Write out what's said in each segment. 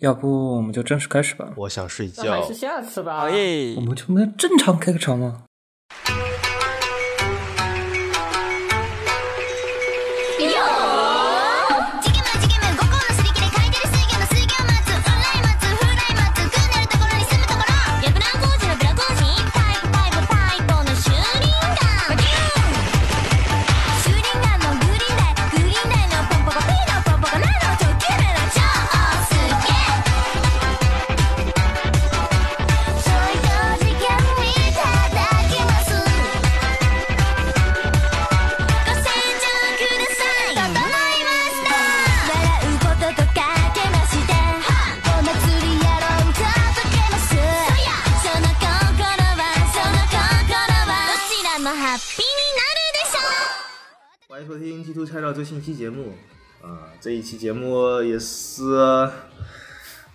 要不我们就正式开始吧？我想睡那还觉是。下次吧。好啊耶我！们就没有正常开个场吗？チキマンチキマン五個のすり切れ書いてる水魚の水魚松フライ松フライ松くなるところに住むところやブランコージのブラコージタイプタイプタイプのシューリンガンバキューンシューリンガンのグリーンダイグリーンダイのポンポコピーのポンポコナの直球目の超すげえそういう時間にいただきますご清聴ください整いました笑うこととかけましてお祭りやろうととけますその心はその心はどちらもハッピーになるでしょう欢迎收听《基督拆照》最新一期节目。啊、这一期节目也是，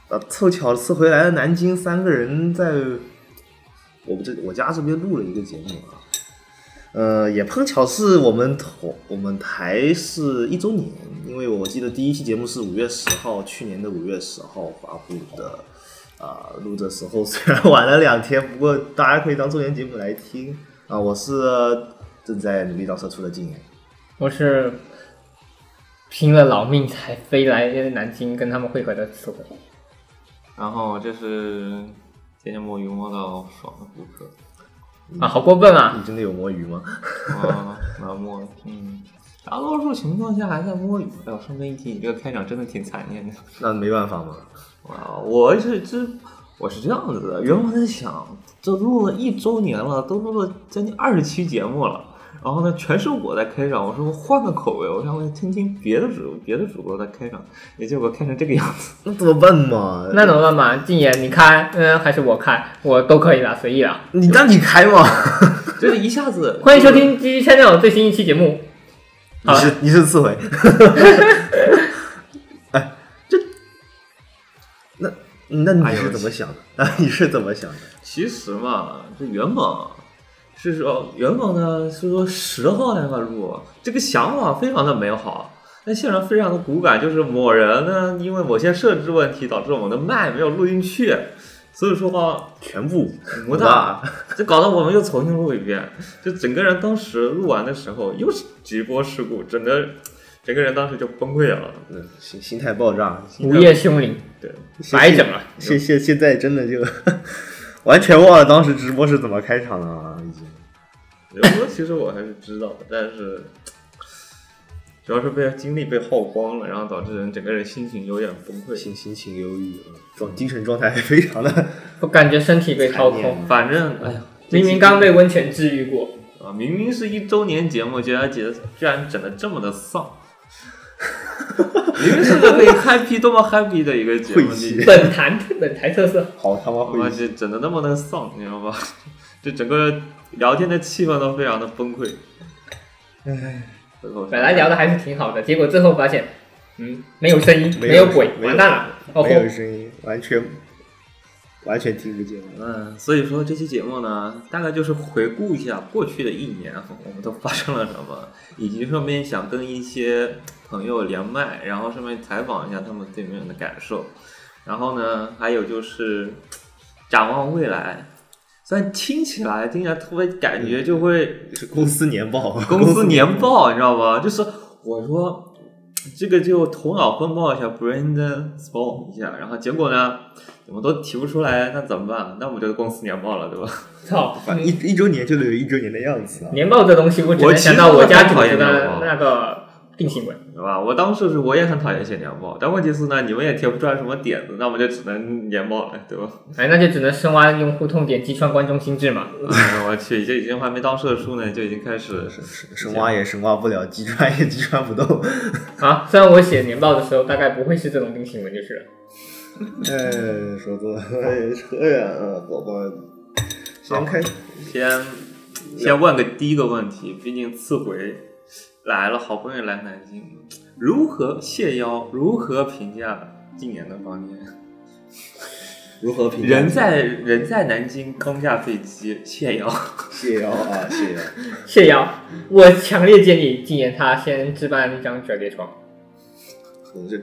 呃，凑巧是回来南京三个人在我们这我家这边录了一个节目啊。呃，也碰巧是我们同我们台是一周年，因为我记得第一期节目是五月十号，去年的五月十号发布的。啊、录的时候虽然晚了两天，不过大家可以当周年节目来听啊、我是正在努力当社畜的静言。我是拼了老命才飞来南京跟他们会合的词汇。然后这是今天我有摸到爽的顾客，啊，好过分啊！你真的有摸鱼吗？ 啊，那摸，嗯，大多数情况下还在摸鱼。哎呦，顺便一提，你这个开场真的挺残念的。那没办法嘛。啊，我是这，我是这样子的。原本在想，这录了一周年了，都录了将近二十期节目了，然后呢，全是我在开场。我说我换个口味，我想我听听别的主别的主播在开场，也结果开成这个样子。那怎么办嘛？那怎么办嘛？静言，你开，嗯，还是我开，我都可以啦，随意啦。你那你开嘛？就是一下子， 欢迎收听《鸡鸡 channel》最新一期节目。 你好了是你是刺回。哎，这那那哎你呦是怎么想的？ 啊，你是怎么想的？其实嘛，这原本是说原本呢是说十号那个录，这个想法非常的美好。但现场非常的骨感，就是某人呢，因为某些设置问题，导致我们的麦没有录进去，所以说话全部不大，这搞得我们又重新录一遍，就整个人当时录完的时候又是直播事故，整个整个人当时就崩溃了。嗯心心态爆炸，午夜凶铃，对，白整了。现现现在真的就 完全忘了当时直播是怎么开场的了，已经。刘哥其实我还是知道的，但是主要是被精力被耗光了，然后导致人整个人心情有点崩溃。心心情忧郁，嗯状精神状态非常的我感觉身体被掏空，反正哎呀，明明刚被温泉治愈过。啊，明明是一周年节目，居然节居然整的这么的丧。明明是个可以 happy 多么 happy 的一个节目，晦气你本台本台特色， 好他妈我晦气。这整的那么的丧，你知道吧？ 这整个聊天的气氛都非常的崩溃。唉，本来聊的还是挺好的，结果最后发现，嗯，没有声音，没没有鬼，没有完蛋了。哦没有 吼，声音，完全完全听不见。嗯，所以说这期节目呢，大概就是回顾一下过去的一年我们都发生了什么， 以及顺便想跟一些朋友连麦，然后顺便采访一下他们对面的感受。然后呢，还有就是展望未来。虽然听起来听起来特别感觉就会是公司年报， 公司年报，你知道吗？就是我说这个就头脑风暴一下，Brandon Spawn 一下，然后结果呢，我们都提不出来，那怎么办？那我们就公司年报了，对吧？ 操！反一一周年就得有一周年的样子啊！年报这东西，我只我能其想实到我很家讨主厌子年的报那个定性文，对吧？我当时是我也很讨厌写年报，但问题是呢，你们也提不出来什么点子，那我们就只能年报了，对吧？ 哎，那就只能深挖用户痛点，击穿观众心智嘛。哎呦我去，这已经还没当社畜呢，就已经开始神神挖也神挖不了，击穿也击穿不动。 啊，虽然我写年报的时候大概不会是这种定性文就是了。哎，说多了，哎，扯远了，宝宝。先开，先先问个第一个问题，毕竟次回来了，好不容易来南京，如何谢邀？如何评价今年的房间？如何评价人在人在南京刚下飞机，谢邀。谢邀啊，谢邀。谢瑶，我强烈建议今年他先置办一张折叠床。能这，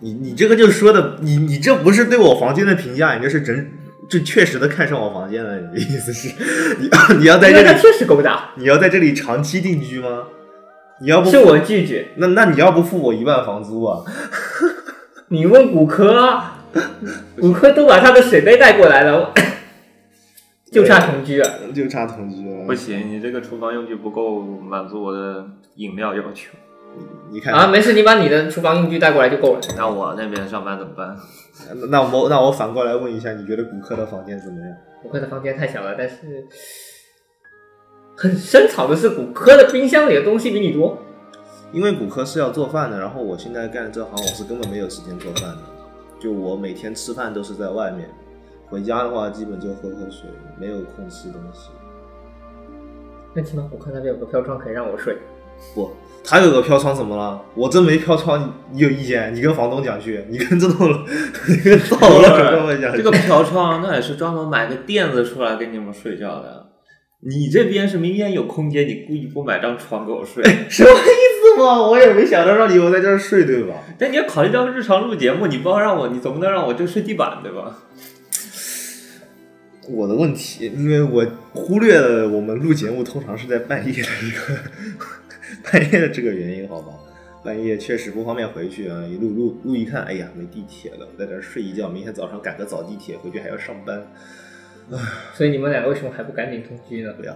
你你这个就说的，你你这不是对我房间的评价，你这是真就确实的看上我房间了。你的意思是，你你要在因这为他里，确实勾搭，你要在这里长期定居吗？你要不是我拒绝。那那你要不付我一万房租啊？ 你问骨科啊，骨科都把他的水杯带过来了，就差同居了。就差同居了。 不行，你这个厨房用具不够满足我的饮料要求。你看啊，没事，你把你的厨房用具带过来就够了。那我那边上班怎么办？那那我那我反过来问一下，你觉得骨科的房间怎么样？骨科的房间太小了，但是很深草的是骨科的冰箱里的东西比你多。因为骨科是要做饭的，然后我现在干这行，我是根本没有时间做饭的。就我每天吃饭都是在外面，回家的话基本就喝喝水，没有空吃东西。那起码骨科那边有个飘窗可以让我睡。不，他有个飘窗怎么了？我真没飘窗，你你有意见？你跟房东讲去，你跟这栋楼， 你跟大楼的跟我讲去。 这个飘窗那也是专门买个垫子出来给你们睡觉的。你这边是明显有空间，你故意不买张床给我睡， 什么意思嘛？我也没想到让你我在这儿睡，对吧？但你要考虑到日常录节目，你不要让我，你总不能让我就睡地板对吧？我的问题，因为我忽略了我们录节目通常是在半夜的一个半夜的这个原因，好吧？半夜确实不方便回去啊，一路录录一看，哎呀，没地铁了，我在这儿睡一觉，明天早上赶个早地铁回去还要上班，所以你们俩为什么还不赶紧同居呢？不要。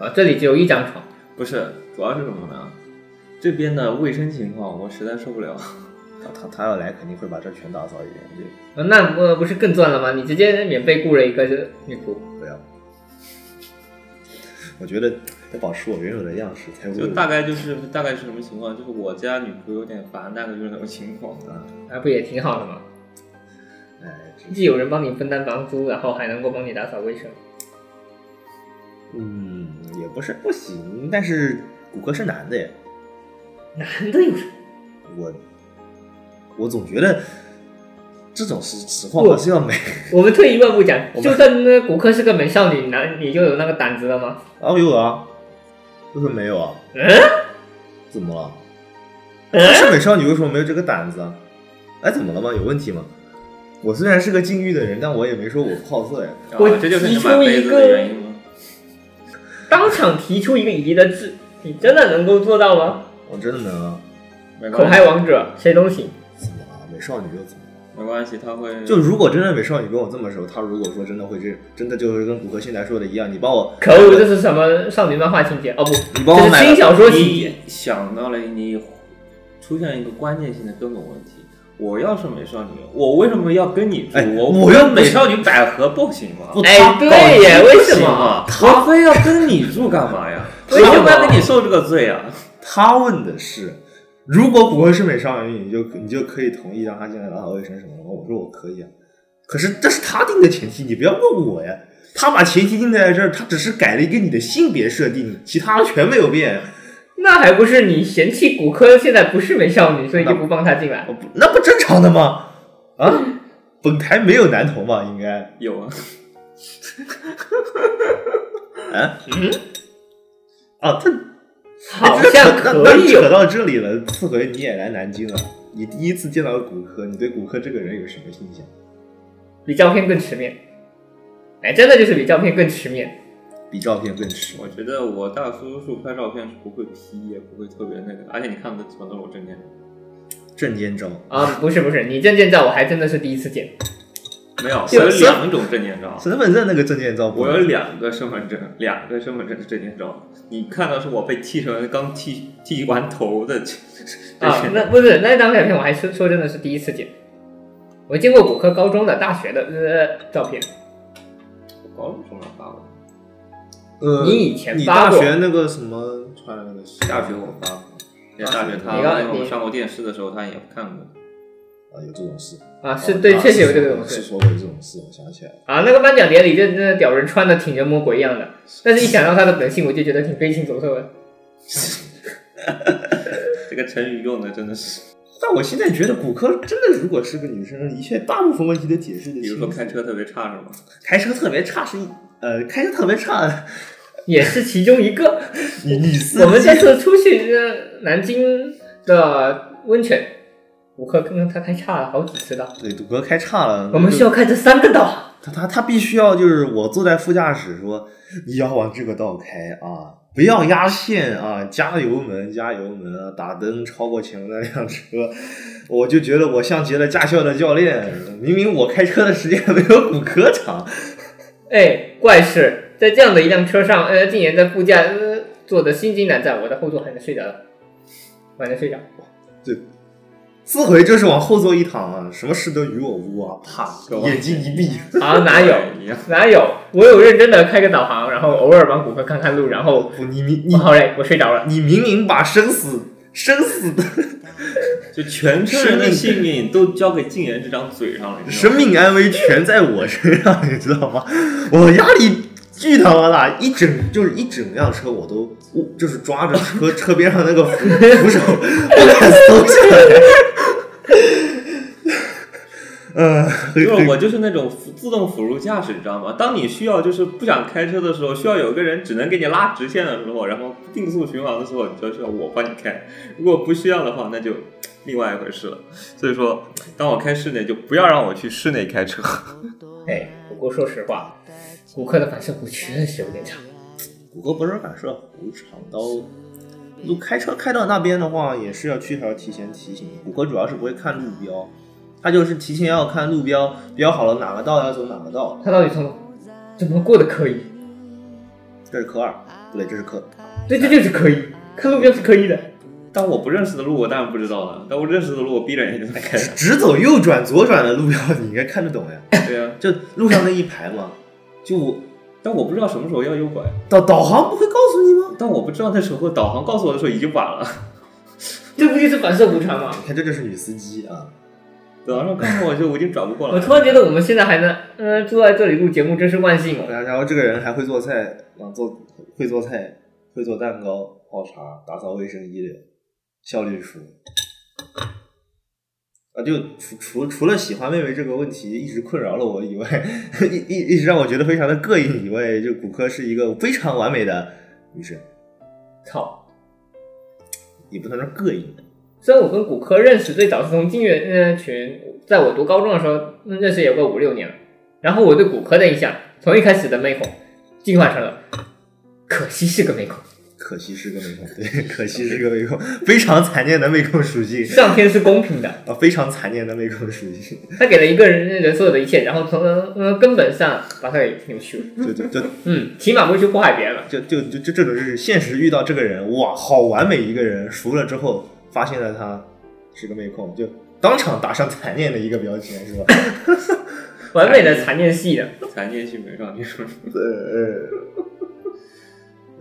啊，这里只有一张床，不是，主要是什么呢？这边的卫生情况我实在受不 了。他他他要来肯定会把这全打扫一遍，就啊那不不是更赚了吗？你直接免费雇了一个女仆，不要。 我觉得要保持我原有的样式才有就味大道。概就是大概是什么情况？就是我家女仆有点烦，大概就是那种情况。那不也挺好的吗？哎，这既有人帮你分担房租，然后还能够帮你打扫卫生。 嗯也不是不行，但是骨科是男的耶。男的有什么？我我总觉得这种实实况还是 要美。我们退一万步讲，我们就算那骨科是个美少女，男你就有那个胆子了吗？啊，有啊，为什么没有啊？嗯，怎么了？嗯是美少女为什么没有这个胆子啊？哎，怎么了吗？有问题吗？我虽然是个禁欲的人，但我也没说我不好色呀。然我后啊这就是提你出买一杯子个的原因吗？当场提出一个疑的字，你真的能够做到吗？我真的能啊？没口关嗨系，王者谁都行，怎么了？美少女又怎么了？没关系，他会就如果真的美少女跟我这么熟，她如果说真的会这，真的就是跟骨科现在说的一样，你帮我，可恶，这是什么少女漫画情节？哦不，你帮这我是买轻了，小说情节你。想到了你出现一个关键性的根本问题。我要是美少女，我为什么要跟你住？哎我我又跟美少女百合不行吗？不哎，她对耶，为什么？啊，我非要跟你住干嘛 呀？为谁什么就该跟你受这个罪啊？他问的是，如果骨灰是美少女，你就你就可以同意让她进来打扫卫生什么的吗？我说我可以啊，可是这是他定的前提，你不要问我呀。他把前提定在这儿，他只是改了一个你的性别设定，其他全没有变。那还不是你嫌弃骨科现在不是美少女，所以就不放她进来我？不那不正常的吗？啊，本台没有男同吧？应该有啊，啊，他好像可以哦扯有。到这里了。次回你也来南京了，你第一次见到骨科，你对骨科这个人有什么印象？比照片更吃面。哎，真的就是比照片更吃面。比照片更实惠我觉得我大叔叔拍照片是不会 P，也不会特别那个，而且你看的基本都是我正面的。证件照。啊，不是不是，你证件照我还真的是第一次见。没 有，我有两种证件照，身份证那个证件照不 我能有两个身份证，两个身份证的证件照。你看到是我被剃成刚剃剃完头的 这啊些，那不是那张照片，我还是说真的是第一次见。我见过骨科高中的、大学的呃照片，高中上发过，呃，你以前你发大过学那个什么穿的那个鞋大学我发过，也大学他你刚因为我你上过电视的时候他也看过。啊，有这种事啊，是对，啊确实有这是个东是西说过有这种事，我想起来了。啊。那个颁奖典礼，这那屌人穿的挺人模鬼样的，但是一想到他的本性，我就觉得挺飞禽走兽的。这个成语用的真的是，但我现在觉得骨科真的，如果是个女生，一切大部分问题都解释的比如说开车特别差是吗？开车特别差是一呃，开车特别差， 也是其中一个。你你司机我们这次出去呃南京的温泉，骨科跟他开差了好几次道，对，骨科开岔了，我们需要开这三个道，他他他必须要就是我坐在副驾驶说你要往这个道开啊，不要压线啊，加油门加油门啊，打灯超过前面那辆车，我就觉得我像极了驾校的教练，明明我开车的时间没有骨科长，哎，怪事，在这样的一辆车上，呃，竟然在副驾、呃、坐的心惊胆战，我在后座还能睡着了，我还能睡着，自回就是往后座一躺啊，什么事都与我无关、啪，眼睛一闭， 啊，哪有？一样。哪有？我有认真的开个导航，然后偶尔帮骨科看看路，然后不你明你不好嘞，我睡着了。你明明把生死生死的就全车人的性命都交给静言这张嘴上了，你知道生吗？命安危全在我身上，你知道吗？我压力巨他妈大，一整就是一整辆车我都我就是抓着车车边上那个扶扶手不敢松下来。呃，很就很是我就是那种辅自动辅助驾驶，你知道吗？当你需要就是不想开车的时候，需要有个人只能给你拉直线的时候，然后定速巡航的时候，你就需要我帮你开。如果不需要的话，那就另外一回事了。所以说，当我开室内，就不要让我去室内开车。哎，不过说实话，骨科的反射弧确实有点长。骨骼不是反射弧长到，路开车开到那边的话，也是要去还要提前提醒。骨骼主要是不会看路标，他就是提前要看路标，标好了哪个道要走哪个道。他到底从怎么过的科一？这是科二，不对，这是科。对，这就是科一，看路标是科一的。 但我不认识的路，我当然不知道了。但我认识的路，我闭着眼睛就能开。直走、右转、左转的路标， 你应该看得懂呀。对呀、就路上那一排嘛，就我但我不知道什么时候要右拐，导导航不会告诉你吗？但我不知道那时候导航告诉我的时候已经晚了。这不就是反射弧长吗？你看，这就是女司机啊，导航告诉我就我已经转不过来我了。突然觉得我们现在还能，嗯、坐在这里录节目真是万幸哦。然然后这个人还会做菜，啊，做会做菜，会做蛋糕、泡茶，打扫卫生一流，效率厨。啊，就除除除了喜欢妹妹这个问题一直困扰了我以外， 一一一直让我觉得非常的膈应以外，就骨科是一个非常完美的女生，操！也不能说膈应，虽然我跟骨科认识最早是从金源呃群，在我读高中的时候嗯认识有个五六年了。然后我对骨科的印象，从一开始的妹控，进化成了，可惜是个妹控，可惜是个妹控，对，可惜是个妹控，非常残念的妹控属性上天是公平的。啊，非常残念的妹控属性，他给了一个人人所有的一切，然后从嗯根本上把他给扭曲了。就就就嗯，起码不会去祸害别人了。就就就就这种就是现实遇到这个人，哇，好完美一个人，熟了之后发现了他是个妹控，就当场打上残念的一个标签，是吧？ 完美的残念系的，残念性美少女， 呃呃，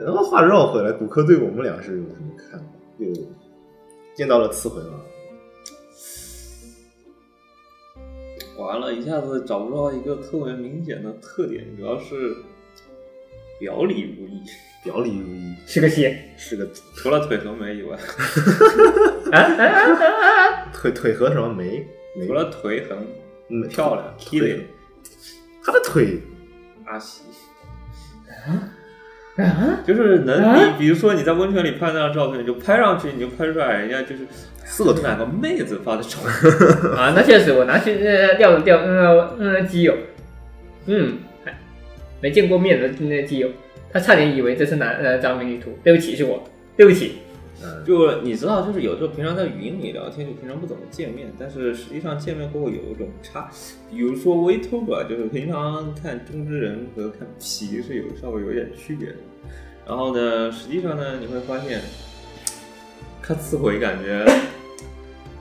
然后话绕回来，骨科对我们俩是有什么看法？就见到了刺回嘛，完了，一下子找不到一个特别明显的特点，主要是表里如一，表里如一，是个系。是个除了腿和眉以外，啊啊啊啊啊！腿腿和什么眉眉除了腿很嗯漂亮，腿踢得他的腿阿西，啊就是能啊你比如说你在温泉里拍那张照片，你就拍上去，你就拍出来，人家就是色腿哪个妹子发的照片，啊，那确实，我拿去呃钓了钓，嗯嗯基友，嗯，哎没见过面的那基友，他差点以为这是男呃张美女图，对不起是我，对不起，嗯，就你知道，就是有时候平常在语音里聊天，就平常不怎么见面，但是实际上见面过后有一种差，比如说 Vtuber，就是平常看中之人和看皮是有稍微有点区别的。然后呢，实际上呢，你会发现，看刺回感觉，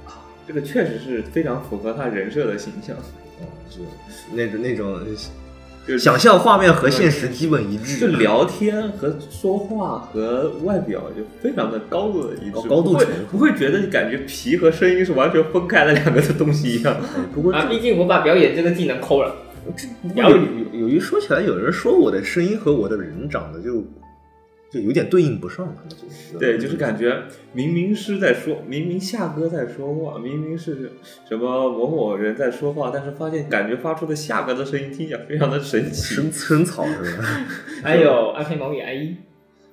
啊这个确实是非常符合他人设的形象，哦是那种那种就是想象画面和现实基本一致，就聊天和说话和外表就非常的高度的一致，哦高高度不会重合不会觉得感觉皮和声音是完全分开的两个的东西一 样。不过这啊，毕竟我把表演这个技能抠了，不过表有里有有一说起来，有人说我的声音和我的人长得就就有点对应不上了，就是 对，就是感觉明明是在说，明明夏哥在说话，明明是什么某某人在说话，但是发现感觉发出的夏哥的声音听起来非常的神奇生。生草是啊吧？还有暗黑毛哎与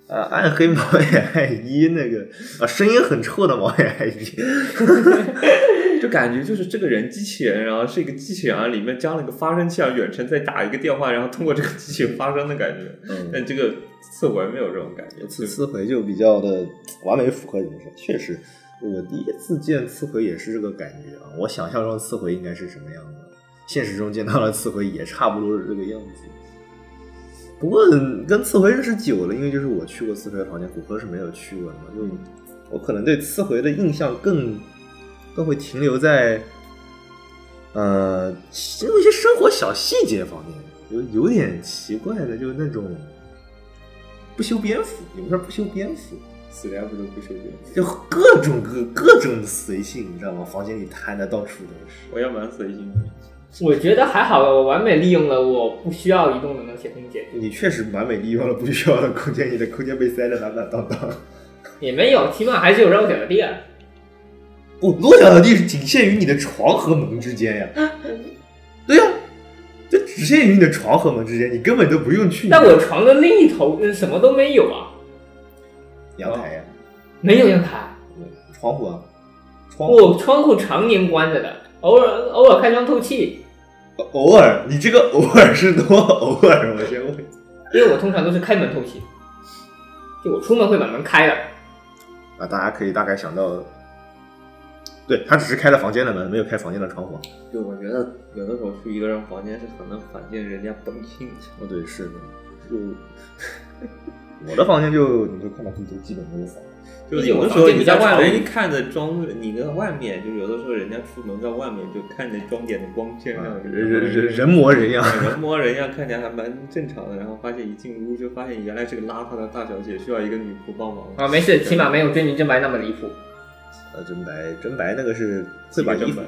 IE，啊， 暗黑毛 眼爱一那个啊，声音很臭的毛眼爱一，就感觉就是这个人机器人，然后是一个机器人，然后里面加了个发声器，啊，远程在打一个电话，然后通过这个机器人发声的感觉。嗯，但这个刺回没有这种感觉，刺刺刺回就比较的完美符合人设，确实，我第一次见刺回也是这个感觉啊。我想象中的刺回应该是什么样的，现实中见到的刺回也差不多是这个样子。不过跟刺回认识久了，因为就是我去过刺回的房间，骨科是没有去过的嘛，就我可能对刺回的印象更更会停留在呃，因为一些生活小细节方面，有有点奇怪的，就是那种不修边幅，也不是不修边幅，死人不都不修边幅。就各种各各种随性，你知道吗？房间里摊的到处都是。我也蛮随性的，我觉得还好了，我完美利用了我不需要移动的那些空间，你确实完美利用了不需要的空间，你的空间被塞得满满当当。也没有，起码还是有落脚的地儿。嗯不，落脚的地是仅限于你的床和门之间呀。对呀、这只限于你的床和门之间，你根本都不用去你的但我床的另一头嗯什么都没有啊，阳台呀、没有阳台，窗户啊，窗户。我窗户常年关着的，偶尔偶尔开窗透气，偶尔，你这个偶尔是多偶尔？我先问。因为我通常都是开门透气，就我出门会把门开了。啊，大家可以大概想到，对他只是开了房间的门，没有开房间的窗户。就我觉得有的时候去一个人房间是很能反映人家本性的。哦，对，是的，就嗯我的房间就你就看到地都基本没有房。就有的时候你在外面看着装，你在外面就有的时候人家出门在外面就看着装点的光鲜啊亮，人人人人模人样。哎人模人样，看起来还蛮正常的。然后发现一进屋就发现原来是个邋遢的大小姐，需要一个女仆帮忙。啊，没事，起码没有真女真白那么离谱。呃，真白真白那个是一会把衣个正服版，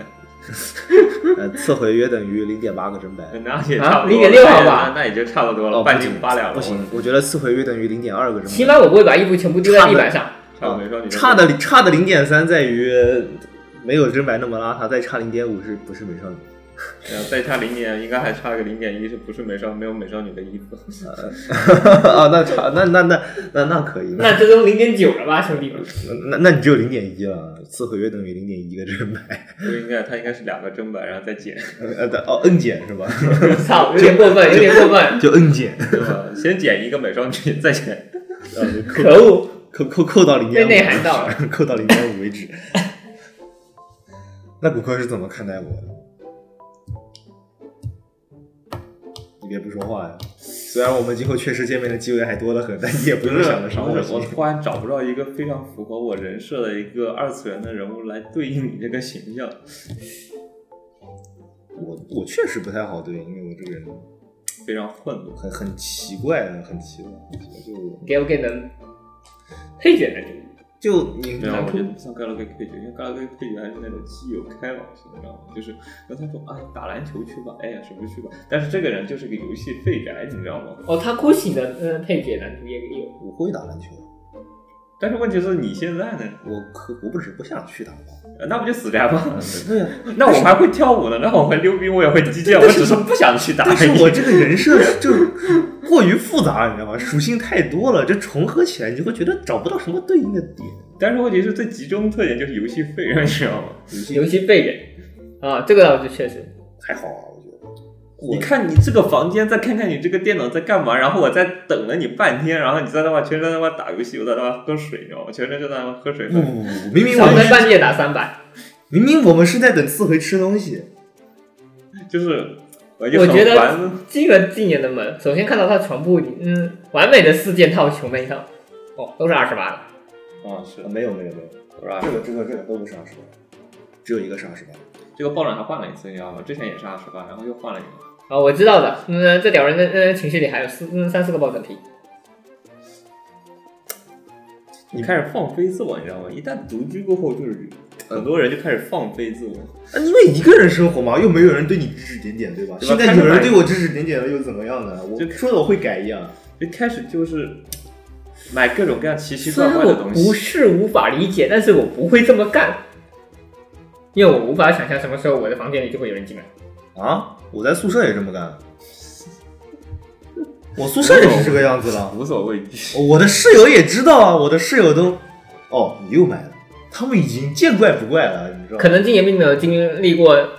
呃次回约等于零点八个真白。 那也差不多， 0.6好吧那那也就差不多了，哦，半不斤行八两了。不行，我觉得次回约等于零点二个起真白。码我不会把衣服全部丢在地板上。哦差不多，少女差的差的零点三在于没有真白那么邋遢，再差零点五是不是美少女？ 呃，再差零点，应该还差个零点一，是不是美少没有美少女的衣服？啊，那差那那那那那可以，那这都零点九了吧，兄弟们？那那你只有零点一了，次合约等于零点一个真白，不应该，它应该是两个正版，然后再减，呃对哦 n 减是吧？操，有点过分，有点 过分，就 n 减，对吧？先减一个美少女，再减。可恶！扣扣扣到零被点内涵到了五，扣到零点五为止。那骨科是怎么看待我的？你别不说话呀！虽然我们今后确实见面的机会还多得很，但你也不不用是，想着伤不我是我心。突然找不到一个非常符合我人设的一个二次元的人物来对应你这个形象。我我确实不太好对，因为我这个人非常混乱。很很奇怪的，很奇怪，就给我给能配角呢？就你对啊，难我出觉得不像盖洛盖配角，因为盖洛盖配角还是那种基友开朗型，你知道吗？就是，然后他说啊，打篮球去吧，哎呀，什么去吧？但是这个人就是个游戏废宅，你知道吗？哦，他哭醒的呃配角男主也有，我会打篮球，但是问题是你现在呢？我可我不是不想去打篮呃那不就死宅吗？ 球。 对呀、那我还会跳舞呢，那我会溜冰，我也会击剑，我只是不想去打而已。但是我这个人设就是过于复杂，你知道吗？属性太多了，这重合起来你就会觉得找不到什么对应的点。但是问题是最集中特点就是游戏废人，你知 道吗？游戏废人啊，这个倒是确实。还好啊，我觉得。我你看你这个房间，再看看你这个电脑在干嘛，然后我再等了你半天，然后你在那块全程在那块打游戏，我在那块喝水，你知道吗？全程就在那块喝水。不嗯不不不，明明我少们在是半夜打三百，明明我们是在等四回吃东西，就是我就我很觉烦得进了今年的门，首先看到他床铺里，嗯，完美的四件套、球那一套，哦，都是二十八的。啊，是呃啊没有没有没有，是吧？个这个这个都不是二十八，只有一个是二十八。这个爆卵还换了一次，你知道吗？之前也是二十八，然后又换了一个。啊、我知道的。嗯，这两人的嗯寝室里还有四嗯三四个抱枕皮，你开始放飞自我，你知道吗？一旦独居过后，就是呃很多人就开始放飞自我。啊，因为一个人生活嘛，又没有人对你指指点点，对吧？对吧现在有人对我指指点点了，又怎么样呢？我就说的我会改一样。一开始就是买各种各样奇奇虽怪然怪我的东不西，是无法理解，但是我不会这么干，因为我无法想象什么时候我的房间里就会有人进来。啊，我在宿舍也这么干， 我宿舍也是这个样子的。无所畏惧。我的室友也知道啊，我的室友都，哦，你又买了，他们已经见怪不怪了，你知道可吗？能今年并没有经历过，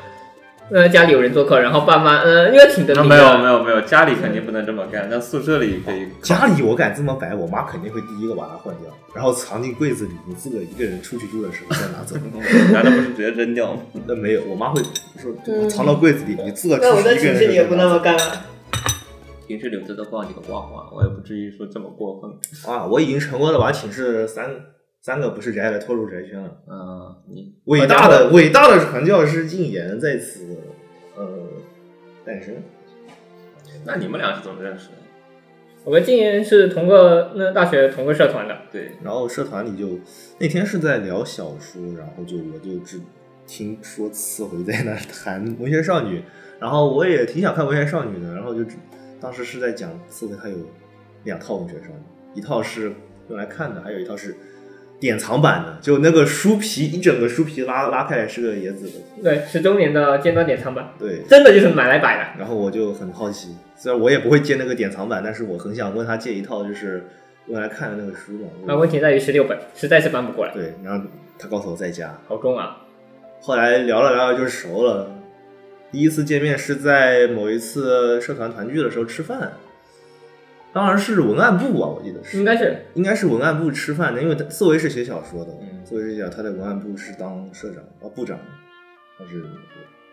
呃，家里有人做客，然后爸妈，呃，因为挺得那名啊没有没的，有没有，家里肯定不能这么干，但宿舍里可以。家里我敢这么摆，我妈肯定会第一个把它换掉，然后藏进柜子里，你自个儿一个人出去住的时候再拿走。难道不是直接扔掉吗？那没有，我妈会说嗯藏到柜子里，你自个儿那出我去在一个寝人室的里时也候不再拿那么走。干啊。 平时留着都不好几个忘还，我也不至于说这么过分。啊，我已经成功的把寝室三三个不是宅的拖入宅圈了。嗯，你伟大的伟大的传教士禁言在此呃诞生。那你们俩是怎么认识的？我们今年是同个那大学同个社团的，对，然后社团里就那天是在聊小说，然后就我就只听说次回在那儿谈文学少女，然后我也挺想看文学少女的，然后就只当时是在讲次回它有两套文学少女，一套是用来看的，还有一套是典藏版的，就那个书皮一整个书皮拉拉开来是个椰子的，对，十周年的尖端典藏版，对。真的就是买来摆的。然后我就很好奇，虽然我也不会借那个典藏版，但是我很想问他借一套，就是用来看的那个书嘛。那啊问题在于十六本，实在是搬不过来，对，然后他告诉我在家，好重啊！后来聊了聊了就熟了。第一次见面是在某一次社团团聚的时候吃饭，当然是文案部吧，啊我记得是应该是应该是文案部吃饭的，因为他思维是写小说的，嗯思维是讲他在文案部是当社长啊部长，还是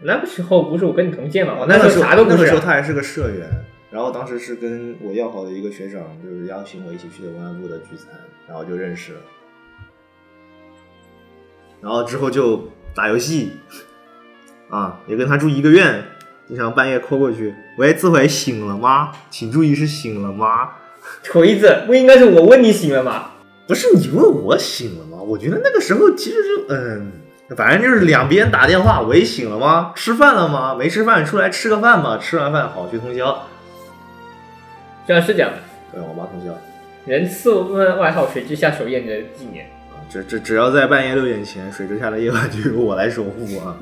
那个时候不是我跟你同届嘛，哦我，那时个候时候啥都不那个是时候啊。他还是个社员，然后当时是跟我要好的一个学长，就是邀请我一起去的文案部的聚餐，然后就认识了，然后之后就打游戏，啊，也跟他住一个院，经常半夜 call 过去，喂，自回醒了吗？请注意是醒了吗？锤子不应该是我问你醒了吗？不是你问我醒了吗？我觉得那个时候其实就嗯，反正就是两边打电话，喂，醒了吗？吃饭了吗？没吃饭，出来吃个饭吧。吃完饭好去通宵。这样是这样的，对，我妈通宵啊，人次问外号谁之下手验的纪念。只只只要在半夜六点前，水之下的夜晚就由我来守护啊。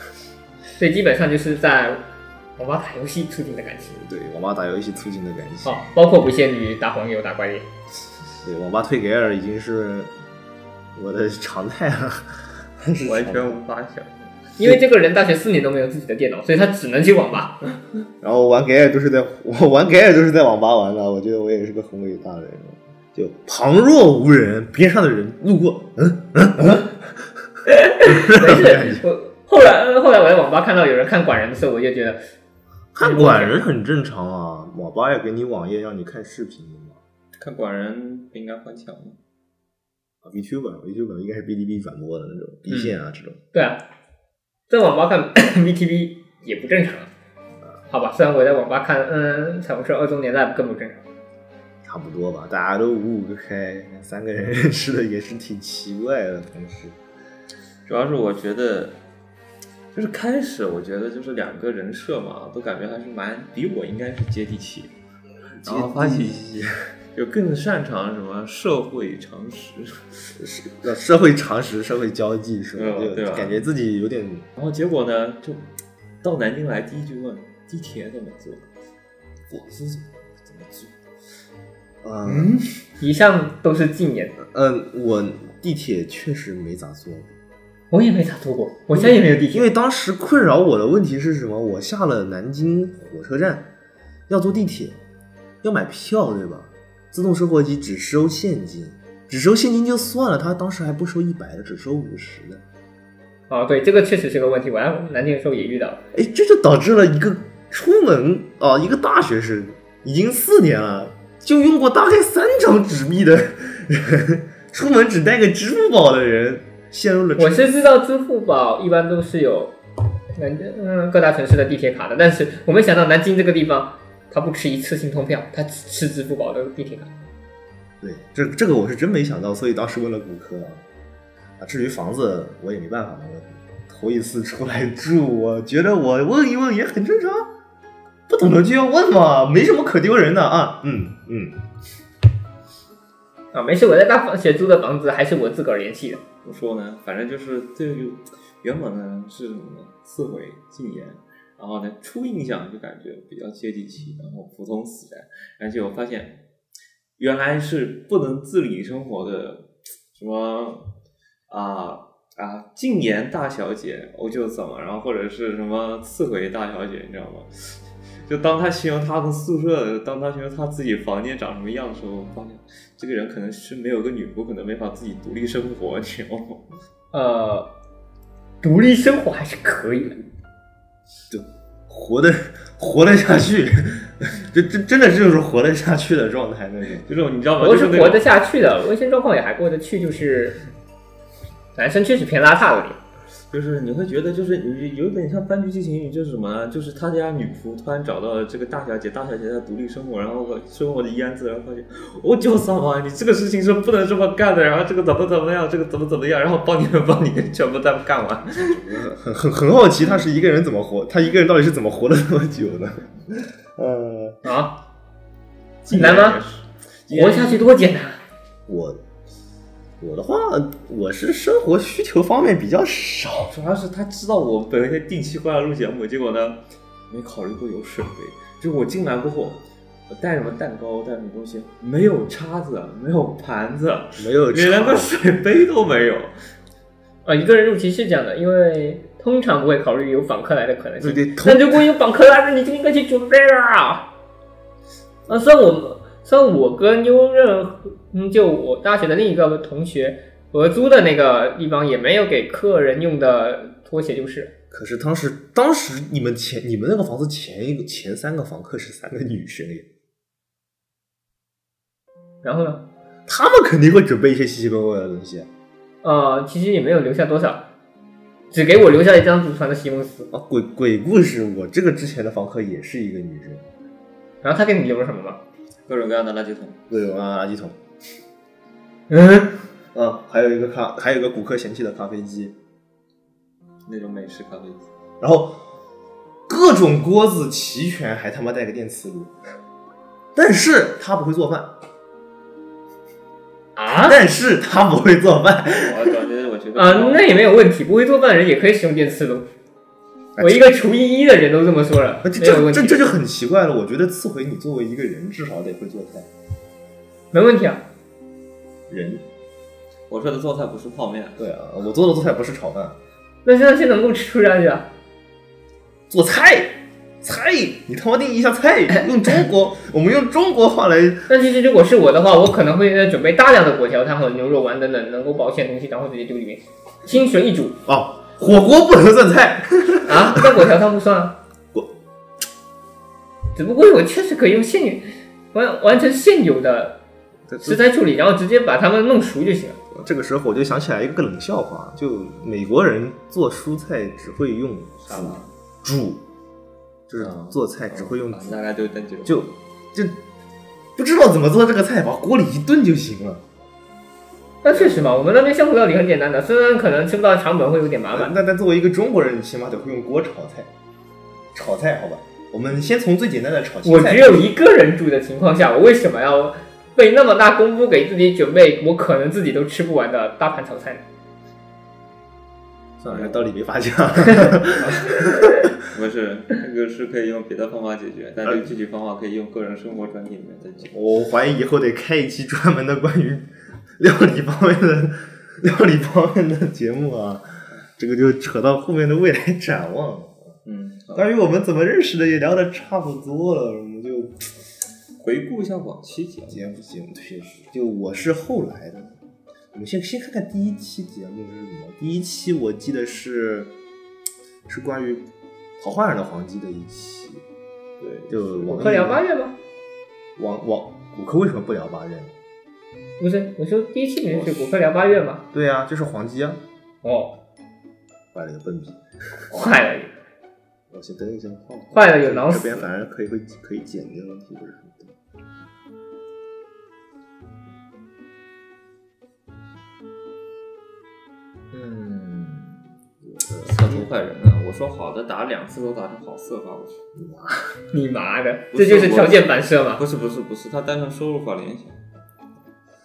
所以基本上就是在我妈打游戏促进的感情对我妈打游戏促进的感情，哦，包括不限于打黄油、打怪猎。对我妈退给尔已经是我的常态了。 是完常态全无法想象。因为这个人大学四年都没有自己的电脑，所以他只能去网 吧。然后玩给尔都是在我玩给尔都是在网吧玩的，我觉得我也是个很伟大的人，就旁若无人，边上的人路过，嗯嗯嗯， 没事， 我后来呃后来我在网吧看到有人看管人的时候，我就觉得看管人很正常啊，网吧也给你网页让你看视频的嘛。看管人不应该还钱吗？啊 VTuber，VTuber 应该是哔哩哔哩转播的那种一线嗯啊，这种对啊，在网吧看 VTV 也不正常。啊好吧，虽然我在网吧看，嗯，彩虹社二周年那更不正常。差不多吧，大家都五五个开，三个人认识的也是挺奇怪的。同时，主要是我觉得，就是开始我觉得就是两个人设嘛，都感觉还是蛮比我应该是接地气，然后发现就更擅长什么社会常识， 社社会常识、社会交际什么，对吧就哦对吧感觉自己有点然后结果呢，就到南京来第一句问地铁怎么坐，我是怎么坐？嗯。以上都是禁言，嗯，我地铁确实没咋坐过，我也没咋做过，我家也没有地因铁。为当时困扰我的问题是什么？我下了南京火车站，要坐地铁，要买票，对吧？自动售货机只收现金，只收现金就算了，他当时还不收一百的，只收五十的。哦，对，这个确实是个问题。我来南京的时候也遇到了，哎，这就导致了一个出门啊、一个大学生已经四年了，就用过大概三张纸币的人， 出门只带个支付宝的人，陷入了我是知道支付宝一般都是有南嗯各大城市的地铁卡的，但是我没想到南京这个地方，它不吃一次性通票，它只吃支付宝的地铁卡。对，这这个我是真没想到，所以当时问了骨科啊。啊，至于房子，我也没办法了，我头一次出来住，我觉得我问一问也很正常，不懂的就要问嘛，没什么可丢人的啊。嗯嗯，啊，没事，我在大学租的房子还是我自个儿联系的。怎么说呢？反正就是对于原本呢是四回禁言，然后呢初印象就感觉比较接地气，然后普通死宅，而且我发现原来是不能自理生活的什么啊啊，静言大小姐，我就怎么，然后或者是什么刺回大小姐，你知道吗？ 就当他形容他的宿舍，当他形容他自己房间长什么样的时候，我发现这个人可能是没有个女仆，可能没法自己独立生活，你知道吗？ 呃，独立生活还是可以的。活得活得下去，这这真的就是活得下去的状态那种。就这种你知道吗？就我是是那活种得下去的，卫生状况也还过得去，就是男生确实偏邋遢了点。就是你会觉得，就是你有点像《番剧剧情语》，就是什么呢？就是他家女仆突然找到了这个大小姐，大小姐在独立生活，然后生活的一安自然后发现，我就什么，你这个事情是不能这么干的，然后这个怎么怎么样，这个怎么怎么样，然后帮你们帮你们全部都干完。很很很好奇，他是一个人怎么活？他一个人到底是怎么活了那么久的？呃，啊，很难吗？今年活下去多简单啊！我我的话，我是生活需求方面比较少，主要是他知道我本来定期过来录节目，结果呢，没考虑过有水杯。就我进来过后，我带什么蛋糕，带什么东西，没有叉子，没有盘子， 没有你连个差啊水杯都没有。啊一个人入籍是这样的，因为通常不会考虑有访客来的可能性对。对，通那如果有访客来了，你就应该去准备啦。啊，虽然我虽然我跟优任，嗯，就我大学的另一个同学合租的那个地方也没有给客人用的拖鞋，就是可是当时当时你们前你们那个房子前一个前三个房客是三个女生耶，然后呢，他们肯定会准备一些奇奇怪怪的东西啊呃，其实也没有留下多少，只给我留下了一张祖传的席梦思。啊。鬼鬼故事，我这个之前的房客也是一个女生，然后他给你留了什么吗？各种各样的垃圾桶。各种啊垃圾桶嗯，啊，还有一个咖，还有一个顾客嫌弃的咖啡机，那种美式咖啡机。然后各种锅子齐全，还他妈带个电磁炉。 但是他不会做饭啊！但是他不会做饭，我感觉我觉得啊、那也没有问题，不会做饭的人也可以使用电磁炉。 我一个厨艺一的人都这么说了， 这没有这问这题，这就很奇怪了。我觉得次回你作为一个人，至少得会做菜。没问题啊。人我说的做菜不是泡面，对啊，我做的做菜不是炒饭，那现在是能够吃下去啊？做菜菜，你他妈定义一下菜，用中国，我们用中国话来但其实如果是我的话，我可能会呃准备大量的果条汤和牛肉丸等等能够保鲜的东西，然后直接丢里面，清水一煮哦，火锅不能算菜。 啊，但果条汤不算啊。我，只不过我确实可以用现有完完成现有的 食材处理，然后直接把它们弄熟就行了。这个时候我就想起来一个冷笑话，就美国人做蔬菜只会用啥玩意儿煮，就是嗯做菜只会用啊煮，大概就那几种。就就不知道怎么做这个菜，往锅里一炖就行了。那确实嘛，我们那边湘湖料理很简单的，虽然可能吃不到长本会有点麻啊那烦。那但作为一个中国人，起码得会用锅炒菜，炒菜好吧？我们先从最简单的炒青我菜只。有一个人住的情况下，我为什么要费那么大功夫给自己准备我可能自己都吃不完的大盘炒菜呢？嗯算了，这道理没法讲。 不是，这个是可以用别的方法解决，但呃这个具体方法可以用个人生活专题里面再解决。我怀疑以后得开一期专门的关于料理方面的料理方面的节目啊，这个就扯到后面的未来展望了。嗯，好关于我们怎么认识的也聊的差不多了，我们就回顾一下往期节目，节目节目确实，就我是后来的。我们先先看看第一期节目是什么？第一期我记得是呃是关于桃花源的黄鸡的一期，对，就网易可聊八月吗？网网骨科为什么不聊八月呢？不是，我说第一期里面是哦骨科聊八月嘛。对呀、就是黄鸡啊，哦，坏啊了个笨逼，坏了，我先等一下放。坏了有脑这死。边反正可以会可以剪掉，问题不是很多。嗯，色出坏人啊！我说好的打两次都打成好色发过去，你妈的，不这是就是条件反射嘛？不是不是不是，他单纯收入法联想。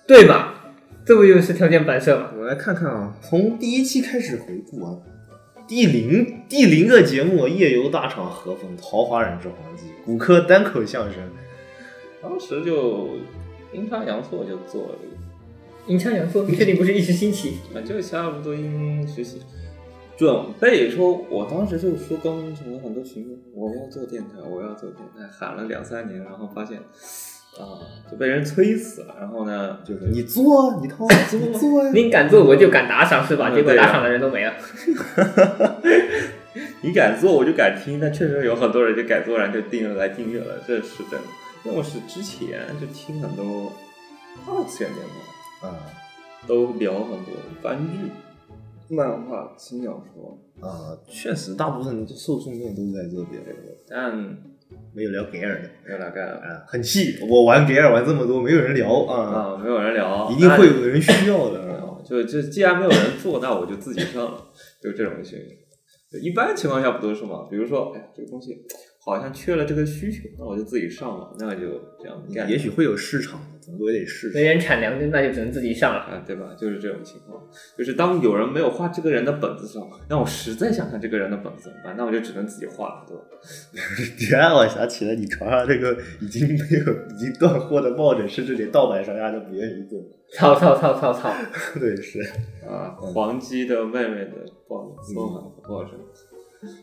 对吧？这不就是条件反射嘛？我们来看看啊，从第一期开始回顾啊，第零第零个节目《夜游大厂和风》《桃花染之黄鸡》骨科单口相声，当时就阴差阳错就做了这个，阴差阳错，你确定不是一时兴起？啊，就差不多应学习准备说，我当时就说跟什么很多群众，我要做电台，我要做电台，喊了两三年，然后发现啊、就被人催死了。然后呢，就是你做，你掏，你做呀。你敢做我就敢打赏是吧？嗯结果对啊打赏的人都没了。你敢做我就敢听，但确实有很多人就敢做，然后就订阅来订阅了，这是真的。因为我是之前就听很多二次元电台，啊都聊很多番剧、漫画、轻小说，啊，确实，大部分受众面都是在这边，但没有聊给尔的没有大概啊，很气。我玩给尔玩这么多，没有人聊啊，啊，没有人聊， 一定那会有人需要的。啊就就既然没有人做，那我就自己上了，就这种情况。就一般情况下不都是嘛？比如说，哎呀，这个东西好像缺了这个需求，那我就自己上了，那就这样干。也许会有市场，总归得试没 试。人产粮，那就只能自己上了。啊，对吧？就是这种情况，就是当有人没有画这个人的本子上，那我实在想看这个人的本子怎么办？那我就只能自己画了，对吧？你让啊我想起了你床上这个已经没有、已经断货的抱枕，甚至连盗版商家都不愿意做。操操操操操！ 对，是。啊，嗯黄鸡的妹妹的报搜函不好说，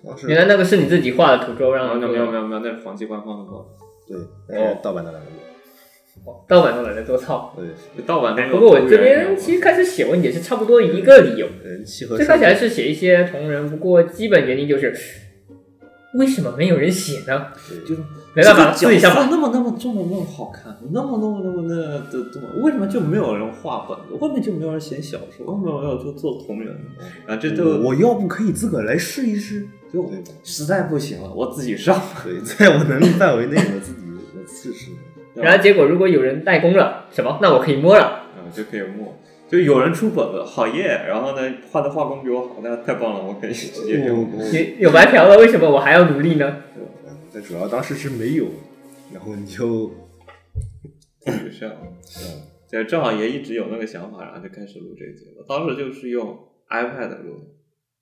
当时原来那个是你自己画的图州然后让哦人没有没有没有，那是黄鸡官方的报，对，那是盗版的两个盗版都懒得做操。对，就盗版的。哎不过我这边其实开始写文也是差不多一个理由，人气和最开始还是写一些同人，不过基本原因就是为什么没有人写呢？对就是没办法，这试个一角下色吧。那么那么这么那么好看，那么那么那么那么的这么，为什么就没有人画本子？为什么就没有人写小说？为什么没有人做做同人？啊，这我都我要不可以自个儿来试一试？就对实在不行了，我自己上。对，在我能力范围内，我自己我试 试。然后结果如果有人代工了，什么？那我可以摸了。嗯，就可以摸。就有人出本子，好耶！然后呢，画的画工比我好，那太棒了，我可以直接我用。我有有白嫖了，为什么我还要努力呢？但主要当时是没有，然后你就自己上。嗯对，嗯正好也一直有那个想法，然后就开始录这一节目。当时就是用 iPad 录的，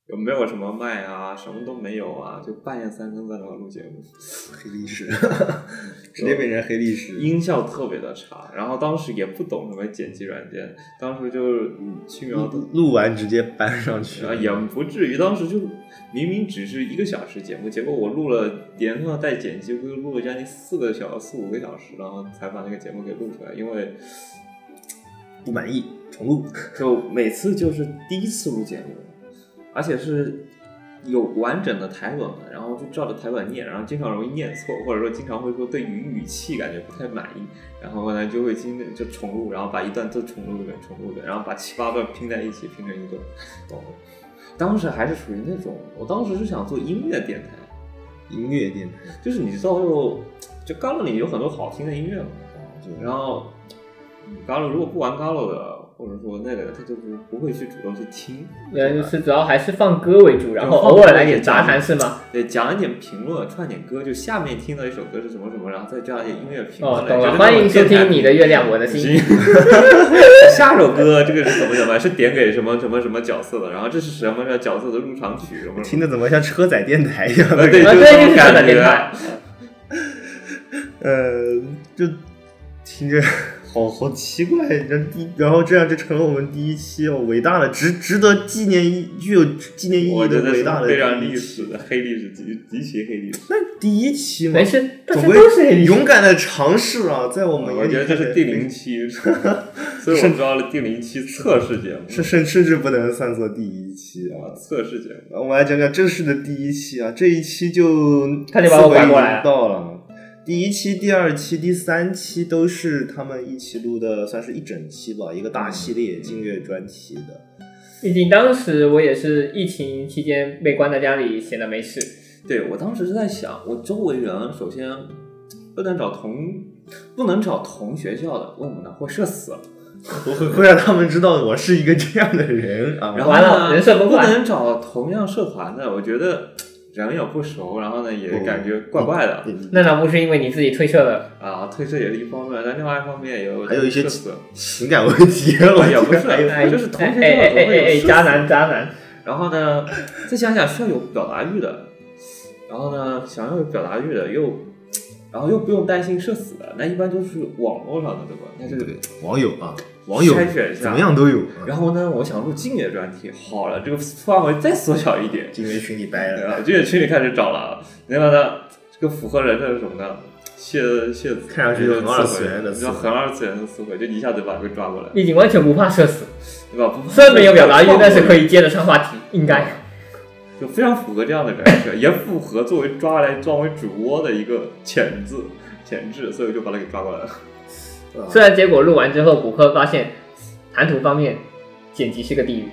有没有什么麦啊，什么都没有啊，就半夜三更在那录节目。呃黑历史， 直接变成黑历史。音效特别的差，然后当时也不懂什么剪辑软件，当时就是轻描淡录录完直接搬上去写，啊，也不至于。当时就明明只是一个小时节目，结果我录了连上带剪辑，估计录了将近四个小四五个小时，然后才把那个节目给录出来。因为不满意重录。 就每次就是第一次录节目，而且是有完整的台本的，然后就照着台本念，然后经常容易念错，或者说经常会说对语语气感觉不太满意，然后呢就会经就重录，然后把一段都重录一遍，重录一遍，然后把七八段拼在一起拼成一段。懂了。当时还是属于那种，我当时是想做音乐电台，音乐电台，就是你到时候就 Galo 里有很多好听的音乐嘛，然后嗯 Galo 如果不玩 Galo 的，或者说那个的，他就不不会去主动去听，原来呃就是主要还是放歌为主，然后就放偶尔来点歌杂谈是吗？对，讲一点评论，串点歌，就下面听到一首歌是什么什么，然后再加一点音乐评论。哦，懂就是了，那种欢迎收电台听你的月亮，我的心。行， 下首歌这个是怎么怎么是点给什么什么什么角色的，然后这是什么什么角色的入场曲什么什听么，的怎么像车载电台一样？呃对，啊就对这就种是感这个觉电台。呃，就听着好好奇怪，然后第然后这样就成了我们第一期哦，伟大的值值得纪念意具有纪念意我义觉的得伟大是的非常第一历期史的黑历史，极极其黑历史。那第一期嘛没，事，大总家归都是黑历史勇敢的尝试啊，在我们眼我里觉得这是第零 期，所以我们抓了第零期测试节目，是甚甚至不能算作第一期啊啊，。测试节目。我们来讲讲正式的第一期啊，这一期就他就把我拐过来了到了。第一期、第二期、第三期都是他们一起录的，算是一整期吧，一个大系列静月专题的。毕竟当时我也是疫情期间被关在家里，闲的没事，对我当时是在想，我周围人首先不能找同不能找同学校的，为什么呢？会社死。我会会让他们知道我是一个这样的人啊。嗯然后完了呢，人设崩不坏能找同样社团的，我觉得人也不熟，然后呢也不感觉怪怪哦的那倒不是因为你自己退社了，啊。退社也是一方面，但另外一方面也有还有一些社死，情感问题，我哦也不觉得是还有哎，就是同哎学哎哎之间总哎会有哎，社渣死男渣男，然后呢，再想想需要有表达欲的，然后呢，想要有表达欲的又，啊、然后又不用担心社死的，那一般都是网络上的，对吧？那这个对，网友啊，网友筛选一下怎么样都有。啊然后呢，我想录静野专题，好了，这个范围再缩小一点，进群里掰对了，吧？静野群里开始找了，然后呢，这个符合人的是什么呢？谢谢子，看上去就很二次元的就很二次元的思维，就一下子把这个抓过来，已经完全不怕社死，对吧？不虽然没有表达欲，但是可以，以接得上话题，应该。哦就非常符合这样的人设，也符合作为抓来装为主播的一个潜质潜质，所以就把他给抓过来了。啊虽然结果录完之后，骨科发现谈吐方面剪辑是个地狱，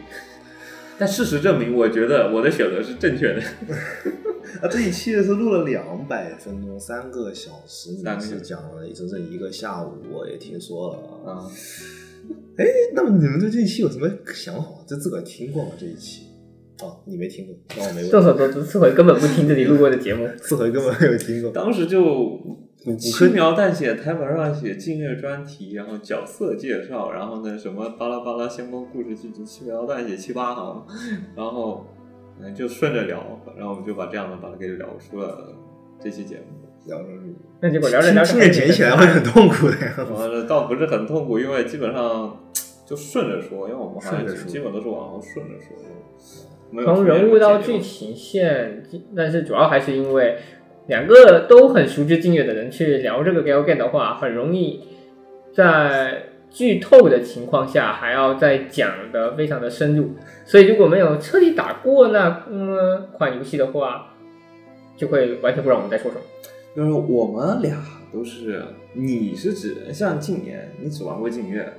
但事实证明，我觉得我的选择是正确的。 啊，这一期是录了两百分钟，三个小时，你三个小是时讲了整整一个下午，我也听说了啊。哎啊，那么你们对这一期有什么想法？这自个儿听过吗？这一期？哦，你没听过，那我没众问。所周知，刺回根本不听自己录过的节目，四合根本没有听过。当时就骨科轻描淡写，台本上写静月专题，然后角色介绍，然后呢什么巴拉巴拉相关故事剧情，轻描淡写七八行，然后嗯就顺着聊，然后我们就把这样的把它给聊出了这期节目。聊聊聊那结果聊着聊着听着剪起来会很痛苦的呀。 完了倒不是很痛苦，因为基本上就顺着说，因为我们好像顺着说基本都是往后顺着说的。没有从出现人物到这个剧节目情线，但是主要还是因为两个都很熟知金月的人去聊这个 Gal Game 的话，很容易在剧透的情况下还要再讲的非常的深入，所以如果没有彻底打过那嗯款游戏的话，就会完全不知道我们在说什么。就是我们俩都是，你是指像静言，你只玩过静月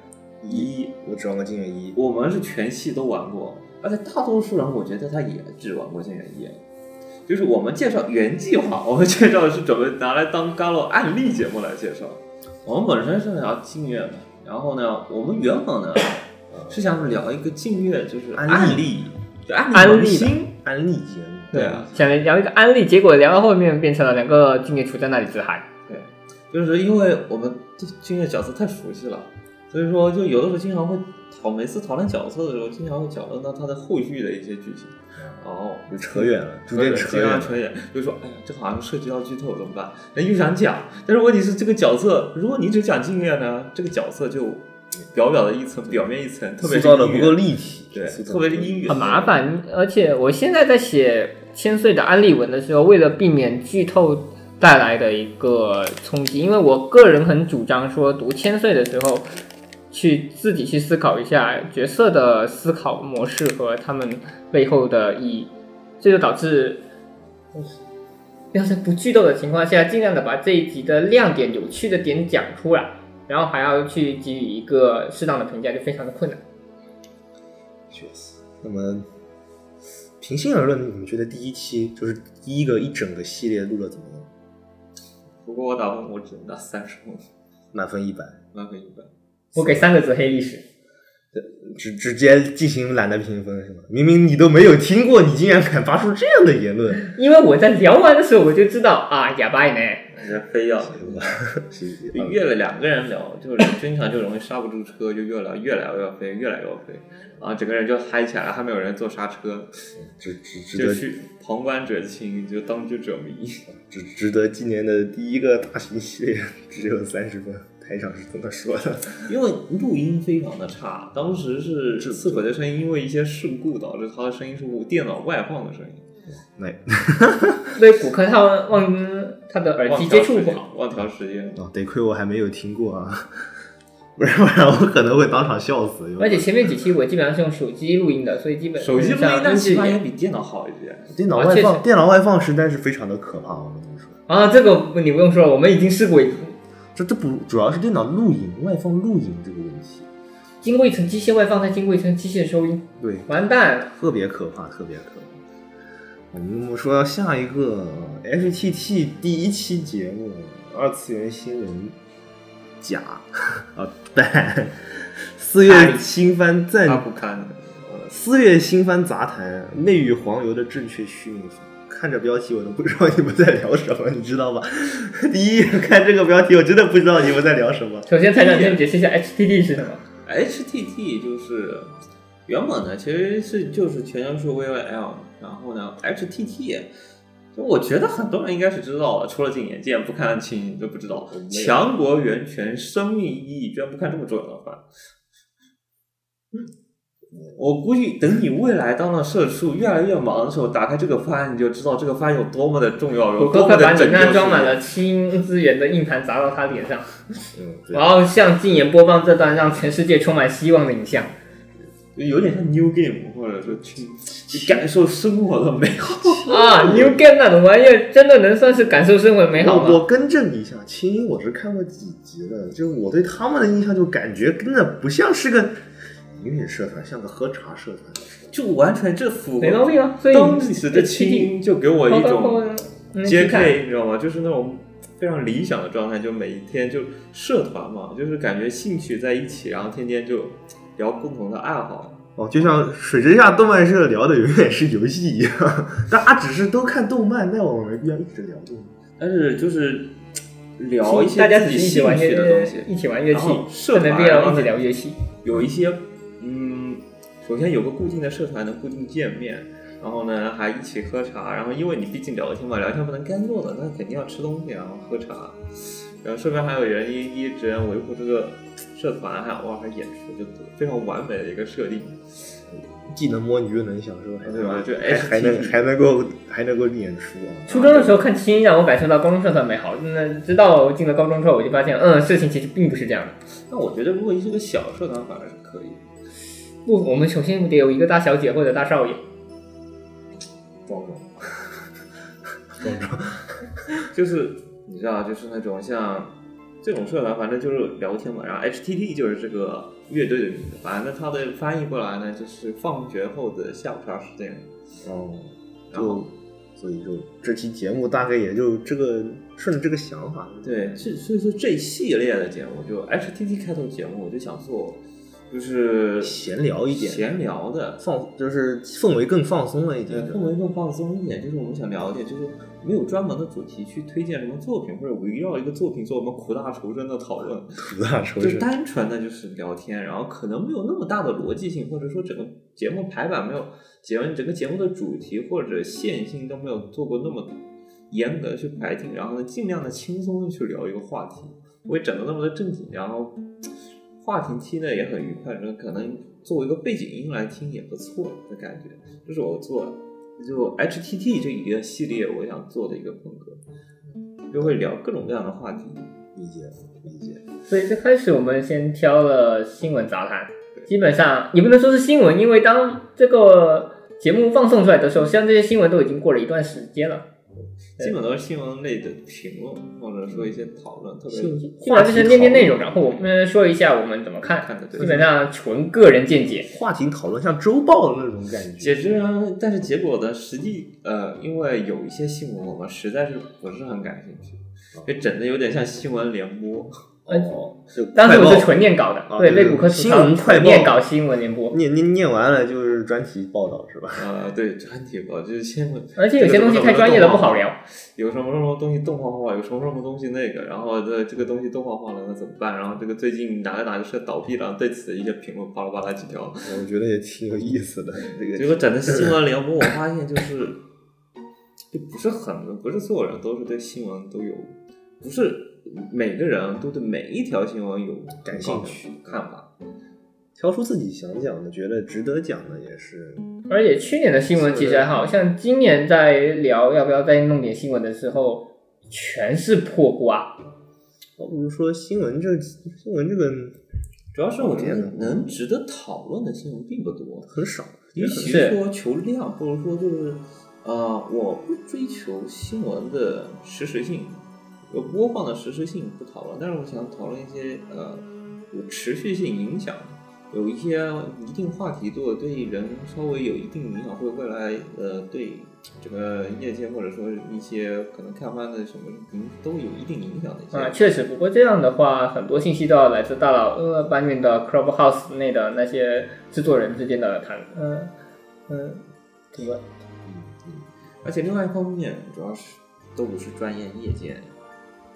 一，我只玩过《金月一》，我们是全系都玩过，而且大多数人我觉得他也只玩过《剑元一》，就是我们介绍原计划，我们介绍的是准备拿来当 Galo 案例节目来介绍。我们本身是聊静月嘛，然后呢，我们原本呢是想聊一个静月，就是案案例例，就案案例例心，安利节目。对啊，想聊一个安利，结果聊到后面变成了两个金月处在那里自嗨。就是因为我们对静月角色太熟悉了，所以说就有的时候经常会讨每次讨论角色的时候，经常会讨论到他的后续的一些剧情。哦，就扯远了，逐渐扯经远常了。扯远，就说哎呀，这好像涉及到剧透怎么办？那又想讲，但是问题是这个角色，如果你只讲静月呢，这个角色就表表的一层，表面一层，特塑别是造的英不语够立体，对，塑造特别是英语很麻。烦，而且我现在在写千岁的安利文的时候，为了避免剧透带来的一个冲击，因为我个人很主张说，读千岁的时候，去自己去思考一下角色的思考模式和他们背后的意义，这就导致。要是不剧透的情况下，尽量的把这一集的亮点、有趣的点讲出来，然后还要去给予一个适当的评价，就非常的困难。确实。那么，平心而论，你们觉得第一期就是第一个一整个系列录了怎么样？不过我打分我只能打三十分，满分一百，满分一百。我给三个字：黑历史。直直接进行懒得评分是吗？明明你都没有听过，你竟然敢发出这样的言论，因为我在聊完的时候我就知道啊，哑巴呢，人家非要对吧？是是就越了两个人聊，就是经常就容易刹不住车，就越聊越来越飞，越来越飞，啊，整个人就嗨起来了，还没有人做刹车，值值值就得去旁观者清，就当局者迷。值值得今年的第一个大型系列只有三十分，台长是这么说的。因为录音非常的差，当时是刺鬼的声音，因为一些事故导致他的声音是电脑外放的声音，那对骨科他忘他的耳哎机接触不好，忘调时间。哦，得亏我还没有听过啊，不然不然我可能会当场笑死。而且前面几期我基本上是用手机录音的，所以基本手机录音，但上嗯起码也也比电脑好一些。电脑啊外确放，实电脑外放实在是非常的可怕，我跟你说，啊，这个你不用说了，我们已经试过一次，这这不主要是电脑录影外放录影这个问题，经过一层机械外放，再经过一层机械收音，对，完蛋了。特别可怕，特别可怕。嗯我们那么说到下一个 HTT 第一期节目《二次元新人甲》啊，对，四月新番暂他不堪，四月新番杂谈《内与黄油的正确虚名法》，看着标题我都不知道你们在聊什么，你知道吗？ 第一眼看这个标题，我真的不知道你们在聊什么。首先，台长先解释一下 HDD 是什么。 HTT 就是原本呢，其实是就是全称是 VVL，然后呢 HTT 就我觉得很多人应该是知道的，除了景言见不看清都不知道我没有。强国源泉生命意义居然不看这么重要的话，嗯我估计等你未来当了社畜越来越忙的时候，打开这个方案你就知道这个方案有多么的重要，谷有多歌么快的把拯你救那装世满界了氢资源的硬盘砸到他脸上，嗯，对然，后向禁言播放这段让全世界充满希望的影像。有点像 New Game，或者说去去感受生活的美好。啊，New Game 那种玩意儿真的能算是感受生活美好我吗？我更正一下，青音我是看过几集的，就是我对他们的印象就感觉真的不像是个音乐社团，像个喝茶社团。就完全这符没毛合病啊，所以当时的清音就给我一种 JK 嗯 JK，你知道吗？就是那种非常理想的状态，就每一天就社团嘛，就是感觉兴趣在一起，然后天天就聊共同的爱好。哦，就像水之下动漫社聊的永远是游戏一样，大家只是都看动漫，但我没必要一直聊动漫。但是就是聊一些大家自己一起兴玩趣的乐东西，一起玩乐器然后，社团啊没必要一起聊乐器。有一些，嗯，首先有个固定的社团能固定见面，然后呢还一起喝茶，然后因为你毕竟聊天嘛，聊天不能干坐的，那肯定要吃东西，然后喝茶，然后身边还有人一一直维护这个社团，还偶尔还演出，就非常完美的一个设定。既能摸鱼又能享受，还能对吧就还还 HTT 能还能够还能够演出啊！初中的时候看清让我感受到高中社团美好，那直到进了高中之后，我就发现，嗯，事情其实并不是这样的。那我觉得如果是个小社团反而是可以，不，我们首先得有一个大小姐或者大少爷，包高容。中 就是你知道，就是那种像这种社团，反正就是聊天嘛。然后 HTT 就是这个乐队的名字，反正它的翻译过来呢，就是放学后的下午茶时间。哦，然后就所以就这期节目大概也就这个顺着这个想法，对，这所以说这一系列的节目，就 HTT 开头节目，我就想做，就是闲聊一点闲聊的。放就是氛围更放松了一对，点，氛围更放松一点，就是我们想聊一点，就是没有专门的主题去推荐什么作品，或者围绕一个作品做我们苦大仇深的讨论。苦大仇就深。单纯的就是聊天，然后可能没有那么大的逻辑性，或者说整个节目排版没有节目整个节目的主题或者线性都没有做过那么严格的去排定，然后呢，尽量的轻松的去聊一个话题，不会整的那么的正经，然后话题听的也很愉快，然后可能作为一个背景音来听也不错的感觉，这是我做就 HTT 这一个系列我想做的一个风格，就会聊各种各样的话题。理解理解，所以最开始我们先挑了新闻杂谈，基本上也不能说是新闻，因为当这个节目放送出来的时候，像这些新闻都已经过了一段时间了，基本都是新闻类的评论，或者说一些讨论，特别基本上就是念念内容，然后我们说一下我们怎么看，看的对基本上纯个人见解。话题讨论像周报的那种感觉。解决啊，但是结果呢，实际呃，因为有一些新闻我们实在是不是很感兴趣，就整的有点像新闻联播。哦，就当时我是快纯念稿的，啊对，对被骨科吐新槽闻快报嗯念稿新闻联播报，念念念完了就是专题报道是吧？呃，对，专题吧，就是新闻，而且有些东西太专业了不好聊。有什么什么东西动画化，有什么什么东西那个，然后这这个东西动画化了，那怎么办？然后这个最近哪个哪个社倒闭了，对此的一些评论巴拉巴拉几条， 我觉得也挺有意思的， 这结个果整的新闻联播，我发现就是，就不是很，不是所有人都是对新闻都有，不是每个人都对每一条新闻有感兴趣很高的看法。挑出自己想讲的，觉得值得讲的也是而且去年的新闻其实还好像今年在聊要不要再弄点新闻的时候，全是破瓜。倒不如说新闻这新闻这个主要是我讨觉得厌的嗯能值得讨论的新闻并不多，很少，与其是说求量，不如说就是，呃，我不追求新闻的实时性，有播放的实时性不讨论，但是我想讨论一些呃有持续性影响，有一些一定话题度对人稍微有一定影响，或者未来呃对整个业界或者说一些可能开发的什么影都有一定影响的一些。啊，确实，不过这样的话，很多信息都要来自大佬呃搬运的 Clubhouse 内的那些制作人之间的谈，嗯嗯，怎么嗯而且另外一方面，主要是都不是专业业界，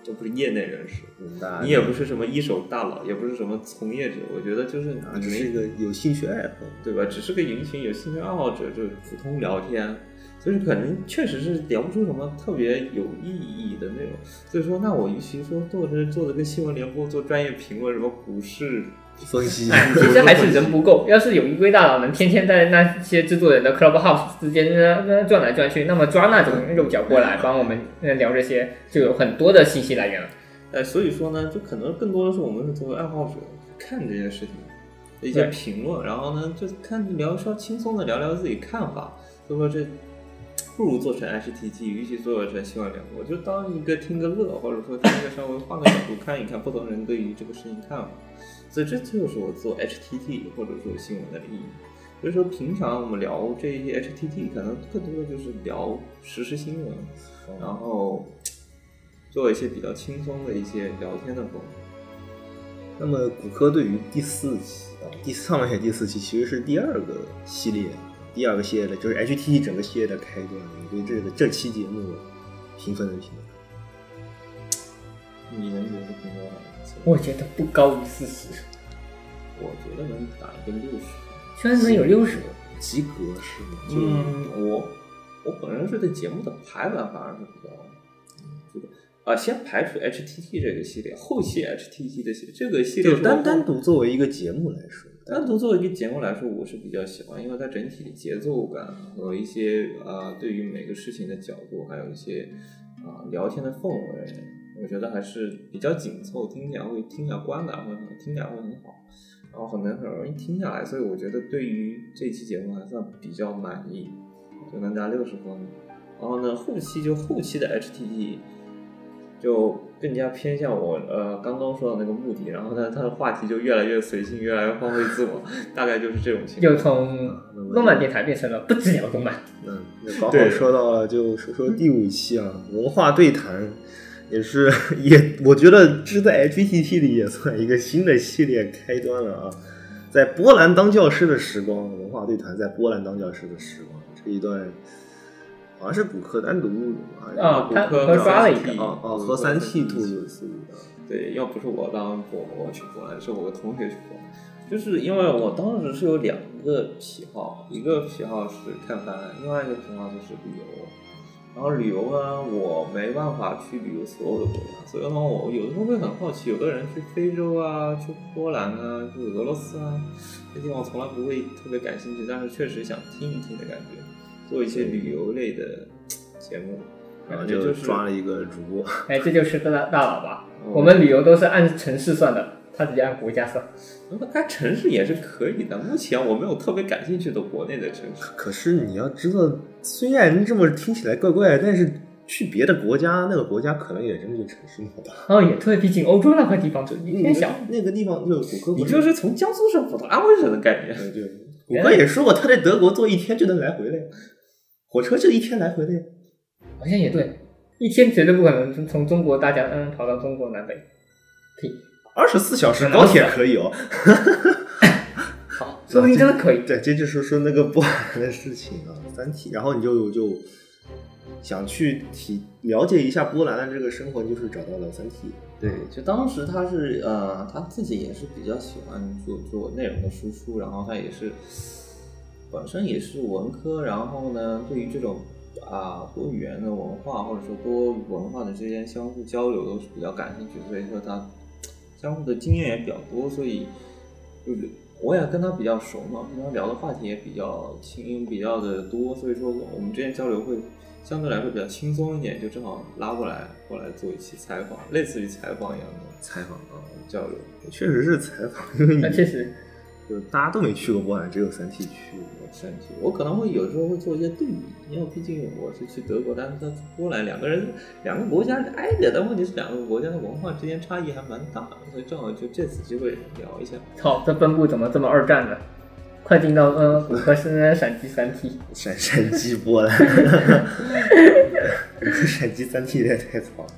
都不是业内人士。嗯大家你也不是什么一手大佬，也不是什么从业者，我觉得就是你啊，没只是一个有兴趣爱好。对吧？只是个一群有兴趣爱好者，就是普通聊天，所以可能确实是聊不出什么特别有意义的内容。所以说，那我与其说做这做这个新闻联播，做专业评论，什么股市分析， 哎 其实还是人不够。要是有一堆大佬能天天在那些制作人的 Clubhouse 之间呢那转来转去，那么抓那种肉脚过来帮我们呃聊这些，就有很多的信息来源了。呃，所以说呢，就可能更多的是我们是作为爱好者看这些事情的一些对评论，然后呢，就看聊稍轻松的聊聊自己看法，就说这不如做成 HTT，与其做成新闻联播，就当一个听个乐，或者说听个稍微换个角度看一看不同人对于这个事情看法，所以这就是我做 HTT 或者说新闻的意义。所以说，平常我们聊这些 HTT，可能更多的就是聊时事新闻，然后做一些比较轻松的一些聊天的功能。那么骨科对于第四期啊，第四上半线第四期其实是第二个系列，第二个系列的就是 HT 整个系列的开端。你对这个这期节目评分能评分？你能觉得评多少？我觉得不高于四十，我觉得能打一个六十，居然能有六十，及格是吗？就、嗯，我我本人是对节目的排版反而是比较，这个啊，先排除 HTT 这个系列，后期 HTT 的系列，这个系列就是单我单独作为一个节目来说，单独作为一个节目来说，我是比较喜欢，因为它整体的节奏感和一些啊、对于每个事情的角度，还有一些啊、聊天的氛围，我觉得还是比较紧凑，听起来会听起来观感会很听起来会很好，然后很能很容易听下来，所以我觉得对于这一期节目还算比较满意，就能达六十分。然后呢，后期就后期的 HTT 就更加偏向我呃刚刚说的那个目的，然后呢，它的话题就越来越随性，越来越放飞自我，大概就是这种情又况。从动漫电台变成了不止聊动漫。嗯，那刚好对说到了，就说说第五期啊，文化对谈，也是 也，我觉得这在 HTT 里也算一个新的系列开端了啊。在波兰当教师的时光，文化对谈在波兰当教师的时光这一段，好像是骨科单独啊他科他刷了一个哦哦和三 T 兔子是的对，要不是我当我我去波兰，是我的同学去波兰，就是因为我当时是有两个癖好，一个癖好是看番，另外一个癖好就是旅游。然后旅游呢，我没办法去旅游所有的国家，所以呢，我有的时候会很好奇，有的人去非洲啊，去波兰啊，去俄罗斯啊，这地方我从来不会特别感兴趣，但是确实想听一听的感觉，做一些旅游类的节目，然后感觉就是抓了一个主播，哎，这就是个大大佬吧？嗯我们旅游都是按城市算的，他直接按国家算。那它城市也是可以的。目前我没有特别感兴趣的国内的城市。可是你要知道，虽然这么听起来怪怪，但是去别的国家，那个国家可能也真的就城市那么 大。哦，也对，毕竟欧洲那块地方就一天小。那个地方就是骨科，你就是从江苏省跑到安徽省的概念。对对，骨科也说过，他在德国坐一天就能来回了呀，火车就一天来回的呀。好像也对，一天绝对不可能从从中国大江嗯跑到中国南北。屁，二十四小时高铁可以哦。 好，说不定真的可以。对，这就是说那个波兰的事情啊，《三体》，然后你就就想去体了解一下波兰的这个生活，就是找到了《三体》。 对，就当时他是呃，他自己也是比较喜欢做做内容的输出，然后他也是本身也是文科，然后呢，对于这种啊多语言的文化或者说多文化的之间相互交流都是比较感兴趣，所以说他相互的经验也比较多，所以就是我也跟他比较熟嘛，平常聊的话题也比较轻，比较的多，所以说我们之间交流会相对来说比较轻松一点，就正好拉过来过来做一期采访，类似于采访一样的采访啊，交流。确实是采访，因为那你嗯确实，就是大家都没去过波兰，只有《三体》去过。身体，我可能会有时候会做一些对比，因为毕竟我是去德国，但是他去波兰，两个人两个国家是挨着，但问题是两个国家的文化之间差异还蛮大的，所以正好就借此机会聊一下。操，这分部怎么这么二战呢？快进到嗯骨科是闪击三 T，陕陕鸡波兰， 陕鸡三 T 也太糙了。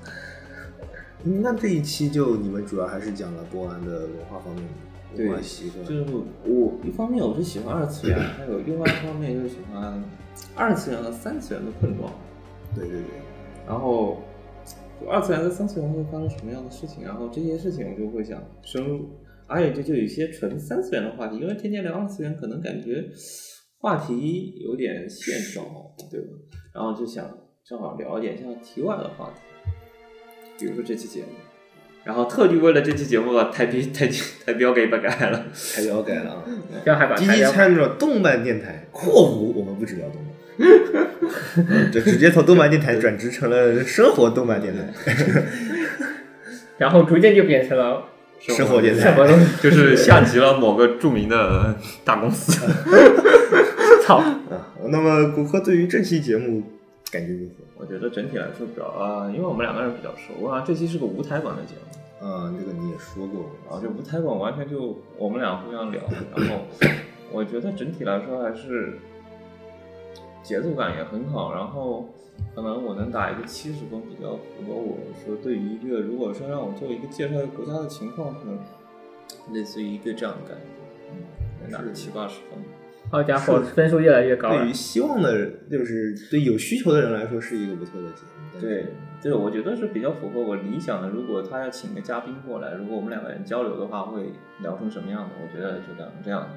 那这一期就你们主要还是讲了波兰的文化方面，对文化习惯。就是我一方面我是喜欢二次元，还有另外一方面就是喜欢二次元和三次元的碰撞。对对对，然后就二次元跟三次元会发生什么样的事情，然后这些事情我就会想深入。而且这就有一些纯三次元的话题，因为天天聊二次元，可能感觉话题有点现少，对吧？然后就想正好聊一点像题外的话题，比如说这期节目。然后特地为了这期节目把台标台台标给改了，台标改了啊。这样还把积材极料参与了动漫电台（括弧我们不只聊动漫），嗯就直接从动漫电台转职成了生活动漫电台、然后逐渐就变成了生活电什台。么东 西？就是下级了某个著名的大公司。操！啊，那么骨科对于这期节目感觉如何？ 我觉得整体来说比较啊，因为我们两个人比较熟啊，这期是个无台版的节目，啊，这个你也说过然后这无台版完全就我们俩互相聊，然后我觉得整体来说还是节奏感也很好，然后可能我能打一个七十分比较符合我说对于一个如果说让我做一个介绍一个国家的情况，可能类似于一个这样的感觉，嗯，能打个七八十分。好家 伙，分数越来越高了对于。希望的人，就是对有需求的人来说，是一个不错的节目。但是对，对，我觉得是比较符合我理想的。如果他要请个嘉宾过来，如果我们两个人交流的话，会聊成什么样的？我觉得就聊成这样的。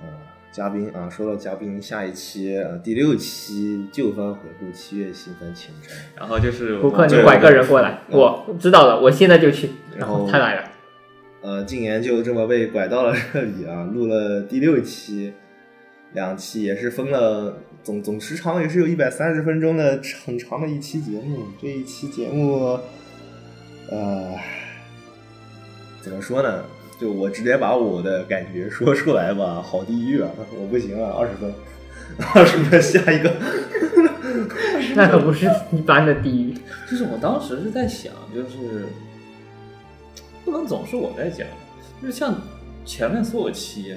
啊，嘉宾啊，说到嘉宾，下一期啊，第六期旧番回顾，七月新番前瞻。然后就是顾客，我你对拐个人过来，对我知道了，我现在就去。然 后他来了，呃，竟然就这么被拐到了这里啊！录了第六期，两期也是分了总总时长也是有一百三十分钟的很长的一期节目。这一期节目，呃，怎么说呢？就我直接把我的感觉说出来吧，好地狱啊！我不行啊，二十分，二十分下一个。 那可不是一般的地狱。就是我当时是在想，就是不能总是我在讲，就是像前面所有期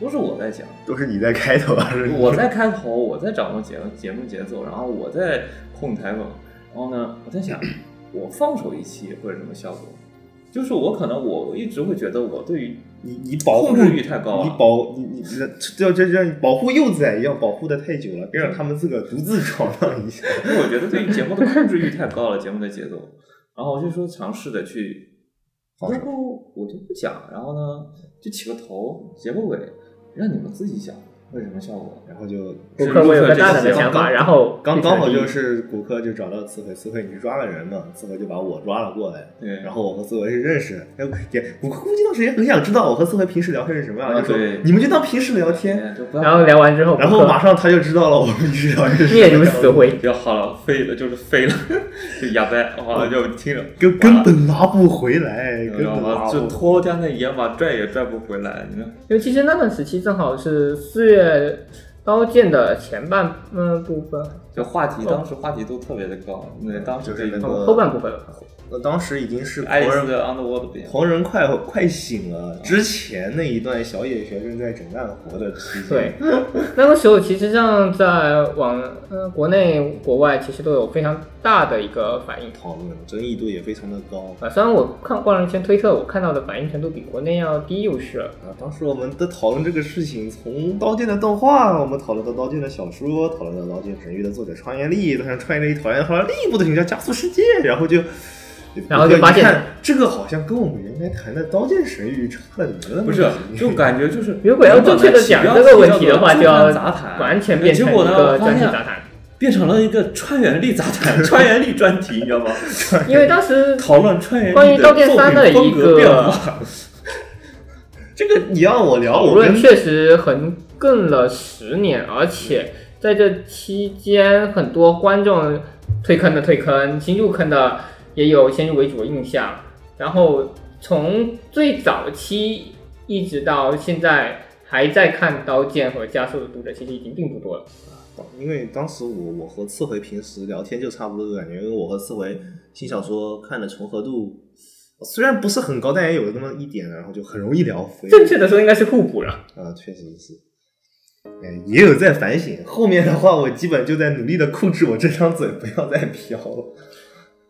都是我在 讲，都是你在开头啊，是我在开头，我在掌握节节目节奏，然后我在控台本，然后呢，我在 想，我放手一期会是什么效果？就是我可能我一直会觉得我对于你你保护控制欲太高了你保你你这这这这保护幼崽一样保护的太久了，别让他们自个儿独自闯荡一下。因为我觉得对于节目的控制欲太高了，节目的节奏。然后我就说尝试的去，放手要不我就不讲，然后呢就起个头，结个尾，让你们自己想会是什么效果。然后就顾是客，我有录个制这大胆期的节目想法，然后刚被刚好传递就是骨科就找到刺回，刺回你是抓了人嘛，刺回就把我抓了过来，对，然后我和刺回是认识的，哎也骨科估计当时也很想知道我和刺回平时聊天是什么样的，啊就说对你们就当平时聊天，哎就不要然后聊完之后，然顾后客马上他就知道了我们平时聊天是什么面样如的死灰，就好了，飞了就是飞了， 就哑巴，完了就听着。根根本拉不回来，根然本拉不后就回来。拖家那野马拽也拽不回来，你看，因为其实那段时期正好是四月刀剑的前半嗯部分，就话题当时话题度特别的高，那当嗯时就是对那个哦后半部分了。那当时已经是爱丽国丝人的 Underworld 变，狂人快快醒了之前那一段小野学生在整烂活的期间，对，那个时候其实上在网呃国内国外其实都有非常大的一个反应。讨论争议度也非常的高啊，虽然我看逛了一圈推特，我看到的反应程度比国内要低就是了。啊。当时我们的讨论这个事情，从《刀剑》的动画，我们讨论到《刀剑》的小说，讨论到《刀剑神域》的作者川原丽，但是川原丽讨厌讨厌另一部的形象加速世界，然后就。然后就发现你看这个好像跟我们原来谈的《刀剑神域》差了点儿 不是，就感觉就是如果要正确的讲这个问题的话，就要杂谈，完全变成结一果个呢，发专题现杂谈。变成了一个川原丽杂谈，川原丽专题，你知道吗？ 因为当时讨论川原关于丽《刀剑三》作的品风一格变个化，这个你让我聊，讨我论，跟确实横亘了十年，而且在这期间，很多观众退坑的退坑，新入坑的也有先入为主的印象。然后从最早期一直到现在，还在看《刀剑》和《加速》的读者，其实已经并不多了。因为当时我我和刺回平时聊天就差不多的感觉，因为我和刺回新小说看的重合度虽然不是很高，但也有那么一点，啊然后就很容易聊飞。正确的说，应该是互补了。啊，确实是。哎，也有在反省。后面的话，我基本就在努力的控制我这张嘴，不要再飘了。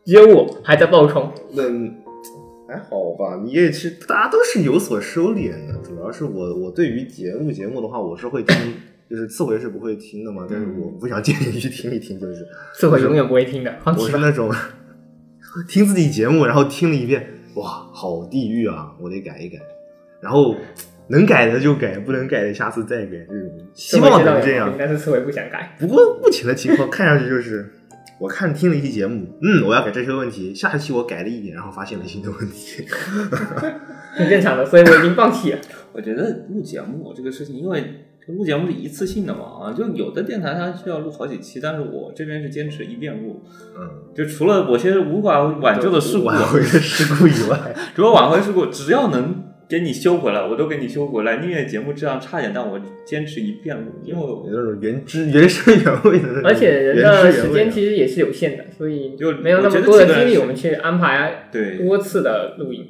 只有我还在爆冲，那还好吧，你也是，大家都是有所收敛的。主要是我，我对于节目节目的话，我是会听，就是次回是不会听的嘛。但是我不想建议你去听一听，就是这我永远不会听的，放我弃是吧。那 种听自己节目，然后听了一遍，哇，好地狱啊，我得改一改。然后能改的就改，不能改的下次再改，这种希我望知道能有这毛样病。但是刺猬不想改。不过目前的情况看上去就是，我看听了一期节目，嗯，我要改这些问题，下一期我改了一点，然后发现了新的问题。挺正常的，所以我已经放弃了。我觉得录节目这个事情，因为录节目是一次性的嘛啊，就有的电台它需要录好几期，但是我这边是坚持一遍录，嗯，就除了某些无法挽救的事故，挽回的事故以外，除了挽回事故，只要能给你修回来，我都给你修回来。宁愿节目质量差点，但我坚持一遍录，因为有我那种原汁原生原味的那种原汁原味的，而且人的啊时间其实也是有限的，所以就没有那么多的精力我们去安排对多次的录音。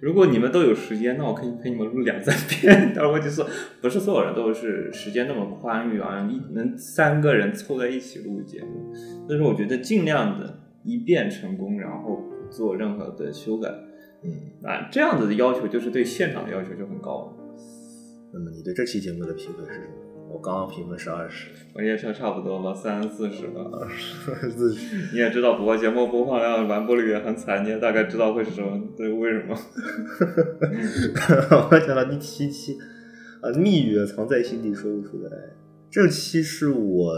如果你们都有时间，那我可以陪你们录两三 遍。但是问题是不是所有人都是时间那么宽裕啊？一能三个人凑在一起录节目，但是我觉得尽量的一遍成功，然后不做任何的修改。嗯，啊，这样子的要求就是对现场的要求就很高了。那么你对这期节目的评分是什么？我刚刚评分是二 十，我也差差不多吧，三四十吧。自你也知道，播节目播放量、完播率也很惨，你也大概知道会是什么，对，为什么？ 我想到第七期啊，蜜语藏在心底说不出来。这期是我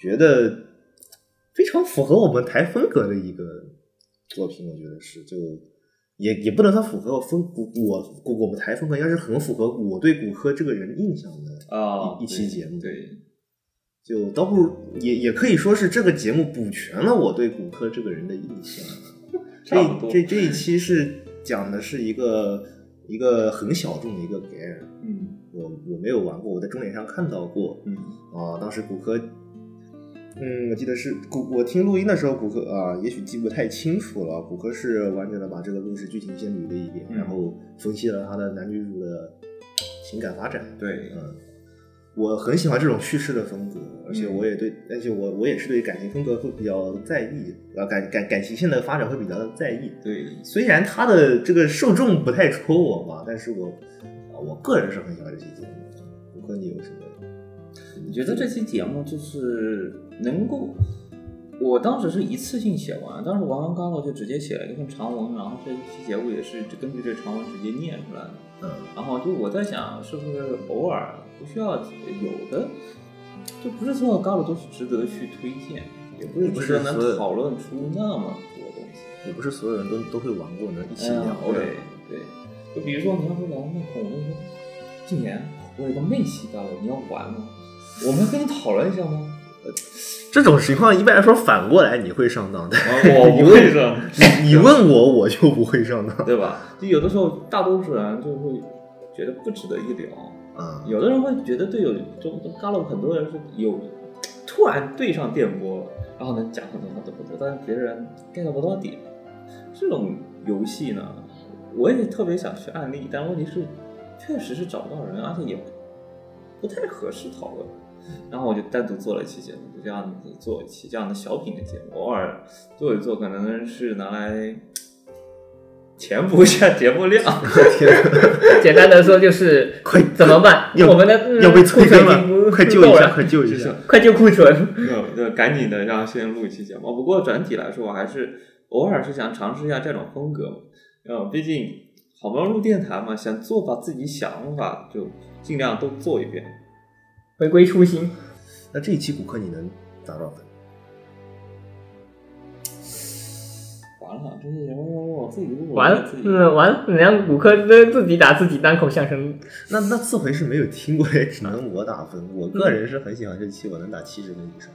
觉得非常符合我们台风格的一个作品，我觉得是就也也不能算符合我风骨我骨我们台风格，应该是很符合我对骨科这个人印象的。啊、一一期节目对，就倒不如也也可以说是这个节目补全了我对骨科这个人的印象。差不这多这这一期是讲的是一个一个很小众的一个 game。嗯我我没有玩过，我在中脸上看到过嗯，啊。当时骨科，嗯，我记得是骨，我听录音的时候，骨科啊，也许记不太清楚了。骨科是完整的把这个故事剧情先捋了一遍，嗯然后分析了他的男女主的情感发展。对，嗯，我很喜欢这种叙事的风格，而且我也对，而且我我也是对感情风格会比较在意，啊，感感感情线的发展会比较在意。对，虽然他的这个受众不太戳我吧，但是我啊，我个人是很喜欢这期节目的。如果你有什么，你觉得这期节目就是能够，我当时是一次性写完，当时玩完刚我就直接写了一份长文，然后这一期节目也是根据这长文直接念出来的。嗯，然后就我在想，是不是偶尔不需要有的，就不是所有高手都是值得去推荐，也不是值得不是所有能讨论出那么多东西。也不是所有人都都会玩过能一起嗯聊的。对对，就比如说你要说聊那恐龙说，静言，我有个妹系高手，你要玩吗？我们跟你讨论一下吗？这种情况一般来说反过来你会上当，但 哦我你不会问的， 你你问我我就不会上当。对吧？就有的时候，大多数人就会觉得不值得一聊。嗯，有的人会觉得队友中嘎了很多人是有突然对上电波了，然后能讲很多很多很多，但是别人 get 不到点。这种游戏呢，我也特别想去案例，但问题是确实是找不到人，而且也不太合适讨论。然后我就单独做了一期节目，就这样子做一期这样的小品的节目，偶尔做一做，可能是拿来填补一下 节目量。天哪， 简单的说就是快怎么办？要我们的、嗯要被库催存更已经了，不快救一够下，了快救 一就是下。快救库存！ 没有，就赶紧的让先录一期节目。不过整体来说，我还是偶尔是想尝试一下这种风格嘛。嗯，毕竟好不容易录电台嘛，想做把自己想法就尽量都做一遍。回归初心，那这一期骨科你能打多少分？完了，这些节目我自己录，完了自，己嗯，完了，你让骨科都自己打自己单口相声，那那次回是没有听过，也只能我打分。我个人是很喜欢这期，我能打七十分以上，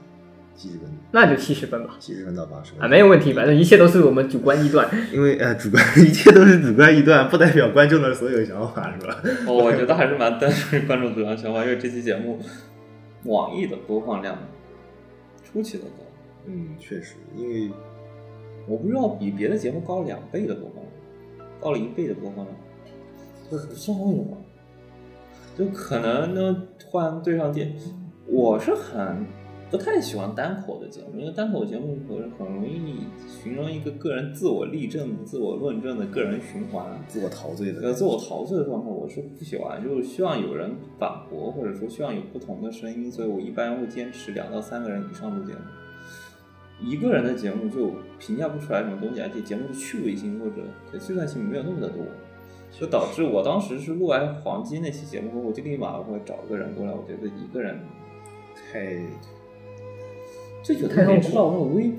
七十分，那就七十分吧，七十分到八十分啊，没有问题，反正一切都是我们主观臆断。因为呃，主观 一切都是主观臆断，不代表观众的所有想法，是吧？哦，我觉得还是蛮单纯观众主观想法，因为这期节目网易的播放量出奇的高，嗯，确实，因为我不知道比别的节目高两倍的播放量，高了一倍的播放量，我不知道为什么，就可能呢换对上电，我是很不太喜欢单口的节目，因为单口节目很很容易形成一个个人自我例证、自我论证的个人循环。自我陶醉呃，的，自我陶醉的状态我是不喜欢，就是希望有人反驳，或者说希望有不同的声音，所以我一般会坚持两到三个人以上录节目。一个人的节目就评价不出来什么东西，而且节目的趣味性或者可计算性没有那么的多，就导致我当时是录完黄金那期节目后，我就立马会找一个人过来，我觉得一个人太这有的人知道那种微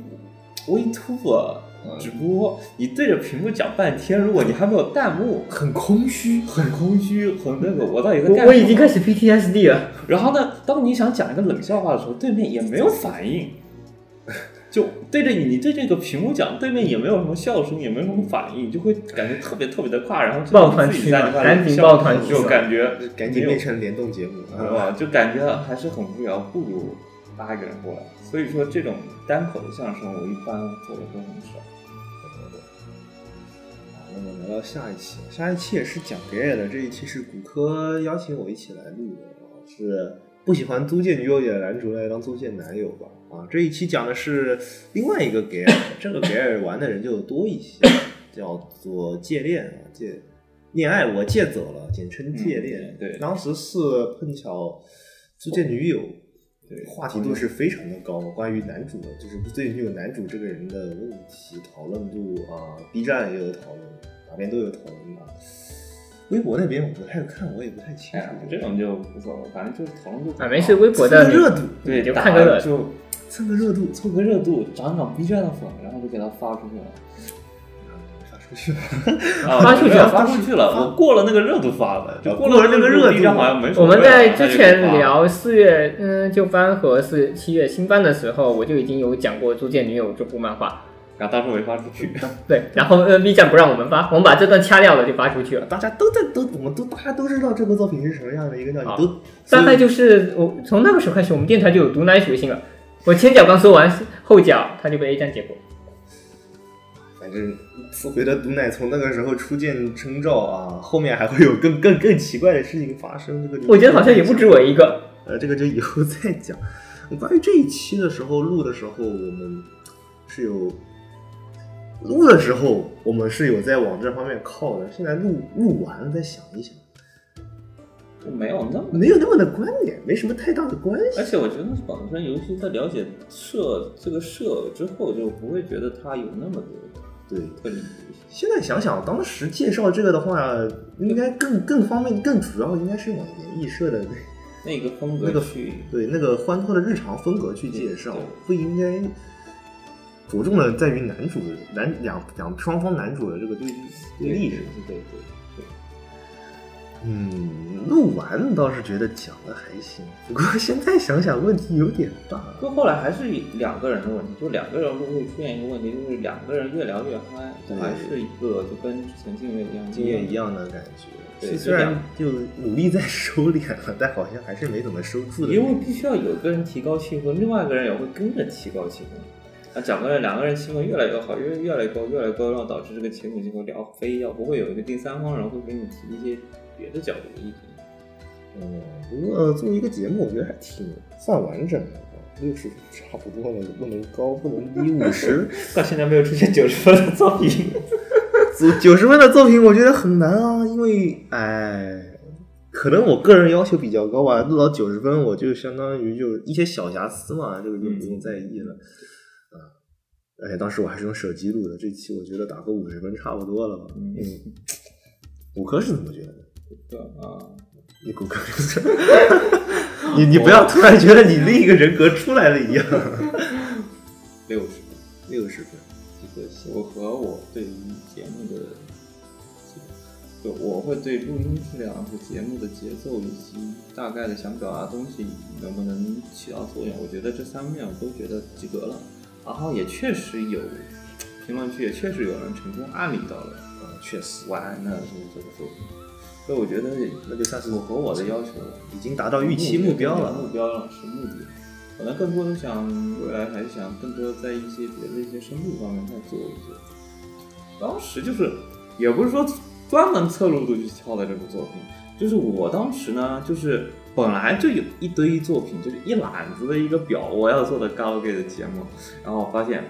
微突啊，直播你对着屏幕讲半天，如果你还没有弹幕，很空虚，很空虚，很那个，我到底在干我我已什经么？开始 PTSD 了，然后呢，当你想讲一个冷笑话的时候，对面也没有反 应，就对着你，你对这个屏幕讲，对面也没有什么笑声，也没有什么反应，你就会感觉特别特别的尬，然后知道抱团自己取在暖那块赶紧笑抱团取就暖感觉赶没紧有变成联动节目是啊！吧？就感觉还是很无聊，不如拉一个人过来。所以说，这种单口的相声，我一般做的都很少。那我们聊到下一期，下一期也是讲别人的，这一期是骨科邀请我一起来录的，啊是不喜欢租借女友也男主来当租借男友吧？啊，这一期讲的是另外一个 gay，这个 gay 玩的人就多一些，叫做戒恋啊，戒恋爱我戒走了，简称戒恋嗯。对当时是碰巧租借女友。对话题度是非常的高，关于男主的，就是最近有男主这个人的问题讨论度啊，B 站也有讨论，哪边都有讨论啊。微博那边我不太看，我也不太清哎楚呀。，这种就无所谓，反正就是讨论度啊，没事，微博的蹭个热度，对，就打看个热就蹭个热度，凑个热度，涨涨 B 站的粉，然后就给他发出去了。发出去了。啊 发出去了发出去了，我过了那个热度发的，就过了了那个热度 B 站好像没什 我么热们度。在他之就前发了，聊四月嗯旧番和四七月新番的时候，我就已经有讲过《租借女友》这部漫画。然后当时没发出 去。对，然后呃 B 站不让我们发，我们把这段掐掉了就发 出去了。大家都在都，我们都大家都知道这部作品是什么样的一个料，啊你都大概就是我从那个时候开始，我们电台就有毒奶属性了。我前脚刚说完，后脚它就被 A 站截过。反正次回的毒奶从那个时候初见征兆啊，后面还会有更更更奇怪的事情发生。嗯这个就我觉得好像也不止我一个。呃，这个就以后再讲。关于这一期的时候录的时候，我们是有录的时候，我们是有在往这方面靠的。现在录录完了再想一想，就没有那么。没有那么的关联，没什么太大的关系。而且我觉得本身，尤其在了解社这个社之后，就不会觉得它有那么多对，特立独现在想想，当时介绍这个的话，应该更更方面，更主要应该是往演艺社的那个风格那个去。 对那个欢脱的日常风格去介绍对，不应该着重的在于男主的男两两双方男主的这个对立对立对的。对对。嗯，录完倒是觉得讲的还行，不过现在想想问题有点大。不过后来还是两个人的问题，就两个人都会出现一个问题，就是两个人越聊越嗨，对还是一个就跟之前静月一样，经验一样的感觉，对是就虽然两就努力在收敛了，但好像还是没怎么收住的。因为必须要有一个人提高气氛，另外一个人也会跟着提高气氛。啊，两个人两个人气氛越来越好，越越来越高，越来越高，然后导致这个情侣就会聊飞，要不会有一个第三方人会给你提一些别的角度的意见。嗯，不过作为一个节目，我觉得还挺算完整的，六十差不多了，不能高，不能低，五十到现在没有出现九十分的作品，九九十分的作品，我觉得很难啊，因为哎，可能我个人要求比较高吧，录到九十分我就相当于就一些小瑕疵嘛，这个就不用在意了。啊，而且当时我还是用手机录的，这期我觉得打个五十分差不多了吧。嗯，骨科是怎么觉得的？对啊，你骨科是？ 你你不要突然觉得你另一个人格出来了一样。六十分， 六十分，这个是我和我对于节目的，就我会对录音质量和节目的节奏以及大概的想表达的东西能不能起到作用，我觉得这三面我都觉得及格了。然后也确实有评论区也确实有人成功案例到了，呃啊，确实，晚安的就是这个作品，所以我觉得那就算是符合我的要求了。已经达到预期目标目了。标了是目的。可能更多的想未来还是想更多在一些别的一些深度方面再做一些。当时就是也不是说专门侧路度去挑的这部作品，就是我当时呢就是。本来就有一堆作品，就是一揽子的一个表，我要做的 g a l g a 的节目，然后我发现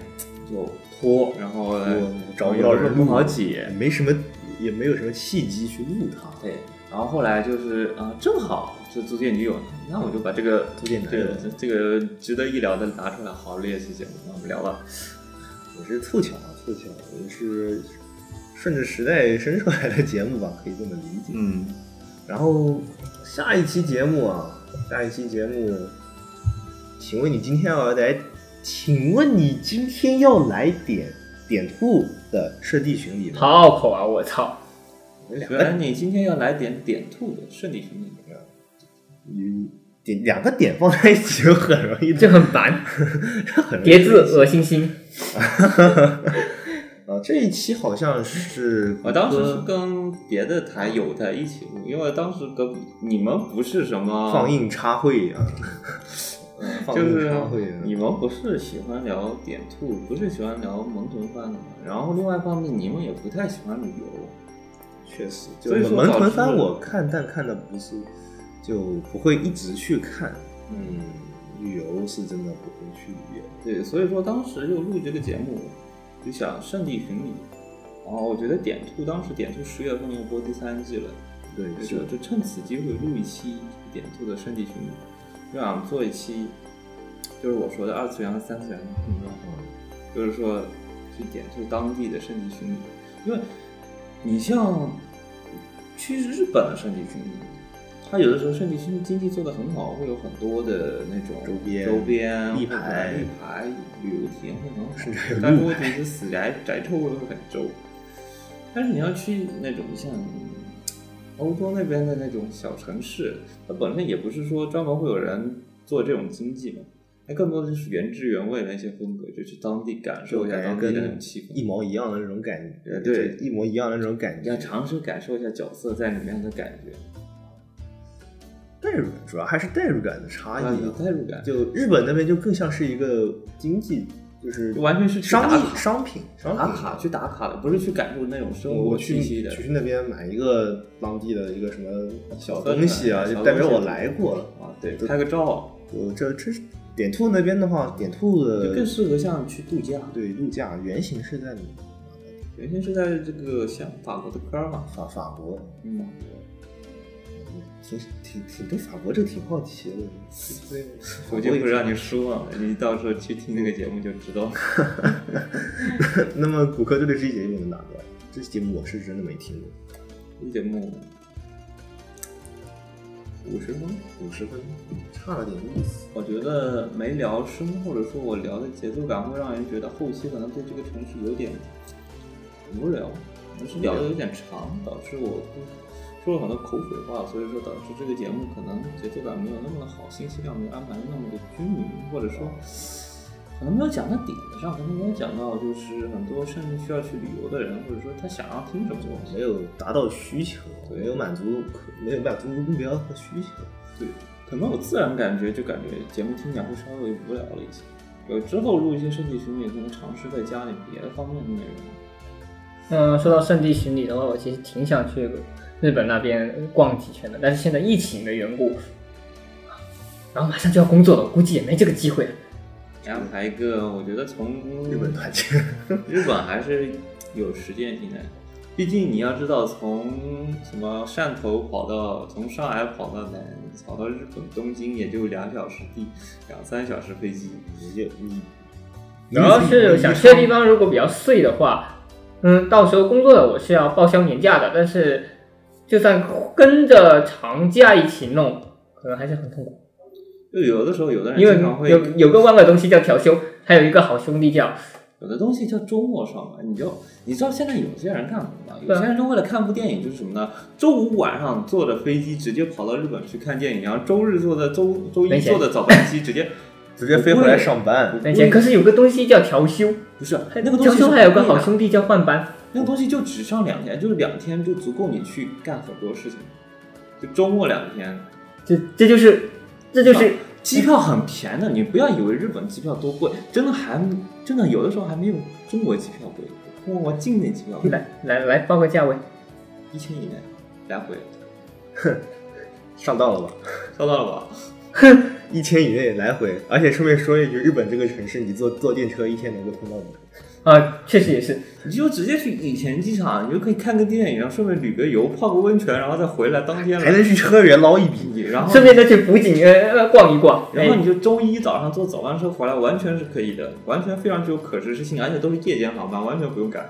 就拖，然后呢我找不有到人任务不 好解，没什么，也没有什么契机去录它。对，然后后来就是啊、正好是租借女友，那我就把这个租借男这友个这个值得一聊的拿出来好好列一期节目，那我们聊吧。也是凑巧啊，凑巧也是顺着时代生出来的节目吧，可以这么理解。嗯，然后下一期节目啊，下一期节目，请问你今天要来？请问你今天要来点点兔的设计巡礼吗？好拗口啊！我操，你们两原来个你今天要来点点兔的，顺理成章。你点两个点放在一起就很容易，这很烦。很容易叠字恶心心，啊。这一期好像是我当时是跟别的台有台一起录，因为当时跟你们不是什么放，映插会啊，放就映是插会啊，你们不是喜欢聊点兔，不是喜欢聊萌豚番的嘛，然后另外一方面你们也不太喜欢旅游，确实，就所以说萌导豚致番我看，但看的不是，就不会一直去看。嗯，旅游是真的不会去旅游。对，所以说当时就录这个节目，就想圣地巡礼。然后我觉得点兔当时点兔十月份要播第三季了，对，就是就趁此机会录一期点兔的圣地巡礼，就想做一期，就是我说的二次元和三次元的碰撞，嗯就是说去点兔当地的圣地巡礼，因为你像去日本的圣地巡礼，它有的时候圣地巡礼经济做得很好，会有很多的那种周边周边立或者牌立牌旅游体验会很好，甚至还有但是呃路问题是死宅宅臭味会很重。但是你要去那种像欧洲那边的那种小城市，它本身也不是说专门会有人做这种经济嘛，那更多的就是原汁原味的一些风格，就去当地感受就一下感当觉地的那种跟气一氛，毛一样的那种感觉，呃对就一模一样的那种感你要觉。尝试感受一下角色在里面的感觉，代入感主要还是代入感的差异啊，有啊。代入感，就日本那边就更像是一个经济，就是就完全是去商打业卡商品商打品卡去打卡的，不是去感受那种生我活我去气息的。去那边买一个当地的一个什么小喝东西啊，茶就小代表东西我来过了。啊，对，就拍个照呃，这这是点兔那边的话，点兔就更的适合像去度假。对度假原型是在哪里原先是在这个像法国的科尔嘛，法法国，嗯，嗯挺挺挺对法国这个挺好奇的，所以我就不让你失望了，你到时候去听那个节目就知道了。 那么骨科对这期节目能打出来？这期节目我是真的没听过，这节目五十分，五十分差了点意思。我觉得没聊深，或者说我聊的节奏感会让人觉得后期可能对这个城市有点无聊，可能是聊的有点长，导致我说了很多口水话，所以说导致这个节目可能节奏感没有那么的好，信息量没有安排的那么的均匀，或者说可能没有讲到点子上，可能没有讲到就是很多甚至需要去旅游的人，或者说他想要听什么东西没。有达到需求，对没有满足，没有满足目标和需求。对，可能我自然感觉就感觉节目听起来会稍微无聊了一些。有之后录一些身体巡演，可能尝试再加点别的方面的内容。嗯，说到圣地巡礼的话，我其实挺想去日本那边逛几圈的，但是现在疫情的缘故，啊然后马上就要工作了，我估计也没这个机会了。安排一个，我觉得从日本团建，日本还是有实践性的，毕竟你要知道，从什么汕头跑到从上海跑到南，跑到日本东京也就两小时地，两三小时飞机。你就你，主要是想去的地方如果比较碎的话，嗯，到时候工作了我是要报销年假的，但是就算跟着长假一起弄，可能还是很痛苦，就有的时候，有的人因经常会为有有个万恶东西叫调休，还有一个好兄弟叫有的东西叫周末上班，你就你知道现在有些人干什么吗？有些人就为了看部电影，就是什么呢？周五晚上坐着飞机直接跑到日本去看电影，然后周日坐的周周一没钱坐的早班机直 接直接飞回来上班，没钱，可是有个东西叫调休，不是还嗯那个东西调是休哎还有个不贵好的兄弟叫换班，那个东西就只上两天，就是两天就足够你去干很多事情，就周末两天，这这就是这就是机票很便宜的，你不要以为日本机票多贵，真的还真的有的时候还没有中国机票贵，中国境内机票贵来来来报个价位，一千以内来回，上当了吧？收到了吧？一千以内来回，而且顺便说一句，日本这个城市，你坐坐电车一天能够通到你。啊，确实也是，你就直接去羽前机场，你就可以看个电影，然后顺便旅个游，泡个温泉，然后再回来当天还来。能去车园捞一笔。你然后顺便再去福井呃呃逛一逛，然后哎你就周一早上坐早班车回来，完全是可以的，完全非常具有可实施性，而且都是夜间航班，完全不用赶。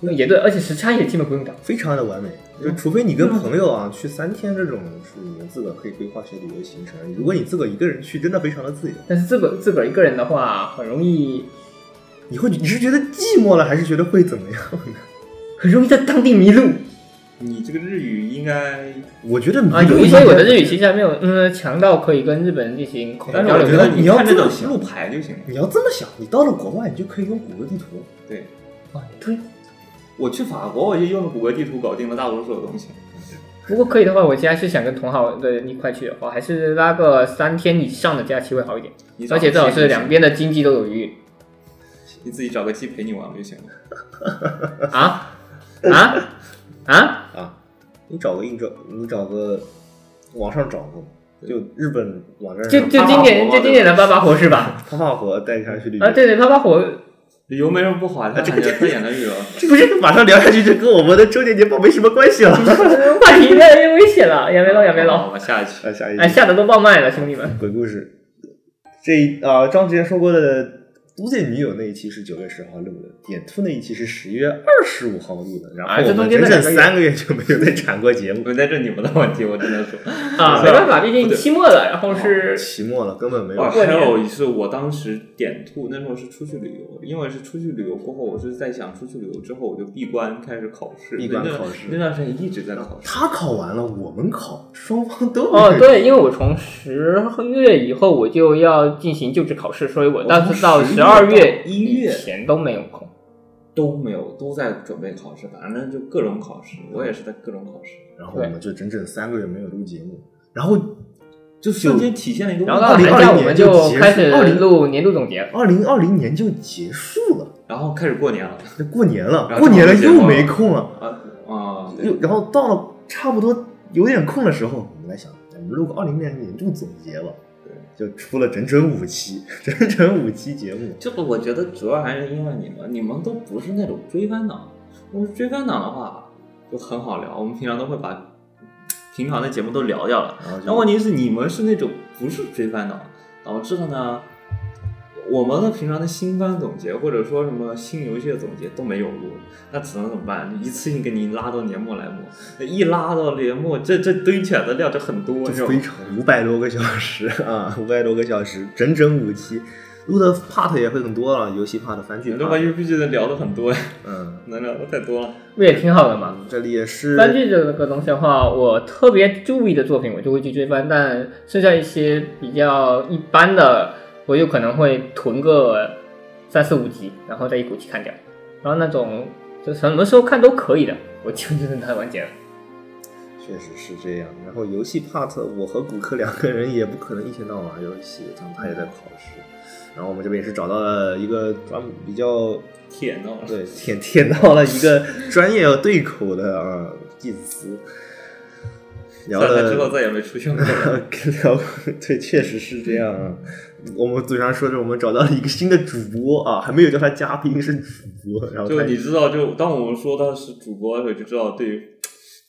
也对，而且时差也基本不用倒。非常的完美。就嗯除非你跟朋友啊去三天这种，是你们自个儿可以规划些旅游行程。如果你自个儿一个人去，真的非常的自由。但是自个自个儿一个人的话，很容易你会你是觉得寂寞了，还是觉得会怎么样呢？很容易在当地迷路你这个日语应该，我觉得迷路啊。有一应些该我的日语其实还没有嗯强到可以跟日本人进行口头但是交我流觉的。得你你要看这这种么想路牌就行了。你要这么想，你到了国外，你就可以用谷歌地图。对，啊，对。我去法国，我就用了谷歌地图搞定了大多数的东西。不过可以的话，我其实还是想跟同好的人一块去的话，还是拉个三天以上的假期会好一点。你找而个且最好亲戚是两边的经济都有余裕你自己找个鸡陪你玩不就行了？ 啊啊啊！啊，你找个应征，你找个网上找个，就日本网站就上就经典就经典的八八火是吧？泡泡火带他去旅游。啊，对对，八八火旅游没什么不好， 他感觉他演的旅游，这不是马上聊下去就跟我们的周年年报没什么关系了。 话题越来越危险了，也没了也没好了，我们下去。啊，下一哎，集吓得都爆麦了，兄弟们。鬼故事，这一啊、张之前说过的。都见女友那一期是九月十号录的，点兔那一期是十月二十五号录的，然啊后这我中们间整的整两三个个月月就没有再产过节目， 我在这你们的问题，我只能说。啊，没办法，毕竟期末了，然后是期末了根本没有哦，过还年有是我当时点吐，那时候是出去旅游，因为是出去旅游过后，我是在想出去旅游之后我就闭关开始考试，闭关那段考试那段时间一直在考试。他考完了，我们考，双方都没有哦，对，因为我从十月以后我就要进行就职考试，所以我当时到从十二月11一月以前都没有空。都没有，都在准备考试，反正就各种考试，我也是在各种考试，然后我们就整整三个月没有录节目，然后就瞬间体现了一个然问后题。到寒假我们就开始2020录年度总结，二零二零年就结束了，然后开始过年了那过年了，然后啊过年了就没节又目没空了，啊啊！对又然后到了差不多有点空的时候，我们来想，我们录个二零年年度总结吧，就出了整整五期，整整五期节目，这个我觉得主要还是因为你们，你们都不是那种追番党。我们追番党的话就很好聊，我们平常都会把平常的节目都聊掉了。然后但就问题是你们是那种不是追番党，导致了呢，我们的平常的新番总结或者说什么新游戏的总结都没有录，那只能怎么办？一次性给你拉到年末来录，那一拉到年末，这这堆起来的料就很多，是就吧非？常五百多个小时啊，五百多个小时，整整五期，录的 part 也会更多了，游戏 part、番剧你这玩 part，意必须得聊的很多呀，嗯，啊能聊的太多了。不也挺好的嘛。这里也是番剧这个东西的话，我特别注意的作品，我就会去追番；但剩下一些比较一般的，我有可能会囤个三四五集，然后再一口气看掉。然后那种就什么时候看都可以的，我就等它完结了。确实是这样。然后游戏 part，我和骨科两个人也不可能一天到晚玩游戏，他们他也在考试。然后我们这边也是找到了一个专门比较铁呢？ 对舔舔到了一个专业对口的啊祭司，聊算了之后了再也没出现过了。 聊 对，确实是这样啊。我们嘴上说着我们找到了一个新的主播啊，还没有叫他嘉宾，是主播。然后就他你知道，就当我们说他是主播的时候，就知道对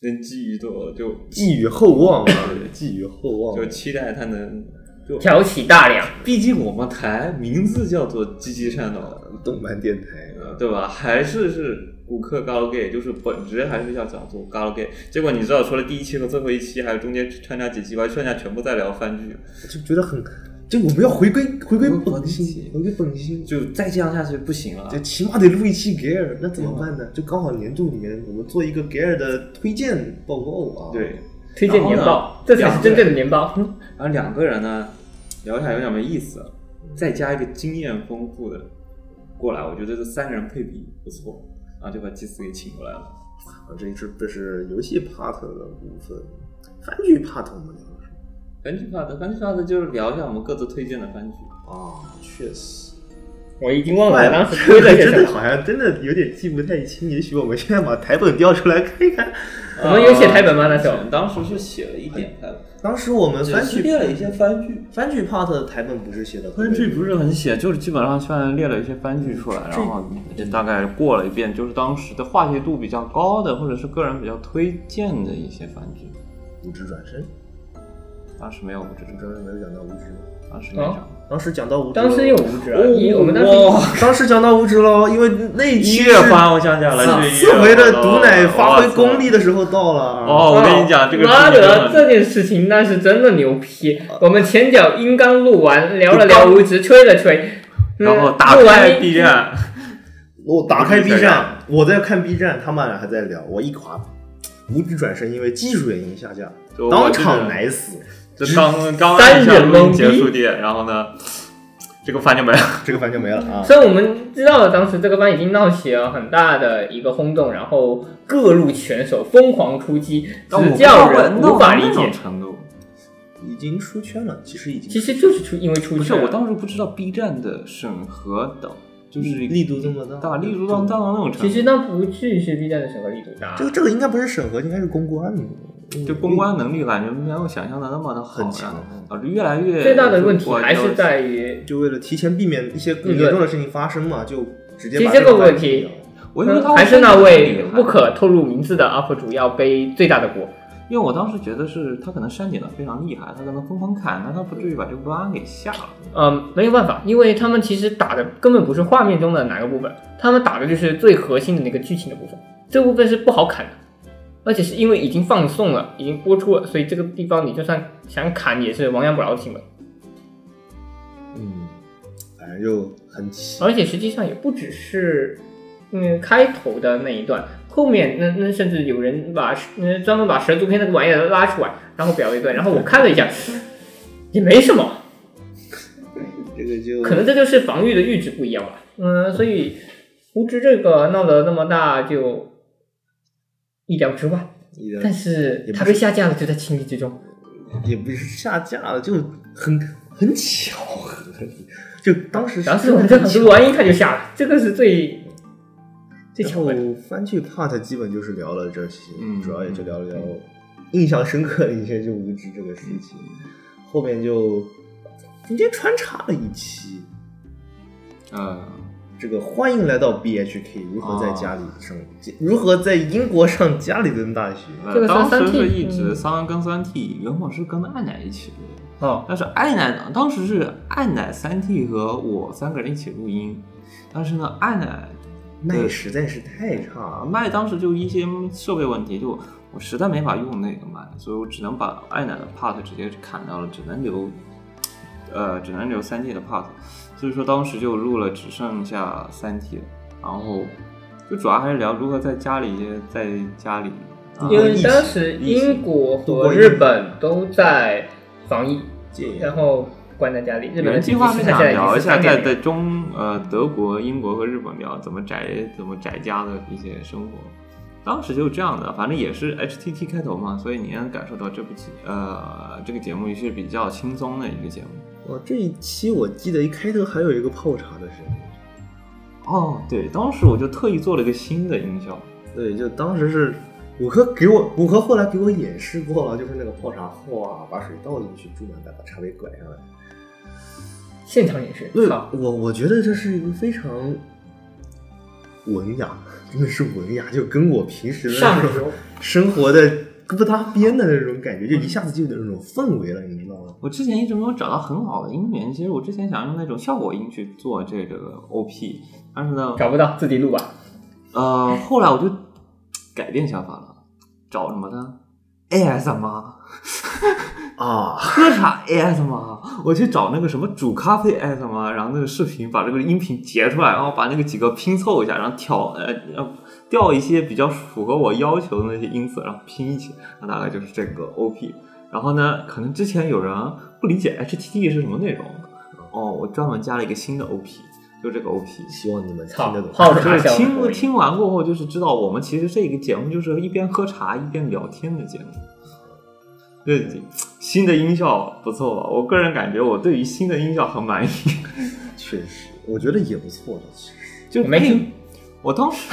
那寄予多，就寄予厚望啊，寄予厚望。啊就期待他能就，挑起大梁，毕竟我们台名字叫做“鸡鸡山岛动漫电台”，啊呃对吧？还是是骨科 g a l g a 就是本质还是要讲做 g a l g a 结果你知道，除了第一期和最后一期，还有中间穿插几期吧，剩下全部在聊番剧。就觉得很，就我们要回归回归回归本心，回本归本心，就再这样下去不行了就，起码得录一期 Gear，那怎么办呢？就刚好年度里面我们做一个 Gear 的推荐报告啊。，对。推荐年报，这才是真正的年报。然后两个人呢聊起来有点没意思，再加一个经验丰富的过来，我觉得这三个人配比不错，然后就把祭司给请过来了。啊，这一支这是游戏 part 的部分，番剧 part 我们聊了什么？番剧 part，番剧 part 就是聊一下我们各自推荐的番剧。啊，确实，我已经忘了哎我当 时推了些真什的么，好像真的有点记不太清，也许我们现在把台本调出来看一看。我们有哦写台本吗？那时候当时啊是写了一点台本，当时我们番只剧列了一些番剧。番剧 part 的台本不是写的，番剧不是很写，就是基本上算列了一些番剧出来，然后就大概过了一遍，就是当时的话题度比较高的，或者是个人比较推荐的一些番剧。五指转身，当时没有无知者，当时没有讲到无知，当时没哦讲。当时讲到无知，当时有无知啊，哦一我们当时哇，当时讲到无知了，因为那一期月是发，我想起来了，是一月四回的我毒奶发挥我操功力的时候到了啊。哦，我跟你讲，这个妈事情的真的这件事情那是真的牛批。我们前脚音刚录完，聊了聊无知，吹了吹，嗯然后打录开完 B 站，我打开无知 B 转站，我在看 B 站，他们俩还在聊，我一垮，无知转身，因为技术原因下架，就我当这个场奶死。就刚刚三按下人录音懵结逼束点，然后呢，这个饭就没了。这个番就没了啊！所以我们知道了，当时这个番已经闹起了很大的一个轰动，然后各路拳手疯狂出击，我直不知道叫人到无法那理解种。程度，已经出圈了，其实已经其实就是出因为出不是圈我，当时不知道 B 站的审核等就是嗯力度这么大大，力度到大到那种程其度，实那不至于是 B 站的审核力度大这。个这个应该不是审核，应该是公关。嗯就公关能力感觉没有想象的那么的好很强然后导致越来越最大的问题我还是在于，就为了提前避免一些更严重的事情发生嘛，就直接把其实这个番问停题掉我觉得他嗯还是那位不可。可透露名字的 UP 主要背最大的锅。因为我当时觉得是他可能删减的非常厉害，他可能疯狂砍，但他不至于把这个弯给下了。嗯，没有办法，因为他们其实打的根本不是画面中的哪个部分，他们打的就是最核心的那个剧情的部分，这部分是不好砍的，而且是因为已经放送了，已经播出了，所以这个地方你就算想砍也是亡羊补牢的行为，嗯，反正就很奇。而且实际上也不只是，嗯，开头的那一段，后面那那甚至有人把嗯专门把蛇族篇那个玩意儿拉出来，然后表了一段，然后我看了一下， 也没什么，这个就可能这就是防御的阈值不一样吧。嗯，所以无知这个闹得那么大，就意料之外。你的但是也不它被下架了，就在情理之中。也不是下架了，就很很巧合。就当时当时我们这这很多玩一看就下了，这个是 最最巧合的。后番剧 part 基本就是聊了这些，嗯主要也就聊了聊印象深刻的一些就无知这个事情，嗯后面就中间穿插了一期嗯，这个欢迎来到 BHK 如何啊在家里上、如何在英国上加里顿大学，这个算当三时 T 是一直嗯三跟三 T，原本是跟爱奶一起录，哦，但是爱奶呢，当时是爱奶三 T 和我三个人一起录音，但是呢，爱奶那也实在是太差啊了。麦当时就一些设备问题，就我实在没法用那个麦，所以我只能把爱奶的 part 直接砍掉了，只能留，呃，只能留三 T 的 part，所以说当时就录了只剩下三 T，了然后就主要还是聊如何在家里在家里，啊因为当时英国和日本都在防疫，然后关在家里。日本原的计划是是想聊一下在在在中呃德国、英国和日本聊怎么宅怎么宅家的一些生活。当时就是这样的，反正也是 H T T 开头嘛，所以你也能感受到这部节呃这个节目也是比较轻松的一个节目。我这一期我记得一开头还有一个泡茶的声音。哦，对，当时我就特意做了一个新的音效，对，就当时是五哥给我，五哥后来给我演示过了，就是那个泡茶，哗，把水倒进去，注满再把茶杯拐上来。现场演示。对，好我我觉得这是一个非常文雅，真的是文雅，就跟我平时的上那流 种 生活的不搭边的那种感觉，就一下子就有那种氛围了，你知道吗？我之前一直没有找到很好的音源，其实我之前想用那种效果音去做这个 O P，但是呢，找不到，自己录吧。呃，后来我就改变想法了，找什么呢？ASMR。啊，喝茶 ASMR，我去找那个什么煮咖啡 ASMR，然后那个视频把这个音频截出来，然后把那个几个拼凑一下，然后调呃呃调一些比较符合我要求的那些音色，然后拼一起，那大概就是这个 OP。然后呢，可能之前有人不理解哎 HTT 是什么内容，哦，我专门加了一个新的 OP，就这个 OP。希望你们听操得懂，。泡就茶是效听果。听完过后，就是知道我们其实这个节目就是一边喝茶一边聊天的节目。这新的音效不错吧？我个人感觉我对于新的音效很 满意。 确实，我觉得也不错的，其实。就我没配听，我当时，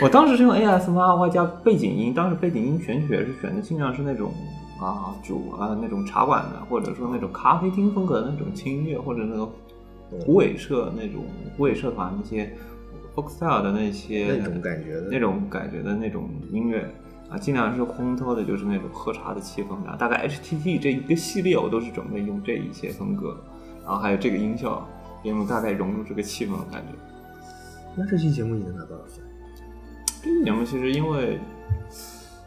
我当时是用 ASMR 外加背景音，当时背景音选取也是选的尽量是那种啊酒啊那种茶馆的，或者说那种咖啡厅风格的那种轻音乐，或者那个嗯虎尾社那种虎尾社团那些 folk style 的那些那种感觉的那种感觉的那种音乐。啊，尽量是烘托的，就是那种喝茶的气氛的。大概 HTT 这一个系列，我都是准备用这一些风格，然后还有这个音效，也能大概融入这个气氛，我感觉。那这期节目你能拿多少分？这嗯个节目其实因为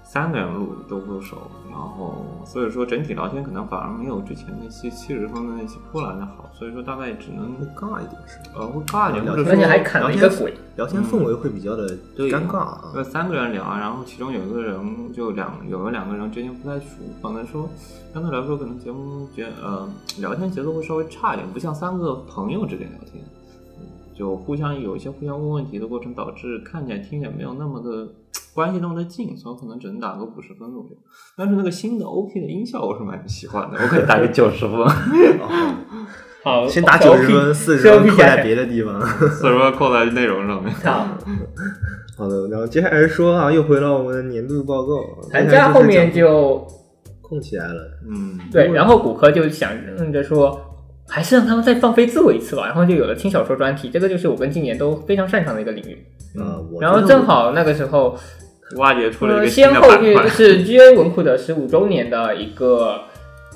三个人录都不熟，然后所以说整体聊天可能反而没有之前那些七十分的那些波兰的好，所以说大概只能会尬一点是吧？嗯呃会尬一点，或者而且说还砍了一个鬼，聊天氛围会比较的对尴尬啊。呃，三个人聊，然后其中有一个人就两有两个人之间不太熟，可能说相对来说可能节目节呃聊天节奏会稍微差一点，不像三个朋友之间聊天，嗯就互相有一些互相问问题的过程，导致看起来听起来没有那么的关系那么的近，所以可能只能打个五十分左右。但是那个新的 OP 的音效我是蛮喜欢的，我可以打个九十分， 哦好，先打九十分，四十分扣在别的地方。所以说扣在内容上面。好，好的，然后接下来说啊，又回到我们的年度报告。寒假后面就空起来了，嗯，对，然后骨科就想着说，还是让他们再放飞自我一次吧，然后就有了轻小说专题，这个就是我跟今年都非常擅长的一个领域。啊，我然后觉得正好那个时候，挖掘出了一呃，个新先的后板遇块。是 GA 文库的十五周年的一个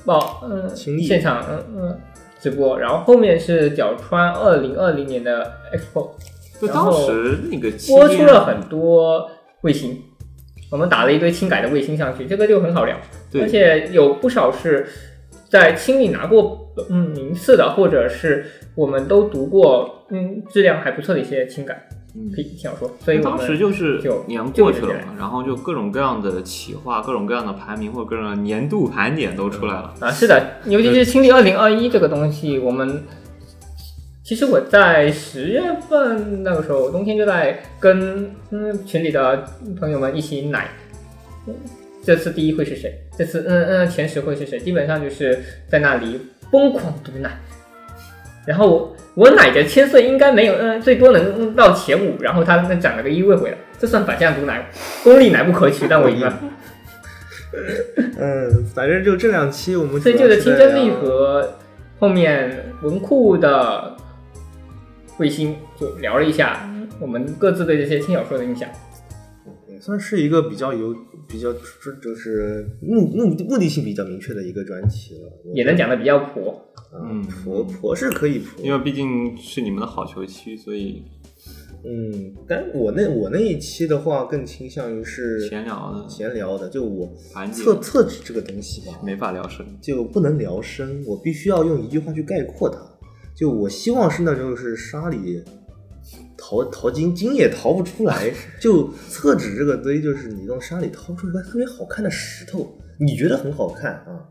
报，嗯、亲历现场嗯嗯、直播，然后后面是角川二零二零年的 Expo，就然后当时那个期播出间了很多卫星，我们打了一堆轻改的卫星上去，这个就很好聊，对而且有不少是在清理拿过嗯名次的，或者是我们都读过嗯质量还不错的一些轻改，嗯可以听我说，所以我们当时就是就年过去就了这样嘛，然后就各种各样的企划、各种各样的排名或者各种年度盘点都出来了。啊，是的，尤其是清理二零二一这个东西，我们其实我在十月份那个时候，冬天就在跟嗯群里的朋友们一起奶，嗯这次第一会是谁？这次嗯嗯前十会是谁？基本上就是在那里疯狂毒奶，然后我我奶的千岁应该没有嗯最多能嗯到前五，然后他那涨了个一位回来，这算反向毒奶，功力奶不可取，但我赢了。嗯，反正就这两期我们所以主这要个是清在真力聊和后面文库的卫星就聊了一下我们各自对这些轻小说的影响。也算是一个比较有比较就就是目目的目的性比较明确的一个专题了，我也能讲的比较婆，嗯嗯，婆婆是可以婆，因为毕竟是你们的好球区，所以嗯，但我那我那一期的话更倾向于是闲聊的闲聊的，就我盘点测测纸这个东西吧，没法聊深。就不能聊深，我必须要用一句话去概括它。就我希望是那种就是沙里淘淘金，金也淘不出 来。就厕纸这个堆，就是你用沙里掏出一块特别好看的石头，你觉得很好看啊，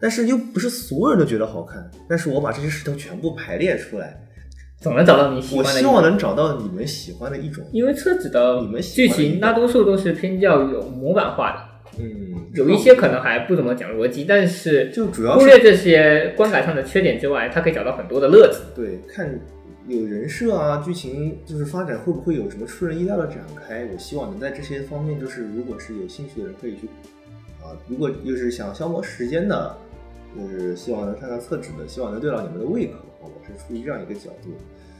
但是又不是所有人都觉得好看。但是我把这些石头全部排列出来，总能找到你喜我欢的希一种。望能找到你们喜欢的一种，因为车子的你们喜剧欢的一情种大多数都是偏较有模板化的，嗯，有一些可能还不怎么讲逻辑，但是就主要忽是略这些观感上的缺点之外，他可以找到很多的乐子。对，看有人设啊，剧情就是发展会不会有什么出人意料的展开？我希望能在这些方面，就是如果是有兴趣的人可以去啊，如果就是想消磨时间的，就是希望能看看厕纸的，希望能对到你们的胃口。啊我是出于这样一个角度。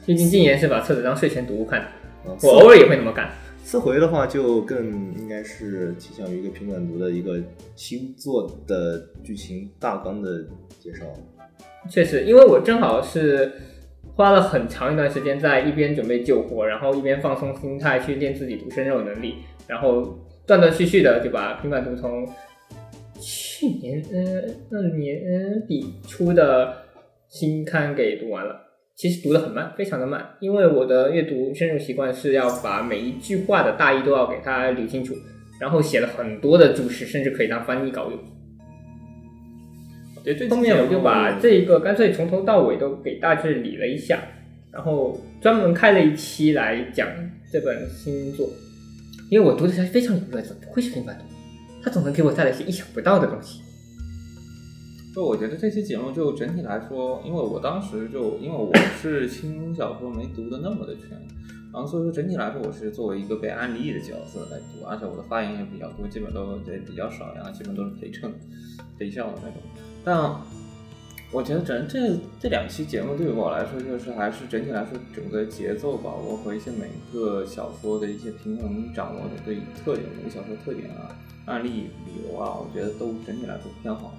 毕竟禁言是把册子当睡前读物看的，啊，我偶尔也会那么干。次回的话就更应该是倾向于一个平板读的一个新作的剧情大纲的介绍。确实，因为我正好是花了很长一段时间在一边准备救火，然后一边放松心态去练自己独身肉能力，然后断断续续的就把平板读从去年嗯那年嗯底出的新刊给读完了。其实读的很慢，非常的慢，因为我的阅读深入习惯是要把每一句话的大意都要给它捋清楚，然后写了很多的注释，甚至可以当翻译稿用。对，这后面我就把这一个干脆从头到尾都给大致理了一下，然后专门开了一期来讲这本新作，因为我读的时候非常有乐子，不愧是平凡读，他总能给我带来一些意想不到的东西。就我觉得这期节目就整体来说，因为我当时就因为我是轻小说没读的那么的全，然后所以说整体来说我是作为一个被安利的角色来读，而且我的发言也比较多，基本都也比较少，然后基本都是陪衬陪笑的那种。但我觉得整这这两期节目对于我来说，就是还是整体来说整个节奏把握和一些每一个小说的一些平衡掌握的对于特点，每个小说特点啊、案例、理由啊，我觉得都整体来说偏好。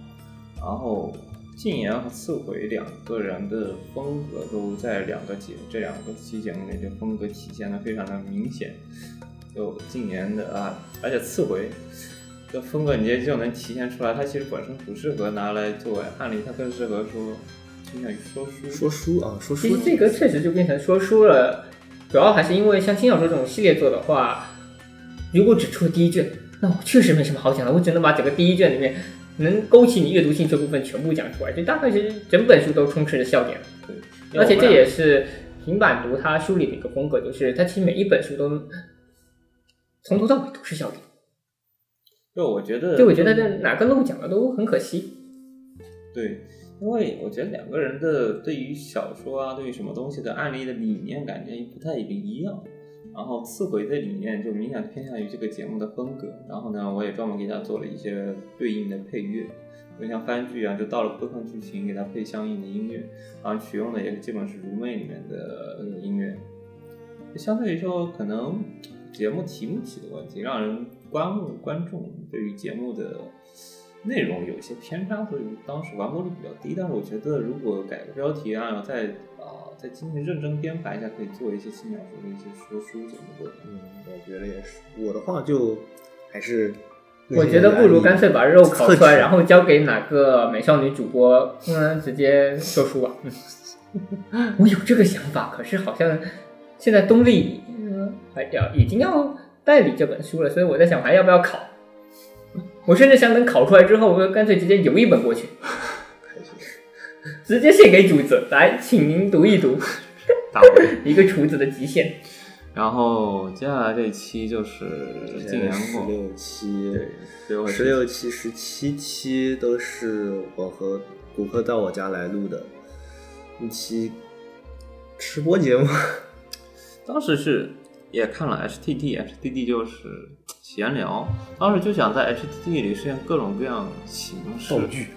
然后禁言和刺回两个人的风格都在两个节这两个期节目里的风格体现的非常的明显。有禁言的啊，而且刺回这风格你也就能体现出来，它其实本身不适合拿来作为案例，它更适合说倾向于说书。说书啊，说书其实这个确实就变成说书了，主要还是因为像轻小说这种系列作的话，如果只出第一卷，那我确实没什么好讲的，我只能把整个第一卷里面能勾起你阅读兴趣的部分全部讲出来，就大概是整本书都充斥着笑点。要而且不这然也是平板读它梳理的一个风格，就是它其实每一本书都从头到尾都是笑点，就我觉得，就我觉得这哪个漏讲了都很可惜。对，因为我觉得两个人的对于小说啊，对于什么东西的案例的理念感觉不太一样。然后次回的理念就明显偏向于这个节目的风格。然后呢，我也专门给他做了一些对应的配乐，就像番剧啊，就到了播放剧情给它配相应的音乐，然后取用的也基本是《如妹》里面的呃音乐。相对于说，可能节目题目起的问题，让人观目观众对于节目的内容有一些偏差，所以当时完播率比较低。但是我觉得，如果改个标题啊，再啊、再进行认真编排一下，可以做一些轻小说的一些说书节目作品。嗯，我觉得也是。我的话就还是，我觉得不如干脆把肉烤出特来，指然后交给哪个美少女主播，嗯，直接说书吧。嗯我有这个想法，可是好像现在东立嗯还要已经要代理这本书了，所以我在想还要不要考。我甚至想等考出来之后，我就干脆直接邮一本过去，直接献给主子，来，请您读一读大会。一个厨子的极限。然后接下来这一期就是禁言十过，六期，对，最后十六期、十七期都是我和骨科到我家来录的一期吃播节目。 当时是也看了 HTT，HTT 就是闲聊，当时就想在 HTT 里实现各种各样形式，道具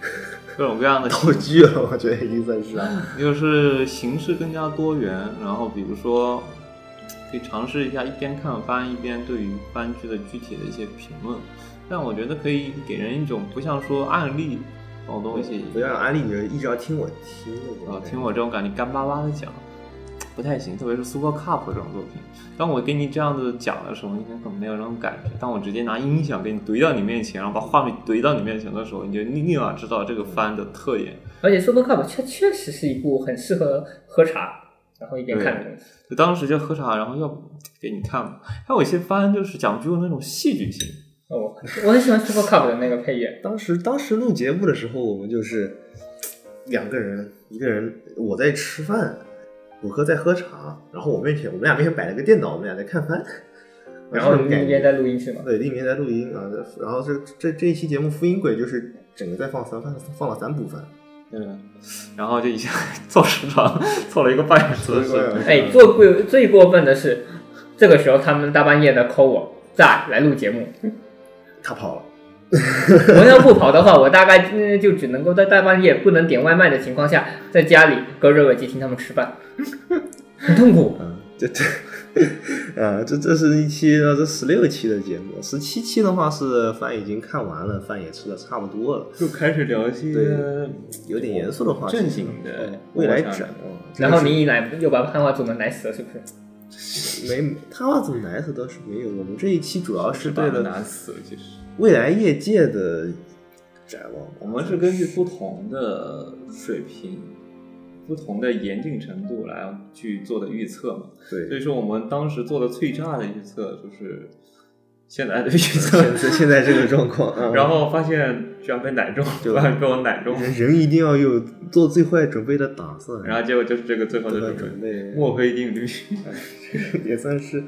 各种各 样的道具了，我觉得已经算是啊了。 就是形式更加多元，然后比如说可以尝试一下一边看番一边对于番剧的具体的一些评论，但我觉得可以给人一种不像说案例这种东西，不要安利你，一直要听我听我啊，听我这种感觉干巴巴的讲，不太行，特别是 Super Cup 这种作品。当我给你这样子讲的时候，你可能没有那种感觉；当我直接拿音响给你怼到你面前，然后把画面怼到你面前的时候，你就立马知道这个番的特点。而且《Super Cup》确确实是一部很适合喝茶，然后一边看的东西。就当时就喝茶，然后要不给你看嘛。还有一些番就是讲究那种戏剧性，哦，我很喜欢 Super Cup 的那个 配乐，当时当时录节目的时候，我们就是两个人，一个人我在吃饭，我哥在喝茶，然后我面前我们俩面前摆了个电脑，我们俩在看番， 然后这种你感一觉边在录音室嘛。对，另一边在录音啊，然后这这这一期节目复音轨就是整个在放三放放了三部分，对吧？然后就一下 做时长，做了一个半小时的做了一个半小事时情。哎，最过最过分的是，这个时候他们大半夜的 call 我，在来录节目。他跑了，我要不跑的话，我大概嗯就只能够在大半夜不能点外卖的情况下，在家里隔着耳机听他们吃饭，很痛苦。嗯，这这。 呃，这这是一期，呃这十六期的节目，十七期的话是饭已经看完了，饭也吃的差不多了，就开始聊一些对有点严肃的话题，正经的未来展哦望。然后你一来又把汉化组们奶死了，是不是？没，他要怎么来的倒是没有。我们这一期主要是对了难死了，其实。未来业界的展望吧。我们是根据不同的水平、不同的严谨程度来去做的预测嘛。所以对，说，我们当时做的最差的预测就是现在的预测，现在现在这个状 况，嗯、然后发现居然被奶中，就居然被我奶中，人人一定要有做最坏准备的打算，然后结果就是这个最后做的好准准备。备，墨菲定律， 也算是。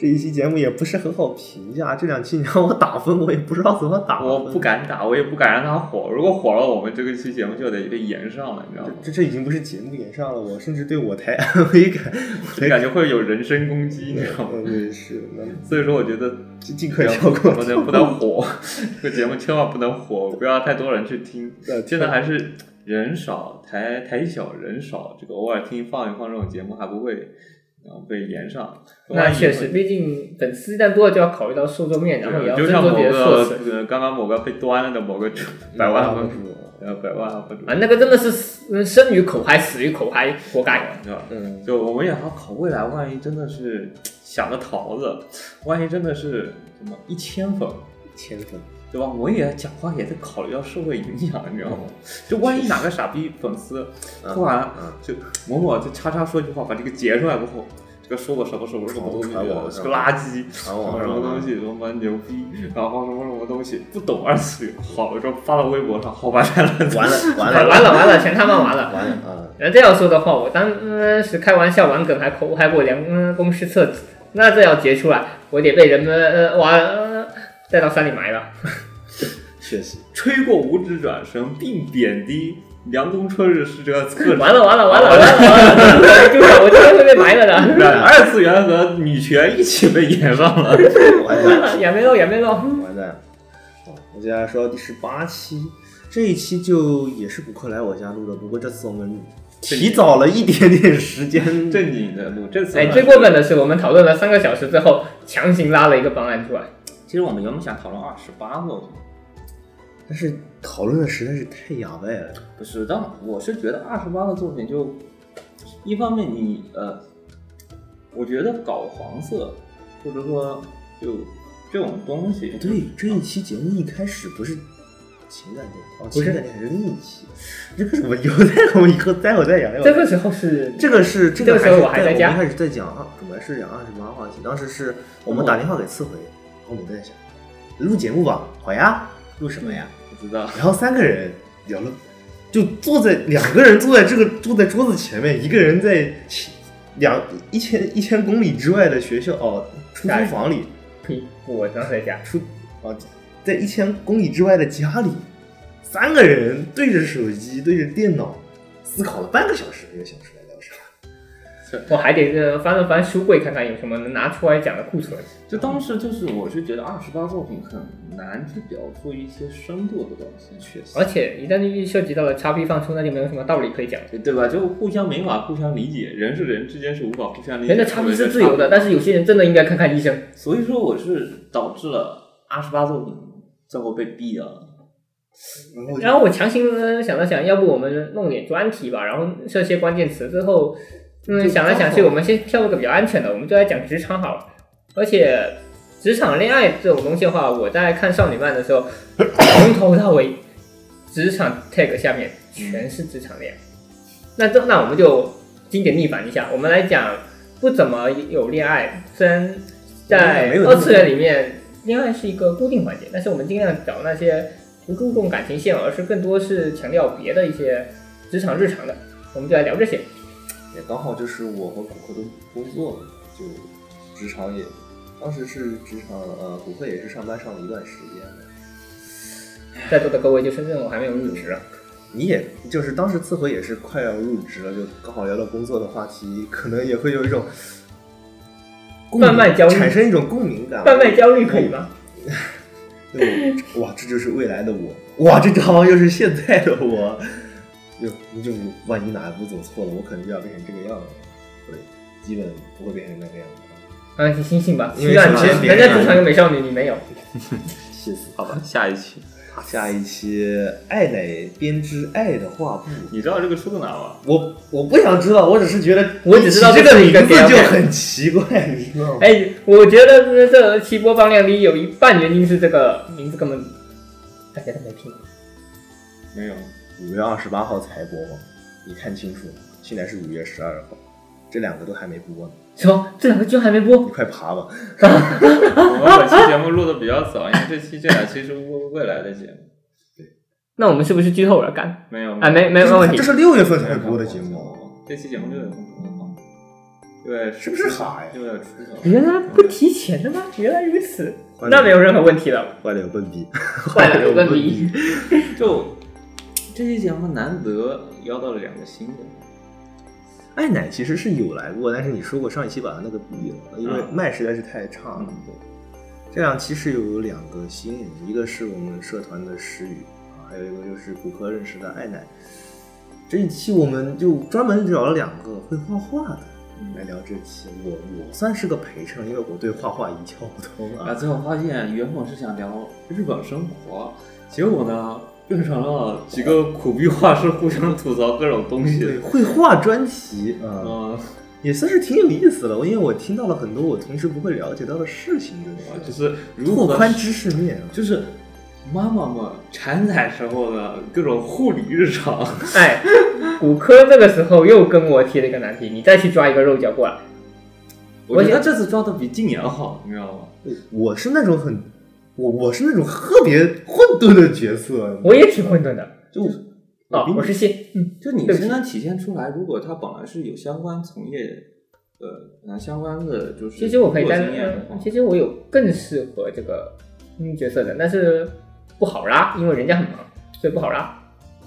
这一期节目也不是很好评价，这两期你让我打分，我也不知道怎么打分。我不敢打，我也不敢让它火。如果火了，我们这个期节目就得被延上了，你知道吗？这这已经不是节目演上了，我甚至对我台安慰 感，就感觉会有人身攻击，你知道吗？嗯，对是，那所以说，我觉得尽尽不快要跳过。不能不能火，这个节目千万不能火，不要太多人去听对。现在还是人少台台小人少，这个偶尔听放一放这种节目还不会啊被连上。那万一确会实，毕竟粉丝一旦多了，就要考虑到受众面，然后也要就争像夺某自己的个硕士呃，刚刚某个被端了的某个主百万博主，呃，百万博主啊，那个真的是死嗯生于口嗨，死于口嗨，活该。是吧？嗯，就我们也要考未来，万一真的是想个桃子，万一真的是什么一千粉，千粉，对吧？我也讲话也得考虑到社会影响，你知道吗？就万一哪个傻逼粉丝嗯突然嗯就某某就叉叉说句话，把这个截出来过后，这个说我什么什么什么东西，传网是个垃圾，传啊什么网什上么东了西，什么牛逼，然后什么什么东西不懂二次元，好了之后发到微博上，好吧，删了，完 了完哎了完了完了，全他妈完了。完了啊！那这样说的话，我当嗯时开玩笑玩梗还口还给我良嗯公司册子，那这要截出来，我得被人们呃哇呃带到山里埋了。确实，吹过五指转身，并贬低梁冬春日是这个侧完了完了完了完了完了，就是我真的会被埋了的。二次元和女权一起被演上了。完蛋。也没肉也没肉，完蛋！好，我接下来说到第十八期，这一期就也是补课来我家录的，不过这次我们提早了一点点时间。正经的录，这次哎，最过分的是我们讨论了三个小时之后，强行拉了一个方案出来。其实我们原本想讨论二十八个，但是讨论的实在是太哑巴了。不是，但我是觉得二十八个作品就，一方面你呃，我觉得搞黄色或者说就这种东西，哎不对，这一期节目一开始不是情感电台，哦，不情是感电台是另一期，这个什么有待我们以后再我再讲。这个时候是这个是这这个时候是我还在我家们一开始在讲啊，本来是讲二十八话题，当时是我嗯们打电话给刺回，哦我们在想录节目吧，好呀，录什么呀？不知道。然后三个人聊了，就坐在两个人坐在这个坐在桌子前面，一个人在其两一千一千公里之外的学校哦出租哎房里屁，我当时在家，出啊，在一千公里之外的家里，三个人对着手机对着电脑思考了半个小时，没有想出来聊啥。我还得呃翻了翻书柜看看有什么能拿出来讲的库存。就当时就是，我是觉得二十八作品很难去表述一些深度的东西，确实而且一旦涉及到了叉 P 放出，那就没有什么道理可以讲。对对吧？就互相没法互相理解，人是人之间是无法互相理解。人的叉 P 是自的。由的，但是有些人真的应该看看医生。所以说我是导致了二十八作品最后被毙了。然后我强行呃想了想，要不我们弄点专题吧，然后设些关键词之后，嗯，就想来想去，我们先挑一个比较安全的，我们就来讲职场好了。而且职场恋爱这种东西的话，我在看少女漫的时候，从头到尾，职场 tag 下面全是职场恋爱。那这那我们就经典逆反一下，我们来讲不怎么有恋爱，虽然在没有那么二次元里面，恋爱是一个固定环节，但是我们尽量找那些不注重感情线，而是更多是强调别的一些职场日常的，我们就来聊这些。也刚好就是我和骨科都工作，就职场也，当时是职场呃，骨科也是上班上了一段时间的。在座的各位就深圳，我还没有入职啊。你也就是当时次回也是快要入职了，就刚好聊到工作的话题，可能也会有一种共鸣贩卖焦虑产生一种共鸣感。贩卖焦虑可以吗？对，哇，这就是未来的我，哇，这好像又是现在的我。就就万一哪一步走错了，我可能就要变成这个样子，对，基本不会变成那个样子。啊，你醒醒吧，嗯因为虽然首先你别人人家职场有美少女，你没有。气死！好吧，下一期。下一期爱乃编织爱的画布。嗯你知道这个出自哪吗？我我不想知道，我只是觉得我只知道这这个是一名个字 gay 就 gay 很奇怪，你知道吗？哎，我觉得这这期播放量低有一半原因是这个名字根本大家都没听过。没有，五月二十八号才播吗？你看清楚了，现在是五月十二号，这两个都还没播呢，什么？这两个居然还没播你？快爬吧！我们本期节目录的比较早，因为这期这两期是未未来的节目。那我们是不是剧透了？干没有啊，没没有问题这。是六月份才会播的节目，，这期节目六月份播放，对，是不是哈呀六月初头。原来不提前的吗？原来如此，欢迎那没有任何问题了。坏了有笨逼， 坏嗯了有问题。就这期节目难得邀到了两个新的， 爱奶其实是有来过，但是你说过上一期把它那个毙了，因为嗯麦实在是太差了。嗯对，这两期是有两个新人，一个是我们社团的石宇啊，还有一个就是骨科认识的爱奶。这一期我们就专门找了两个会画画的嗯来聊这期。我我算是个陪衬，因为我对画画一窍不通啊，啊。最后发现原本是想聊日本生活，结果呢变成了几个苦逼画师互相吐槽各种东对，西。绘画专题啊、嗯，也算是挺有意思的。因为我听到了很多我平时不会了解到的事情，真的就是是如拓何宽知识面啊。就是妈妈们产奶时候的各种护理日 常。哎，骨科这个时候又跟我提了一个难题，你再去抓一个肉脚过来，我觉得这次抓的比今年好，你知道吗？我是那种很，我我是那种特别混沌的角色，啊我也挺混沌的。就哦比，你我是信，嗯，就你对不身上体现出来，如果他本来是有相关从业，呃，呃相关的就是其实我可以工作担嗯经验的话任，，其实我有更适合这个嗯角色的，但是不好拉，因为人家很忙，所以不好拉。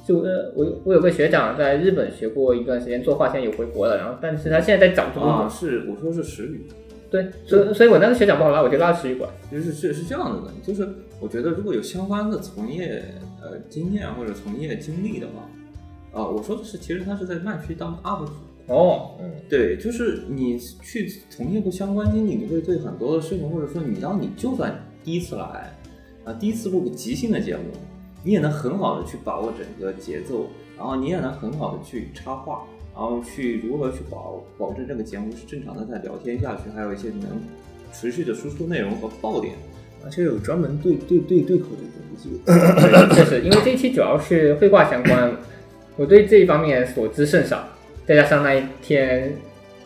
就呃，我有我有个学长在日本学过一段时间作画，现在也回国了，然后但是他现在在找这个工作，啊，是我说是时语，对，所以所以我那个学长不好拉，我就拉石宇馆。就是是是这样子的，就是我觉得如果有相关的从业呃经验或者从业经历的话，啊、我说的是其实他是在漫区当 UP 主，哦，对，就是你去从业过相关经历，你会对很多的事情，或者说你当你就算第一次来，啊，第一次录个即兴的节目，你也能很好的去把握整个节奏，然后你也能很好的去插话，然后去如何去保保证这个节目是正常的在聊天下去，还有一些能持续的输出内容和爆点。啊而且有专门对对对对口的东西。确实，因为这一期主要是绘画相关，我对这一方面所知甚少，再加上那一天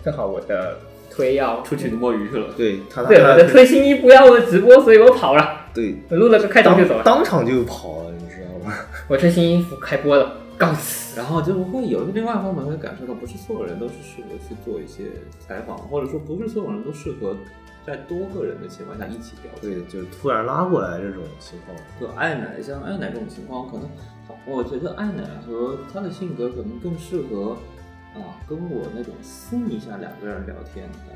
正好我的推要出去摸鱼去了，啊对他他对我的他推新衣不要我直播，所以我跑了，对我录了个开头就当走了，当场就跑了，你知道吗？我推新衣服开播了，告辞。然后就是会有另外一方面会感受到，不是所有人都是适合去做一些采访，或者说不是所有人都适合在多个人的情况下一起聊 天。对，就是突然拉过来这种情况。就爱奶，像爱奶这种情况，可能我觉得爱奶和她的性格可能更适合啊，跟我那种私密下两个人聊天的感觉。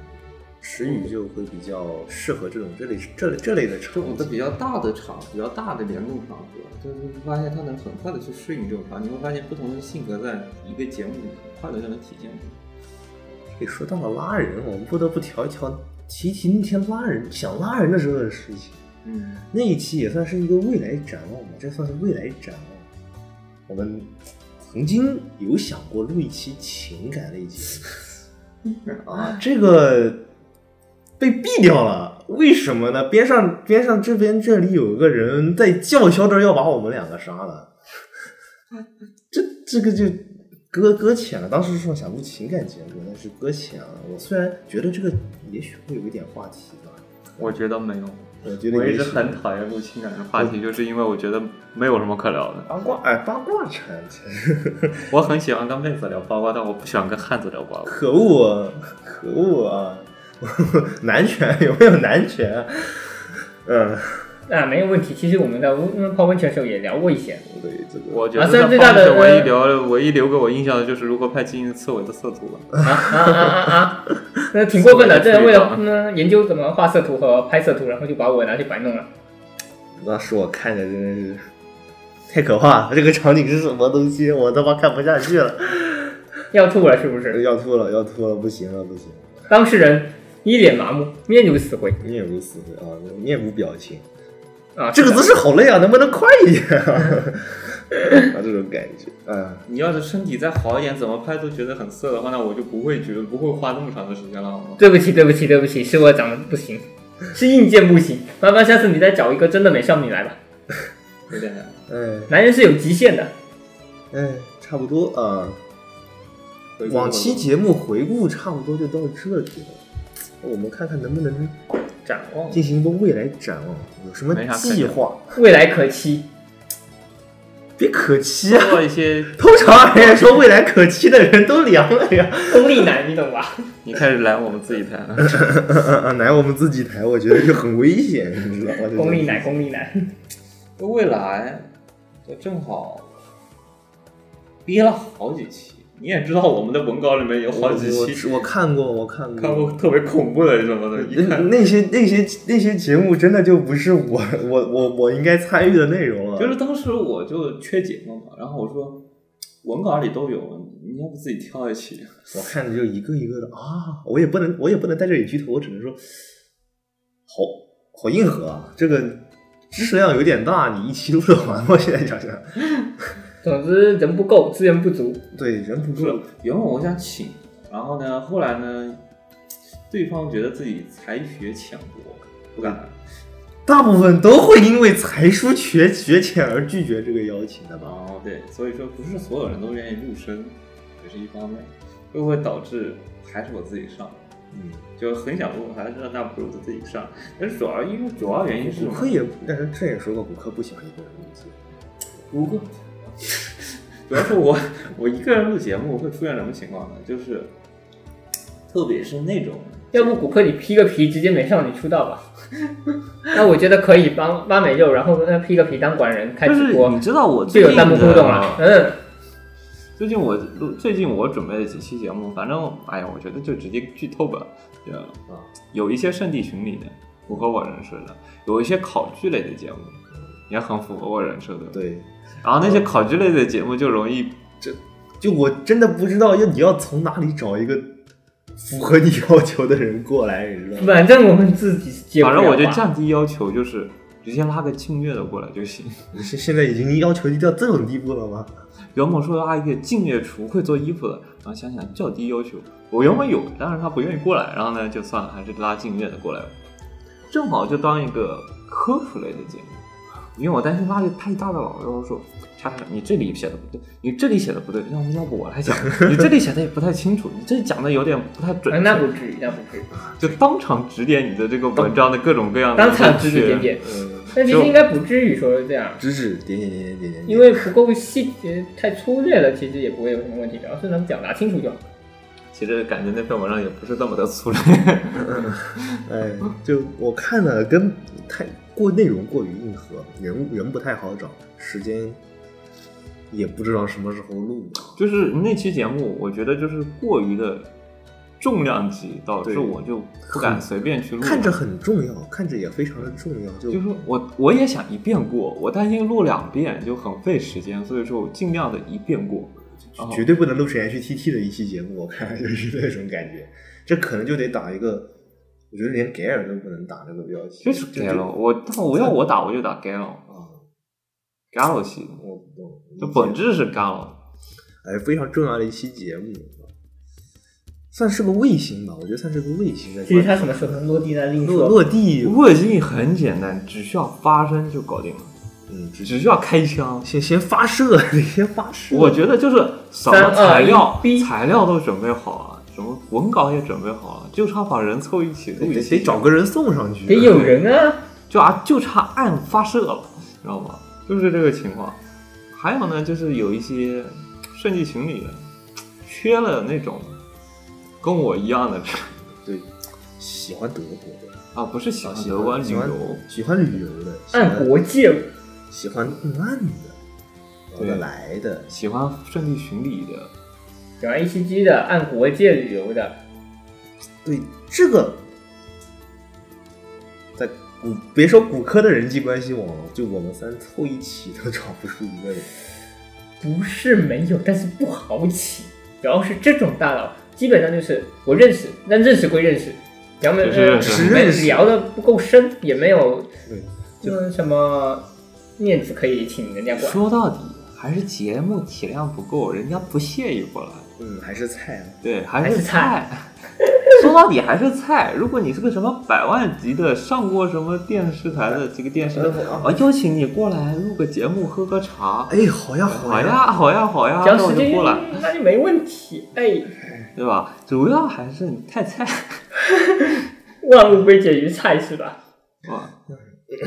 时雨就会比较适合这种这类这类这类的这场种的景。比较大的场，比较大的联动场合，就是会发现她能很快的去适应这种场，你会发现不同的性格在一个节目里很快的就能体现出来。也哎说到了拉人，我们不得不调一调提一提那天拉人想拉人的时候的事情。嗯，那一期也算是一个未来展望吧，这算是未来展望。我们曾经有想过录一期情感类节目啊，这个被毙掉了，为什么呢？边上边上这边这里有个人在叫嚣着要把我们两个杀了，这这个就搁搁浅了。当时说想录情感节目，但是搁浅了。我虽然觉得这个也许会有一点话题吧，我觉得没有。我觉得我一也直许很讨厌录情感的话题，就是因为我觉得没有什么可聊的。八卦，哎，八卦产我很喜欢跟妹子聊八卦，但我不喜欢跟汉子聊八卦。可恶啊，可恶啊！ 男权有没有男权？嗯，啊，没有问题。其实我们在温嗯泡温泉的时候也聊过一些，对这个我觉啊得虽那然最大方面的唯一留唯一留给我印象的就是如何拍金银刺猬的色图了。啊啊啊啊啊，那挺过 分的。这人为了嗯研究怎么画色图和拍摄图，然后就把我拿去白弄了。当时我看着真的是 太可怕了，这个场景是什么东西？我他妈看不下去了， 要吐了是不是？要吐了，要吐了，不行了，不行了，当事人一脸麻木，面如死灰面无死灰啊，面无表情。 啊！这个是的姿势好累啊，能不能快一点啊？啊，这种感觉，嗯，你要是身体再好一点，怎么拍都觉得很色的话，那我就不会觉得不会花那么长的时间了，好吗？对不起，对不起，对不起，是我长得不行，是硬件不行。麻烦下次你再找一个真的美少女来吧，有点难。哎，男人是有极限的。哎，差不多啊。回顾往期节目回顾差不多就到这里了，我们看看能不能展望进行一个未来展望，有什么没啥可计划？未来可期，别可期啊！ 做一些，通常而言说未来可期的人都凉了呀。 功利男，你懂吧？你开始来我们自己谈了。嗯来我们自己台，我觉得就很危险，你知道吗？这种 功利男，功利男。未来，就正好憋了好几期，你也知道我们的文稿里面有我好几期我我看过，我看过，看过特别恐怖的什么的，一那看那些那些那些节目真的就不是我我我我应该参与的内容了。就是当时我就缺节目嘛，然后我说文稿里都有，你要不自己挑一期？我看着就一个一个的啊，我也不能，我也不能在这里剧透，我只能说，好好硬核啊，这个知识量有点大，你一期录得完吗？ 现在想想，总之人不够，资源不足，对，人不不是啊够，，原本我想请，然后呢，后来呢，对方觉得自己才学浅薄，不敢来。大部分都会因为才疏学学浅而拒绝这个邀请的吧？然后对，所以说不是所有人都愿意入深，也是一方面，就会导致还是我自己上，嗯，就很想录，还是那不如我自己上。但是主要因为主要原因是骨科也，但是这也说过，骨科不喜欢一个人录制。如 果主要是我我一个人录节目会出现什么情况呢？就是特别是那种要不骨科你披个皮直接美少女出道吧？那我觉得可以帮挖美肉，然后让他披个皮当管人开就直是播你，知道我就最有近弹幕互动了。的嗯，啊最近我录最近我准备了几期节目，反正哎呀，我觉得就直接剧透吧。对啊，有一些圣地巡礼的符合我人设的，有一些考据类的节目也很符合我人设的。，对，然后那些考据类的节目就容易就我真的不知道要你要从哪里找一个符合你要求的人过来，你知道吗？嗯反正我们自己接不反了正我就吧降低要求，就是直接拉个静月的过来就行。你现现在已经要求低到这种地步了吗？原本说要拉一个静月厨会做衣服的，然后想想较低要求，我原本有，但是他不愿意过来，然后呢就算了，还是拉静月的过来吧，正好就当一个科普类的节目。因为我担心拉力太大的老师说，查查你这里写的不对，你这里写的不对，要不要不我 来讲，你这里写的也不太清楚，你这里讲的有点不太准嗯确，那不至于，那不至于，就当场指点你的这个文章的各种各样的当场问题指指点，点。呃嗯，但其实应该不至于说是这样，指指点点点点点点，因为不够细节太粗略了，其实也不会有什么问题，只要是能表达清楚就好。其实感觉那篇文章也不是那么的粗略，哎，就我看了，跟太过内容过于硬核，人物人不太好找，时间也不知道什么时候录。就是那期节目，我觉得就是过于的重量级，导致对我就不敢随便去录。看着，很重要，看着也非常的重要，就就是我我也想一遍过，我担心录两遍就很费时间，所以说我尽量的一遍过。然后绝对不能录成 HTT 的一期节目，我看就是那种感觉。这可能就得打一个，我觉得连给尔都不能打这个标题，就是就 g a l 我但我要我打我就打 g a l 啊， g a l 系的，我不懂，就本质是 g a l 哎非常重要的一期节目，算是个卫星吧，我觉得算是个卫星在至于他什么时候能落地，那另落说。落地，卫星很简单，只需要发声就搞定了，嗯，只只需要开枪。先 先发射，得先发射。我觉得就是什么三二材料一逼材料都准备好了，什么文稿也准备好了，就差把人凑一起录得一得期得找个人送上去。得有人啊，就啊就差按发射了，知道吗？就是这个情况。还有呢，就是有一些圣地巡礼的，缺了那种跟我一样的对，喜欢德国的，啊，不是喜欢喜德国欢旅喜游欢，喜欢旅游的，喜按欢国界喜欢慢的，聊对得来的。喜欢圣地巡礼的，讲 A E C G 的，按国界旅游的，对这个，在骨别说骨科的人际关系网了，就我们三凑一起都找不出一个人。不是没有，但是不好请。主要是这种大佬，基本上就是我认识，但认识归认识，聊没只是认识呃只没认识聊的不够深，也没有对，嗯什么面子可以请人家过来。说到底还是节目体量不够，人家不屑于过来。嗯，还是菜啊。对，还还是是菜。 说到底还是菜。如果你是个什么百万级的，上过什么电视台的这个电视台，呃啊，邀请你过来录个节目，喝喝茶，哎，好呀，好呀，呀，好呀，好呀，只那要我时就间过来，那就没问题。哎，对吧？主要还是你太菜，万物归结于菜是吧？哇，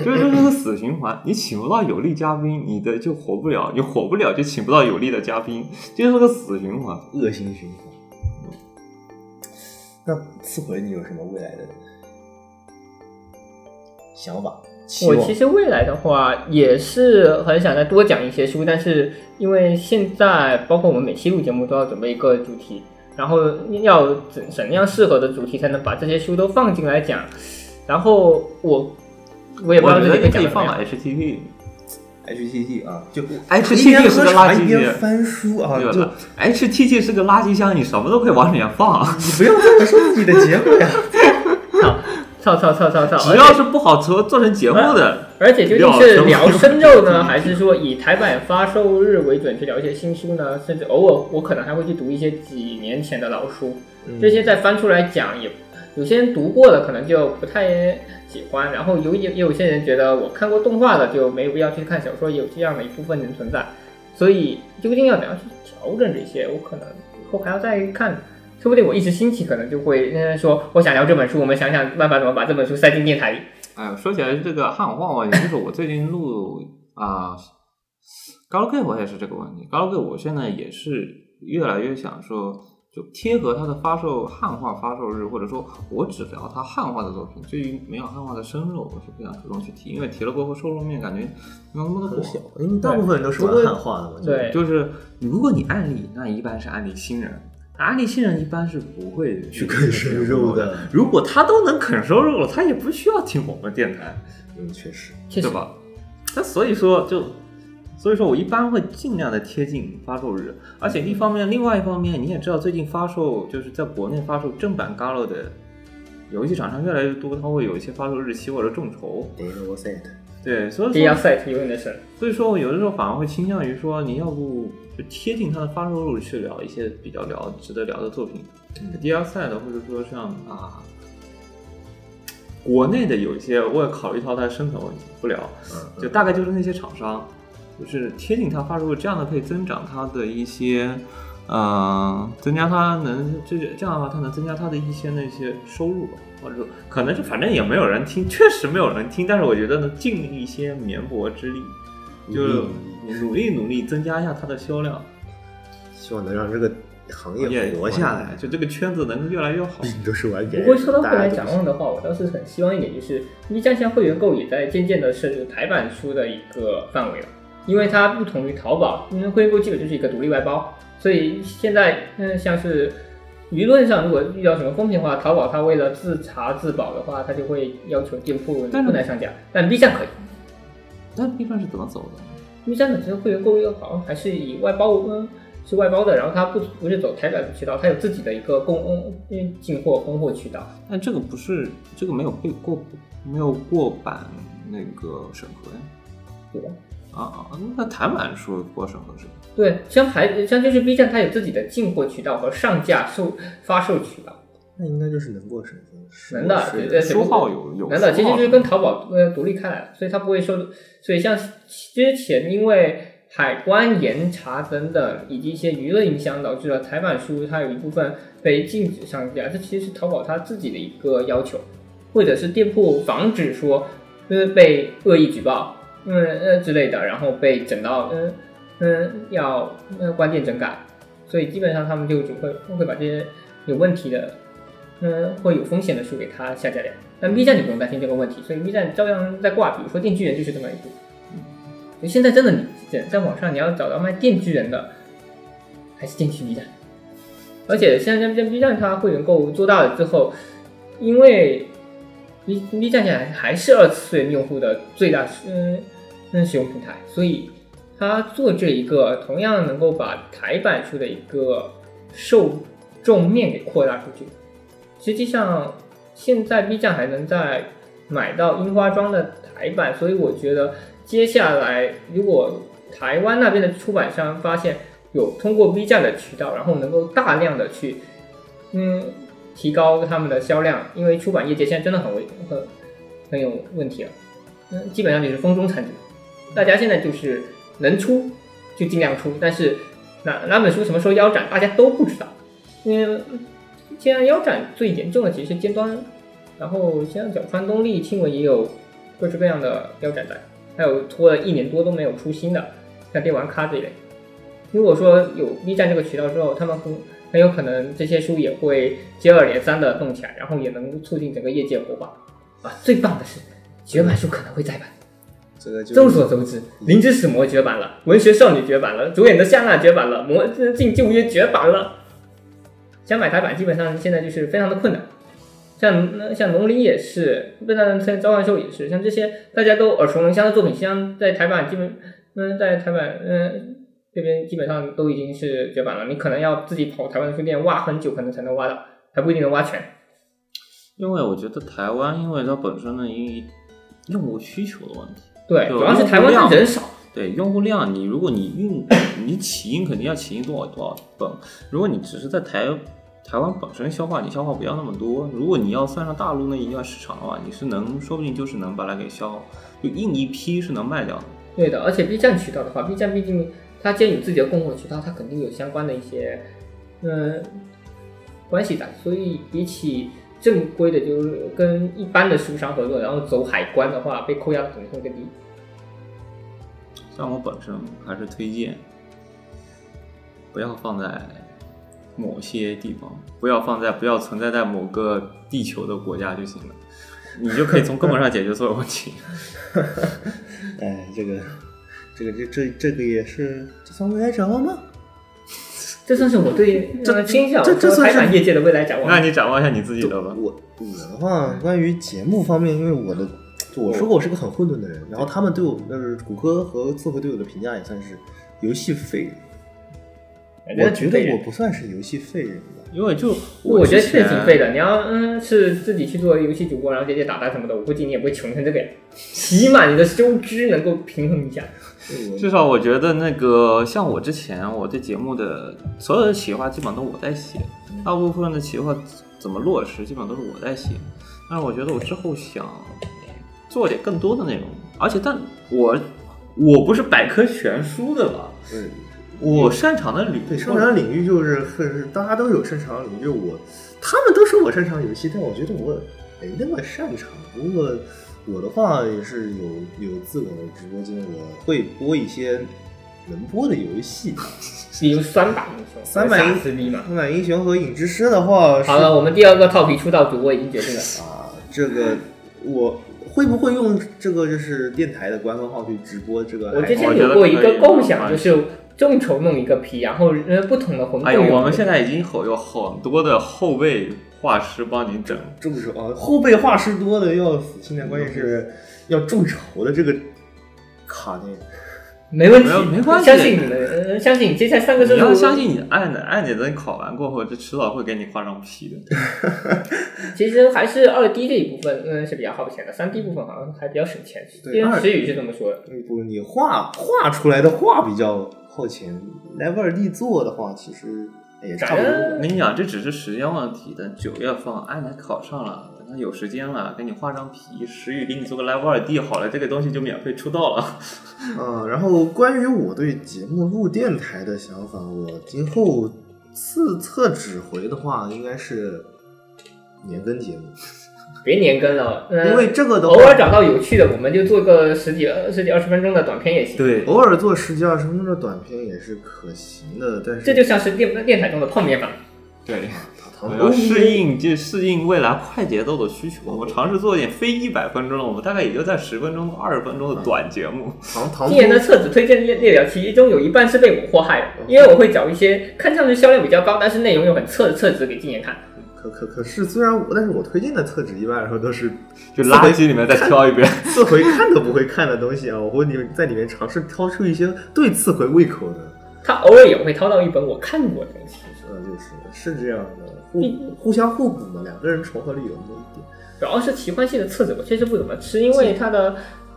就是这是个死循环。你请不到有力嘉宾，你的就活不了；你火不了，就请不到有力的嘉宾，就是个死循环。恶性循环。嗯那次回你有什么未来的想法？期我望其实未来的话也是很想再多讲一些书，但是因为现在包括我们每期录节目都要准备一个主题，然后要怎怎样适合的主题才能把这些书都放进来讲，然后我我也不知我道觉这得你里可面以讲的怎放啊么样到 HTT， HTT 啊，就 HTT 一边是喝个垃茶圾一机边翻书啊，对就吧？HTT 是个垃圾箱，你什么都可以往里面 放，你不要这么说自己的啊节目呀。操操操操操！只要是不好做做成节目的，而且究竟是聊生肉呢，还是说以台版发售日为准去聊一些新书呢？甚至偶尔我可能还会去读一些几年前的老书，这些再翻出来讲也。有些人读过了，可能就不太喜欢，然后有也也有些人觉得我看过动画了，就没必要去看小说，有这样的一部分人存在，所以究竟要怎样去调整这些，我可能以后还要再看，说不定我一时兴起，可能就会嗯说我想聊这本书，我们想想办法怎么把这本书塞进电台里。哎呦，说起来这个汉语晃晃，也就是我最近录啊，高 K 我也是这个问题。高 K 我现在也是越来越想说，就贴合它的发售汉化发售日，或者说我只聊它汉化的作品，至于没有汉化的深入，我是不想主动去提，因为提了过后受众面感觉没有那么的很广小。，因为 大部分人都是玩汉化的嘛。对就是如果你案例，那一般是案例新人，案例新人一般是不会去啃生肉的的。如果他都能啃生肉了，他也不需要听我们电台，嗯，确实，确实对，吧？那所以说就。所以说我一般会尽量的贴近发售日，而且一方面，另外一方面，你也知道，最近发售就是在国内发售正版 Galo 的游戏厂商越来越多，它会有一些发售日期或者众筹，等一下我 said，对，所以第一说要 set 永远的神。所以说我有的时候反而会倾向于说，你要不就贴近它的发售日去聊一些比较聊值得聊的作品嗯，DL 赛的，或者说像啊，国内的有一些我也考虑到它的生存问题不聊，嗯，就大概就是那些厂商，就是贴近它发售日，这样的可以增长它的一些。嗯，增加它能这这样的话，它能增加它的一些那些收入吧，或者说可能就反正也没有人听，确实没有人听，但是我觉得能尽一些绵薄之力，就你努力努力增加一下它的销量，希望能让这个行业活下来。嗯就这个圈子能越来越 好毕。竟都是玩别不人，过说到后大家来都展望的话，我倒是很希望一点，就是一站线会员购也在渐渐的渗入台版书的一个范围了，因为它不同于淘宝，因为会员购基本就是一个独立外包，所以现在嗯，像是舆论上如果遇到什么风评的话，淘宝它为了自查自保的话，它就会要求店铺但是不能上架，但 B 站可以。但 B 站是怎么走的？ B 站本身会员购物好像还是以外包，嗯，是外包的，然后它不不是走台版渠道，它有自己的一个供嗯进货供货渠道。但这个不是这个没有被过没有过版那个审核呀？对吧啊啊，那台版书过审核是吧？对，像还像就是 B 站，它有自己的进货渠道和上架售发售渠道，那那应该就是能过审核，能的是对对对书号有有难道其书实号就是跟淘宝呃独立开来了，所以它不会受。所以像之前因为海关严查等等，以及一些舆论影响，导致了台版书它有一部分被禁止上架，这其实是淘宝它自己的一个要求，或者是店铺防止说呃被恶意举报，嗯呃之类的，然后被整到嗯嗯要嗯关店整改，所以基本上他们就只会会把这些有问题的，嗯，会有风险的书给它下架掉。但 B 站就不用担心这个问题，所以 B 站照样在挂。比如说《电锯人》就是这么一部，就现在真的你在在网上你要找到卖《电锯人》的，还是电锯 B 站。而且现在在 B 站它会员购物做大了之后，因为 B B 站现在还是二次元用户的最大嗯嗯使用平台，所以它做这一个同样能够把台版书的一个受众面给扩大出去。实际上，现在 B 站还能在买到樱花庄的台版，所以我觉得接下来如果台湾那边的出版商发现有通过 B 站的渠道，然后能够大量的去嗯提高他们的销量，因为出版业界现在真的很危很很有问题了，嗯，基本上就是风中残烛，大家现在就是能出就尽量出，但是哪哪本书什么时候腰斩，大家都不知道，因为现在腰斩最严重的其实是尖端，然后像角川东立、青文也有各式各样的腰斩在，还有拖了一年多都没有出新的，像电玩咖这一类。如果说有 B 站这个渠道之后，他们很很有可能这些书也会接二连三的动起来，然后也能促进整个业界活化。啊，最棒的是，绝版书可能会再版。这个就众所周知，《灵之使魔》绝版了，《文学少女》绝版了，主演的夏娜绝版了，《魔镜旧约》绝版了。想买台版基本上现在就是非常的困难，像那像龙鳞也是，笨蛋在召唤兽也是，像这些大家都耳熟能详的作品，像在台版基本，嗯，在台版嗯这边基本上都已经是绝版了，你可能要自己跑台湾的书店挖很久，可能才能挖到，还不一定能挖全。因为我觉得台湾，因为它本身的一用户需求的问题，对，对主要是台湾的人少，对用户量，你如果你运你起印肯定要起印多少多少本，如果你只是在台台湾本身消化，你消化不要那么多。如果你要算上大陆那一段市场的话，你是能说不定就是能把它给消，就印一批是能卖掉的。对的，而且 B 站渠道的话，B 站毕竟它既然有自己的供货渠道，它肯定有相关的一些嗯、关系的，所以比起正规的，就是跟一般的书商合作，然后走海关的话，被扣押的可能性会更低。像我本身还是推荐，不要放在某些地方，不要放在不要存在在某个地球的国家就行了，你就可以从根本上解决所有问题。哎，这个，这个，这这这个也是，这算未来展望吗？这算是我对这呃倾向这这和算台是哎版业界的未来展望。那你展望一下你自己的吧。我我的话，关于节目方面，因为我的就我说过我是个很混沌的人，然后他们对我，呃，骨科和刺回对我的评价也算是游戏废人。我觉得我不算是游戏废人吧。因为就我觉得之确前实啊挺废的。你要嗯是自己去做游戏主播，然后接接打打什么的，我估计你也不会穷成这个样。起码你的收支能够平衡一下。至少我觉得那个像我之前我对节目的所有的企划基本上都我在写，大部分的企划怎么落实基本上都是我在写。但是我觉得我之后想做点更多的内容，而且但我我不是百科全书的吧，嗯，我擅长的领对，擅长领域就是很，大家都有擅长领域。我他们都说我擅长游戏，但我觉得我没那么擅长。不过我的话也是有有自我的直播间，我会播一些能播的游 戏。比如三百英雄，三百英傻逼嘛。三百英雄和影之诗的话是好了，我们第二个套皮出道主播已经决定了。啊，这个我会不会用这个就是电台的官方号去直播这个？我还之前有过一个构想，就是众筹弄一个皮，然后呃不同的魂哎斗呦，用。我们现在已经有有很多的后辈画师帮你整，众筹啊，后辈话师多的要死，现在关键嗯是要众筹的这个卡内。没问题，没有没关系相信你们，呃相信你接下来三个你周要数，相信你的爱呢，爱你的考完过后，这迟早会给你画上皮的。其实还是二 D 这一部分，嗯，是比较耗钱的，三 D 部分好像还比较省钱。对因为二石宇是这么说的，不，你画画出来的画比较耗钱，来沃尔第做的话，其实也差不咱多。我跟你讲，这只是时间问题。等九月份，安南考上了，等他有时间了，给你画张皮，石宇给你做个 Live 二 D 好了，这个东西就免费出道了。嗯，然后关于我对节目录电台的想法，我今后次测指回的话，应该是年更节目，别年更了，嗯、因为这个的话偶，尔找到有趣的，我们就做个十几、呃十几、二十分钟的短片也行。，对，偶尔做十几二十分钟的短片也是可行的，但是这就像是电电台中的泡面版。对，啊唐我唐要适应，就适应未来快节奏的需求。我们尝试做一点非一百分钟的，我们大概也就在十分钟到二十分钟的短节目。唐唐今年的册子推荐列列表其中有一半是被我祸害的，因为我会找一些看上去销量比较高，但是内容又很次的册子给今年看。可可可是，虽然我，但是我推荐的厕纸一般来说都是就垃圾里面再挑一遍，次回看都不会看的东西啊，我会你在里面尝试挑出一些对次回胃口的，他偶尔也会掏到一本我看过的东西，呃，就是是这样的，互互相互补嘛，两个人重合率有那么一点。主要是奇幻系的册子我确实不怎么吃，因为它的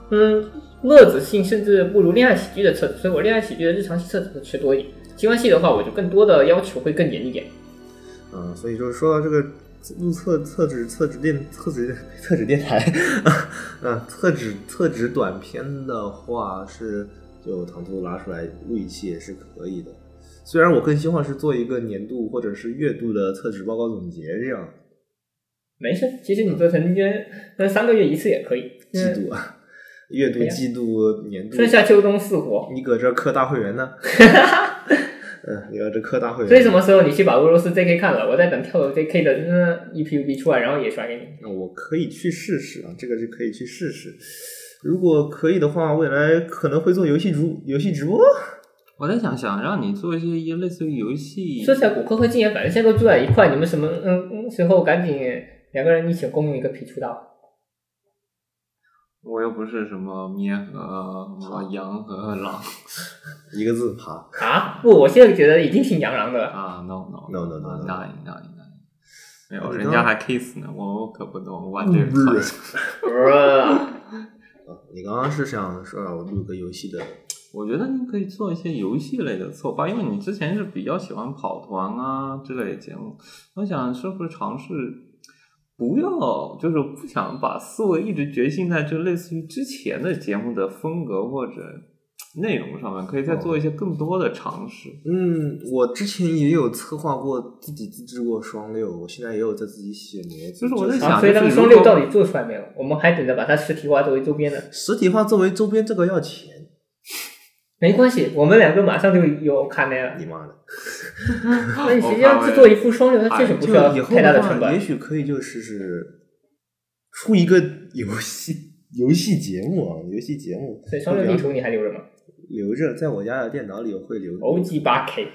嗯乐子性甚至不如恋爱喜剧的册子，所以我恋爱喜剧的日常系册子会吃多一点。奇幻系的话，我就更多的要求会更严一点。嗯，所以就是说到这个注册厕纸厕纸电厕纸厕纸电台， 嗯，厕纸厕纸短片的话是就唐突拉出来录一期也是可以的。虽然我更希望是做一个年度或者是月度的厕纸报告总结这样没事，其实你做成约那呃三个月一次也可以。季嗯度啊，月度、哎呀季度、年度。春夏秋冬四活，你搁这氪大会 员呢？嗯，你搁这氪大会员。所以什么时候你去把俄罗斯 JK 看了？我在等跳楼 JK 的那 E EPUB 出来，然后也刷给你。那我可以去试试啊，这个是可以去试试。如果可以的话，未来可能会做游戏直游戏直播。 我在想，想让你做一些一类似于游戏，说起来，骨科和禁言反正现在都住在一块，你们什么嗯嗯时候赶紧两个人一起共用一个皮出道，我又不是什么咩和什么羊和狼一个字爬。啊？不，我现在觉得已经挺洋郎的了。啊，no no No, no, no, no. not in, not in, not in. 没有，嗯你人刚家还 kiss 呢，我我可不懂，我玩这嗯不个是 啊你刚刚是想说啊让我录个游戏的，我觉得你可以做一些游戏类的策划，因为你之前是比较喜欢跑团啊之类的节目，我想是不是尝试不要，就是不想把思维一直局限在就类似于之前的节目的风格或者内容上面，可以再做一些更多的尝试。嗯，我之前也有策划过，自己自制过双六，我现在也有在自己写名字。就是我在啊，想所以他们就是如果双六到底做出来没有？我们还等着把它实体化作为周边呢。实体化作为周边，这个要钱，没关系，我们两个马上就有卡内了。你妈的！那你实际上制作一副双流，它确实不哎就需要以后太大的成话，也本。许可以就是是出一个游戏游戏节目啊，游戏节目。所以双流地图你还留着吗留着，在我家的电脑里我会留。 ？OG 八 K，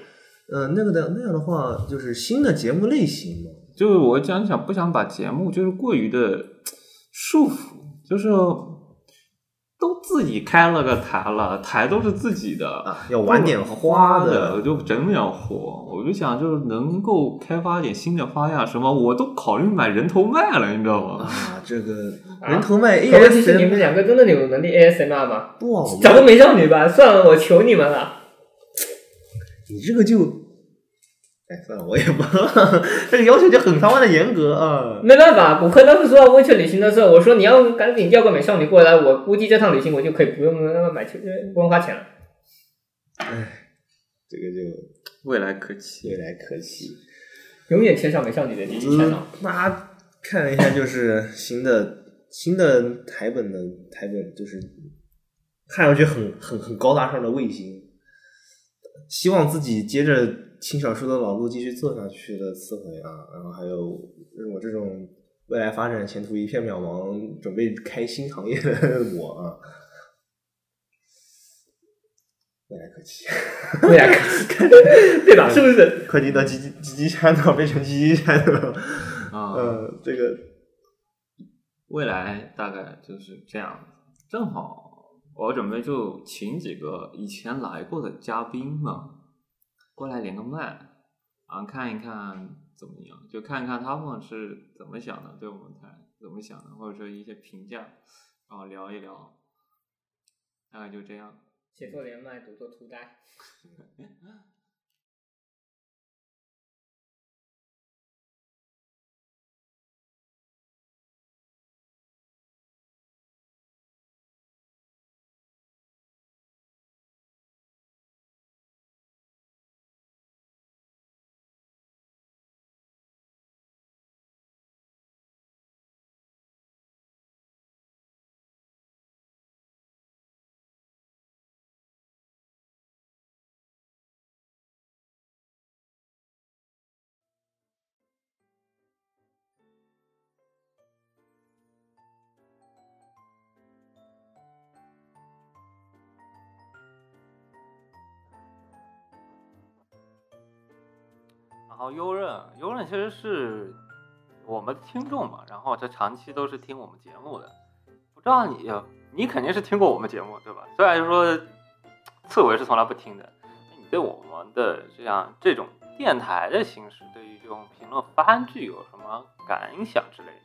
呃，那个的那样的话，就是新的节目类型嘛。就是我讲想不想把节目就是过于的束缚，就是都自己开了个台了，台都是自己的啊要玩点花花的就整点活。我就想就是能够开发点新的花样，什么我都考虑买人头麦了，你知道吗？啊，这个啊人头麦可问题是你 ASM 们两个真的有能力 ASMR 吗？不啊，我找个美少女吧，算了，我求你们了。你这个就，哎，算了，我也不， 这个要求就很他妈的严格啊。没办法，骨科当时说要温泉旅行的时候，我说你要赶紧要个美少女过来，我估计这趟旅行我就可以不用那么买钱，不用花钱了。这个就未来可期未。来可期。永远缺少美少女的集体烦恼嗯。，大家看了一下，就是新的新的台本的台本，就是看上去很很很高大上的卫星。希望自己接着轻小说的老路继续做下去的词汇啊，然后还有我这种未来发展前途一片渺茫，准备开新行业的我啊，未来可期。未来可期，啊对吧？是不是？科技到吉吉吉吉山了，变成吉吉山了。啊呃，这个未来大概就是这样。正好我准备就请几个以前来过的嘉宾嘛，过来连个麦，啊，看一看怎么样，就看一看他们是怎么想的，对我们台怎么想的，或者说一些评价，然后聊一聊，大概就这样。写作连麦，读作图呆。然后优任，优任其实是我们的听众嘛，然后这长期都是听我们节目的。不知道你，你肯定是听过我们节目对吧？虽然说刺猬是从来不听的，那你对我们的这样这种电台的形式，对于这种评论番剧有什么感想之类的？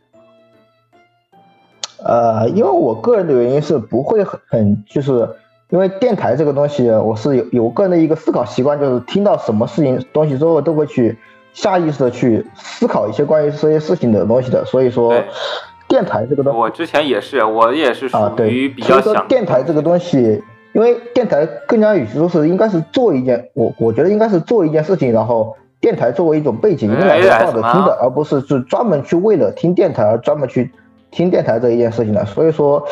呃，因为我个人的原因是不会很很，就是因为电台这个东西，我是有有个人的一个思考习惯，就是听到什么事情东西之后，都会去下意识的去思考一些关于这些事情的东西的。所以说对，电台这个东我之前也是，我也是属啊，于对比，所较以说想电台这个东西，因为电台更加与其说是应该是做一件，我我觉得应该是做一件事情，然后电台作为一种背景音哎乐来放着哎听的什么，而不是是专门去为了听电台而专门去听电台这一件事情的。所以说，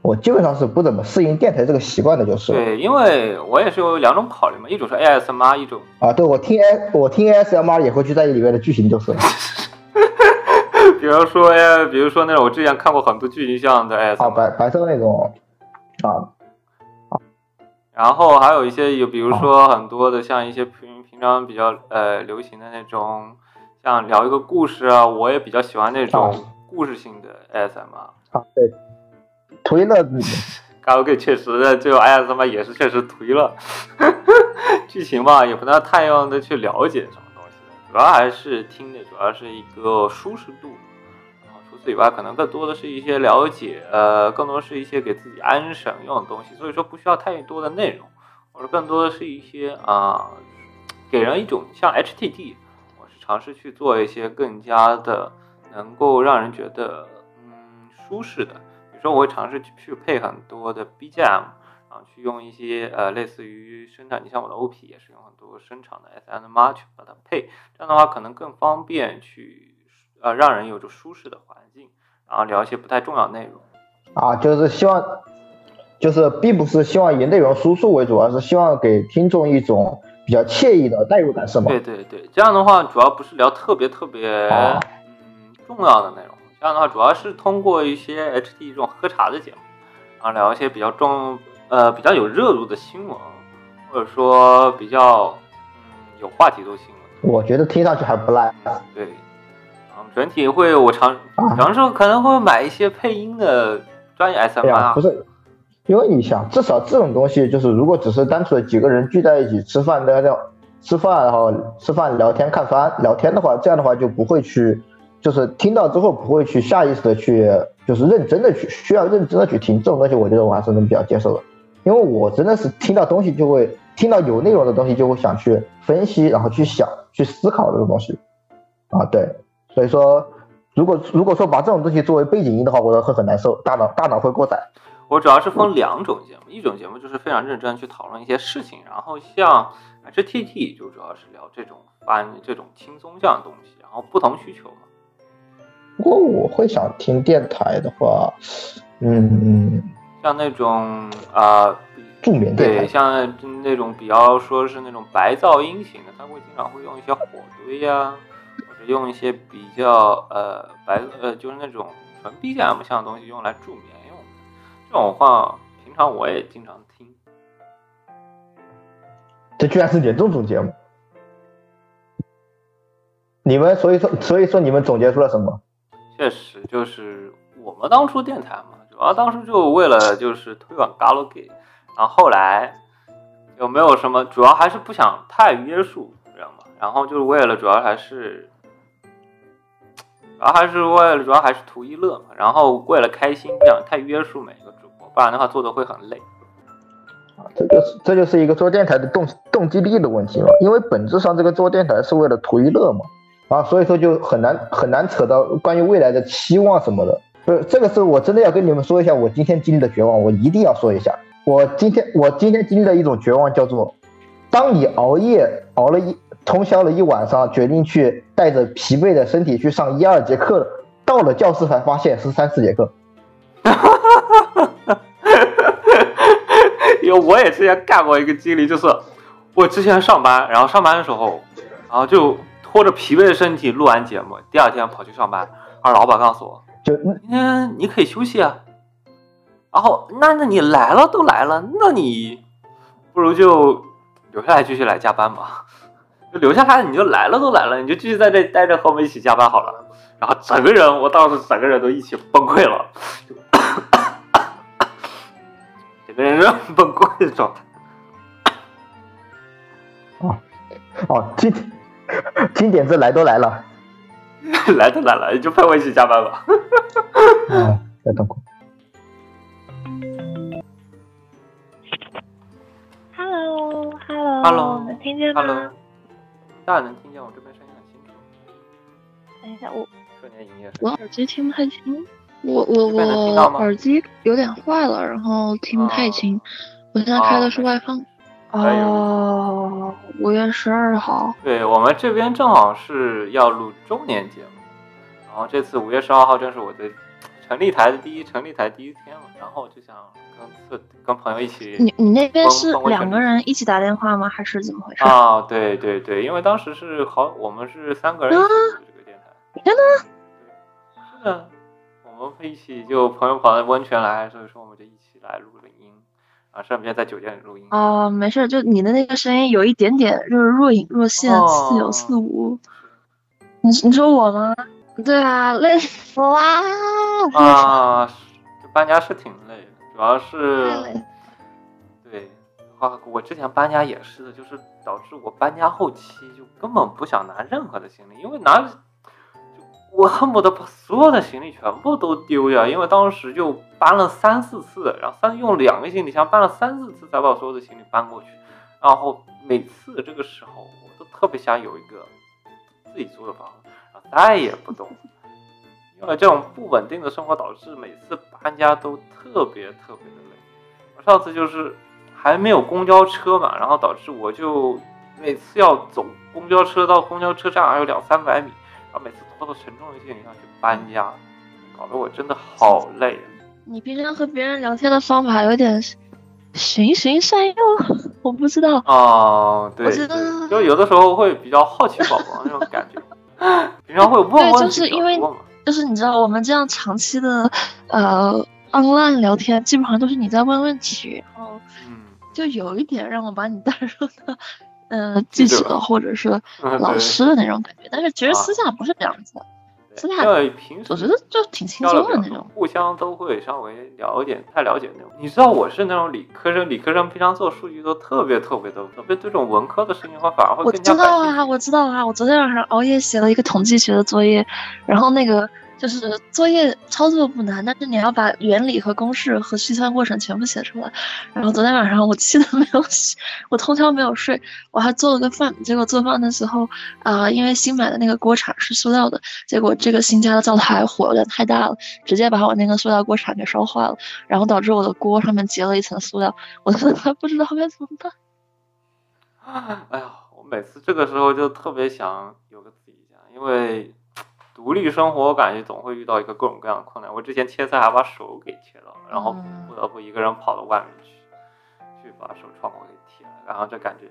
我基本上是不怎么适应电台这个习惯的，就是对，因为我也是有两种考虑嘛，一种是 ASMR，一种啊，对我听 A 我听 ASMR 也会去在意里面的剧情，就是比如说呀，比如说那种我之前看过很多剧情像的 ASMR，、啊白白色那种啊，然后还有一些有，比如说很多的像一些平平常比较呃流行的那种，像聊一个故事啊，我也比较喜欢那种啊故事性的 ASMR。啊，对，图一乐子，卡拉 OK 确实的，最后 ASMR 也是确实颓了， 剧情嘛也不能太用的去了解什么东西，主要还是听的主要是一个舒适度。然后除此以外，可能更多的是一些了解，呃，更多是一些给自己安神用的东西，所以说不需要太多的内容，我说更多的是一些啊、给人一种像 HTT，我是尝试去做一些更加的能够让人觉得嗯舒适的，比如说我会尝试去去配很多的 BGM，然后去用一些呃类似于生产，你像我的 OP 也是用很多生产的 S N M 去把它配，这样的话可能更方便去呃让人有着舒适的环境，然后聊一些不太重要的内容。啊，就是希望，就是并不是希望以内容输出为主，而是希望给听众一种比较惬意的代入感，是吗？对对对，这样的话主要不是聊特别特别哦嗯重要的内容，这样的话主要是通过一些 HT 这种喝茶的节目，然后聊一些比较重呃比较有热度的新闻，或者说比较嗯有话题度新闻。我觉得听上去还不赖。啊对，嗯，整体会我尝，有的时候可能会买一些配音的专业 S M 对啊呀、 R，不是，因为你想，至少这种东西就是，如果只是单纯的几个人聚在一起吃饭聊聊，吃饭然后吃饭聊天看番聊天的话，这样的话就不会去，就是听到之后不会去下意识的去，就是认真的去需要认真的去听这种东西，我觉得我还是能比较接受的，因为我真的是听到东西就会听到有内容的东西就会想去分析，然后去想去思考这种东西，啊对，所以说。如果如果说把这种东西作为背景音的话，我觉得会很难受，大脑大脑会过载。我主要是分两种节目，一种节目就是非常认真去讨论一些事情，然后像 HTT 就主要是聊这种翻这种轻松向的东西，然后不同需求嘛。如果我会想听电台的话，嗯，像那种啊、呃助眠电对，台像那种比较说是那种白噪音型的，它会经常会用一些火堆呀、或者用一些比较呃白呃就是那种纯 BGM 像的东西用来助眠用。这种话平常我也经常听。这居然是严重总结吗？你们所以说所以说你们总结出了什么？确实，就是我们当初电台嘛，主要当初就为了就是推广 g a l g a 然后后来有没有什么，主要还是不想太约束人嘛，然后就是为了主要还是，主要还是为了主要还是图一乐嘛，然后为了开心，不想太约束每一个主播，不然的话做的会很累。 这就是这就是一个做电台的动动机力的问题嘛，因为本质上这个做电台是为了图一乐嘛，啊，所以说就很难很难扯到关于未来的期望什么的。呃，这个是我真的要跟你们说一下，我今天经历的绝望，我一定要说一下。我今天我今天经历的一种绝望叫做，当你熬夜熬了一通宵了一晚上，决定去带着疲惫的身体去上一二节课，到了教室才发现是三四节课。因为我也之前干过一个经历，就是我之前上班，然后上班的时候，然后就拖着疲惫的身体录完节目，第二天跑去上班，然后老板告诉我，就嗯今天你可以休息啊。然后，那那你来了都来了，那你不如就留下来继续来加班吧。就留下来，你就来了都来了，你就继续在这待着和我们一起加班好了。然后整个人，我当时整个人都一起崩溃了， 就整个人是崩溃的状态。哦，经 经典这来都来了。来都来了，你就陪我一起加班吧。啊，要痛苦。 Hello，Hello， Hello 能听见吗 Hello，大家能听见我这边声音很清楚，等一下，我瞬间营业。我耳机听不太清，我我这边能听我到吗耳机有点坏了，然后听不太清。我现在开的是外放。哦可以哦，五月十二号，对我们这边正好是要录周年节目，然后这次五月十二号正是我的成立台的第一成立台第一天嘛，然后就想跟跟朋友一起你你那边帮是帮我两整个理人一起打电话吗？还是怎么 回事？啊，对对对，因为当时是好，我们是三个人一起录这个电台。啊真的？是的，我们会一起就朋友跑到温泉来，所以说我们就一起来录了音，啊，顺便在酒店里录音。哦，没事，就你的那个声音有一点点就是若隐若现，哦似有似无。你你说我吗？对啊，累死啦！啊，就搬家是挺累的，主要是太累了，对，啊，我之前搬家也是的，就是导致我搬家后期就根本不想拿任何的行李，因为拿，就我恨不得把所有的行李全部都丢掉，因为当时就搬了三四次，然后三用两个行李箱搬了三四次才把所有的行李搬过去，然后每次这个时候我都特别想有一个自己租的房子，然后再也不动了。因为这种不稳定的生活导致每次搬家都特别特别的累。我上次就是还没有公交车嘛，然后导致我就每次要走公交车到公交车站还有两三百米，然后每次拖着沉重的行李箱去搬家，搞得我真的好累啊。你平常和别人聊天的方法有点循循善诱，我不知道。哦，对，我知对道就有的时候会比较好奇宝宝那种感 觉，平常会问对问就是题比因为较多嘛。就是你知道，我们这样长期的呃 online 聊天，基本上都是你在问问题，然后嗯，就有一点让我把你带 入到呃记对者或者是嗯老对师的那种感觉，但是其实啊私下不是这样子的，私对下因为平时我觉得就挺轻交流松比较多的那种。互相都会稍微了解，太了解那种。你知道我是那种理科生，理科生平常做数据都特别特别的，特别对这种文科的事情的话，反而会我更加知道感兴啊，趣。我知道啊，我昨天晚上熬夜写了一个统计学的作业，然后那个就是作业操作不难，但是你要把原理和公式和计算过程全部写出来。然后昨天晚上我气得没有洗，我通宵没有睡，我还做了个饭，结果做饭的时候啊、因为新买的那个锅铲是塑料的，结果这个新家的灶台火有点太大了，直接把我那个塑料锅铲给烧坏了，然后导致我的锅上面结了一层塑料，我 真的不知道该怎么办。 哎呀，我每次这个时候就特别想有个自己家，因为独立生活，我感觉总会遇到一个各种各样的困难。我之前切菜还把手给切到了，然后嗯不得不一个人跑到外面去，去把手创口给贴了，然后就感觉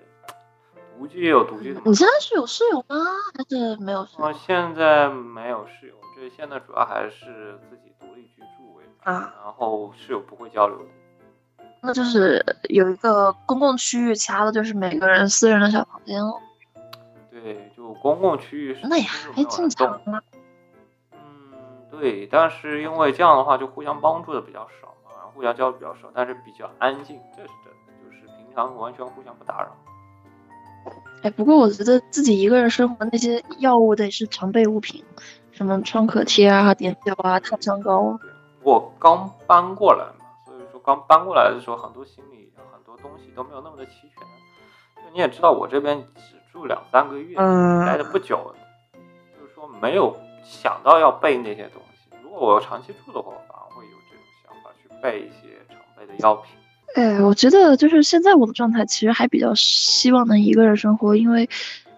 独居也有独居的麻烦。你现在是有室友吗？还是没有室友我？现在没有室友，就是现在主要还是自己独立居住为主，啊然后室友不会交流的。那就是有一个公共区域，其他的就是每个人私人的小房间哦了。对，就公共区域是那也是没还有人正常动。啊。嗯，对，但是因为这样的话，就互相帮助的比较少嘛，然后互相交流比较少，但是比较安静，这是真的，就是平常完全互相不打扰。哎，不过我觉得自己一个人生活，那些药物得是常备物品，什么创可贴啊、碘酒啊、烫伤膏啊。对，我刚搬过来嘛，所以说刚搬过来的时候，很多行李、很多东西都没有那么的齐全。就你也知道，我这边只住两三个月，嗯待的不久，就是说没有想到要备那些东西。如果我长期住的话，我反而会有这种想法去备一些常备的药品。哎，我觉得就是现在我的状态，其实还比较希望能一个人生活，因为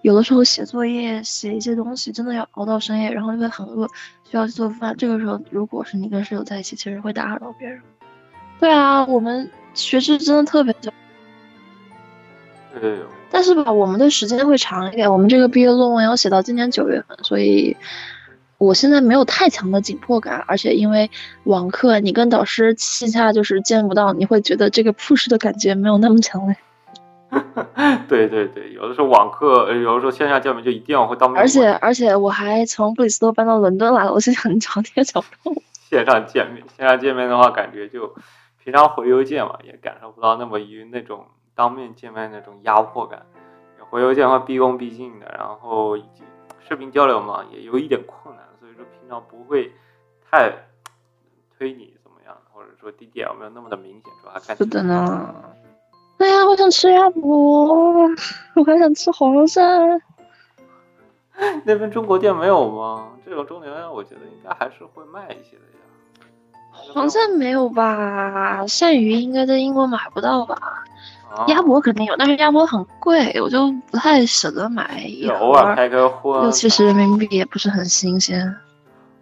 有的时候写作业、写一些东西，真的要熬到深夜，然后就会很饿，需要去做饭。这个时候，如果是你跟室友在一起，其实会打扰到别人。对啊，我们学制真的特别久，对，但是吧，我们的时间会长一点。我们这个毕业论文要写到今年九月份，所以我现在没有太强的紧迫感，而且因为网课，你跟导师线下就是见不到，你会觉得这个 push 的感觉没有那么强烈。 对对对，有的时候网课，呃有的时候线下见面就一定会当面问，而且而且我还从布里斯托搬到伦敦来了，我心想找你也找不到我。线上见面，线上见面的话，感觉就平常回邮件嘛，也感受不到那么于那种当面见面那种压迫感。回邮件的话毕恭毕敬的，然后视频交流嘛，也有一点困难，所以说平常不会太推你怎么样，或者说 DDL 没有那么的明显，主要还看是的呢。哎呀，我想吃鸭脖，我还想吃黄鳝。那边中国店没有吗？这种中年人我觉得应该还是会卖一些的呀。 黄鳝没有吧？鳝鱼应该在英国买不到吧？啊鸭脖肯定有，但是鸭脖很贵，我就不太舍得买一就偶尔盒，开开啊荤，六七十人民币也不是很新鲜。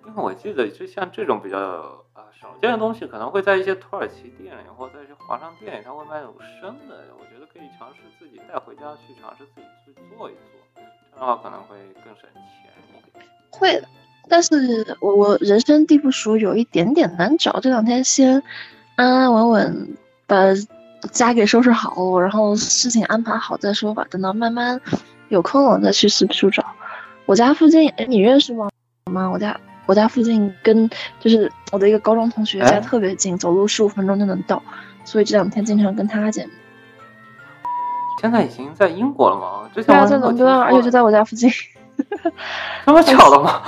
因为我记得，就像这种比较呃少见的东西，可能会在一些土耳其店里或者在一些华商店里，他会卖那种生的。我觉得可以尝试自己带回家去尝试自己去做一做，这样的话可能会更省钱一点。会的，但是我我人生地不熟，有一点点难找。这两天先安安稳稳把家给收拾好，然后事情安排好再说吧。等到慢慢有空了再去四处找。我家附近，哎你认识吗？吗？我家我家附近跟就是我的一个高中同学哎家特别近，走路十五分钟就能到，所以这两天经常跟他见面。现在已经在英国了吗？之前对啊，我在怎么伦敦啊，而且就在我家附近。这么巧的吗？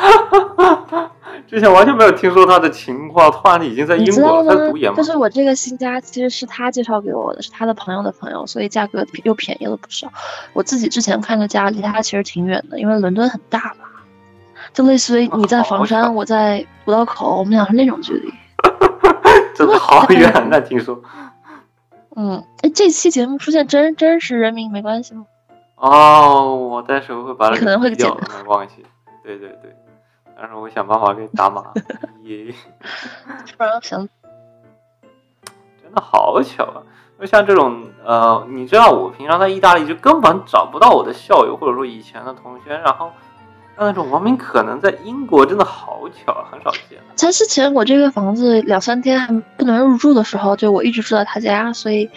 之前完全没有听说他的情况，突然已经在你英知国道了，吗他是读研？吗就？是我这个新家其实是他介绍给我的，是他的朋友的朋友，所以价格又便宜了不少。我自己之前看的家离他其实挺远的，因为伦敦很大嘛，就类似于你在房山，哦好巧我在五道口，我们俩是那种距离。真的好远呐！听说嗯，哎，这期节目出现真真实人名没关系吗？哦，我到时候会把它可能会给掉剪的，没关系。对对对，但是我想办法给打 码。耶，不然想真的好巧啊！就像这种呃，你知道我平常在意大利就根本找不到我的校友或者说以前的同学，然后但那种文明可能在英国真的好巧啊，很少见。他之前我这个房子两三天还不能入住的时候，就我一直住在他家，所以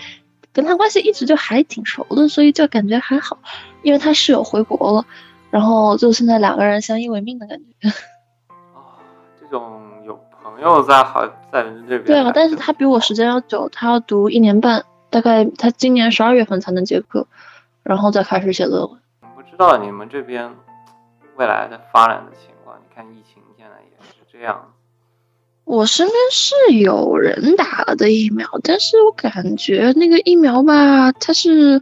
跟他关系一直就还挺熟的，所以就感觉还好。因为他室友回国了，然后就现在两个人相依为命的感觉。啊，这种有朋友在好在这边，对啊，但是他比我时间要久，他要读一年半，大概他今年十二月份才能结课，然后再开始写论文。不知道你们这边未来的发展的情况。你看疫情现在也是这样，我身边是有人打了的疫苗，但是我感觉那个疫苗吧，它是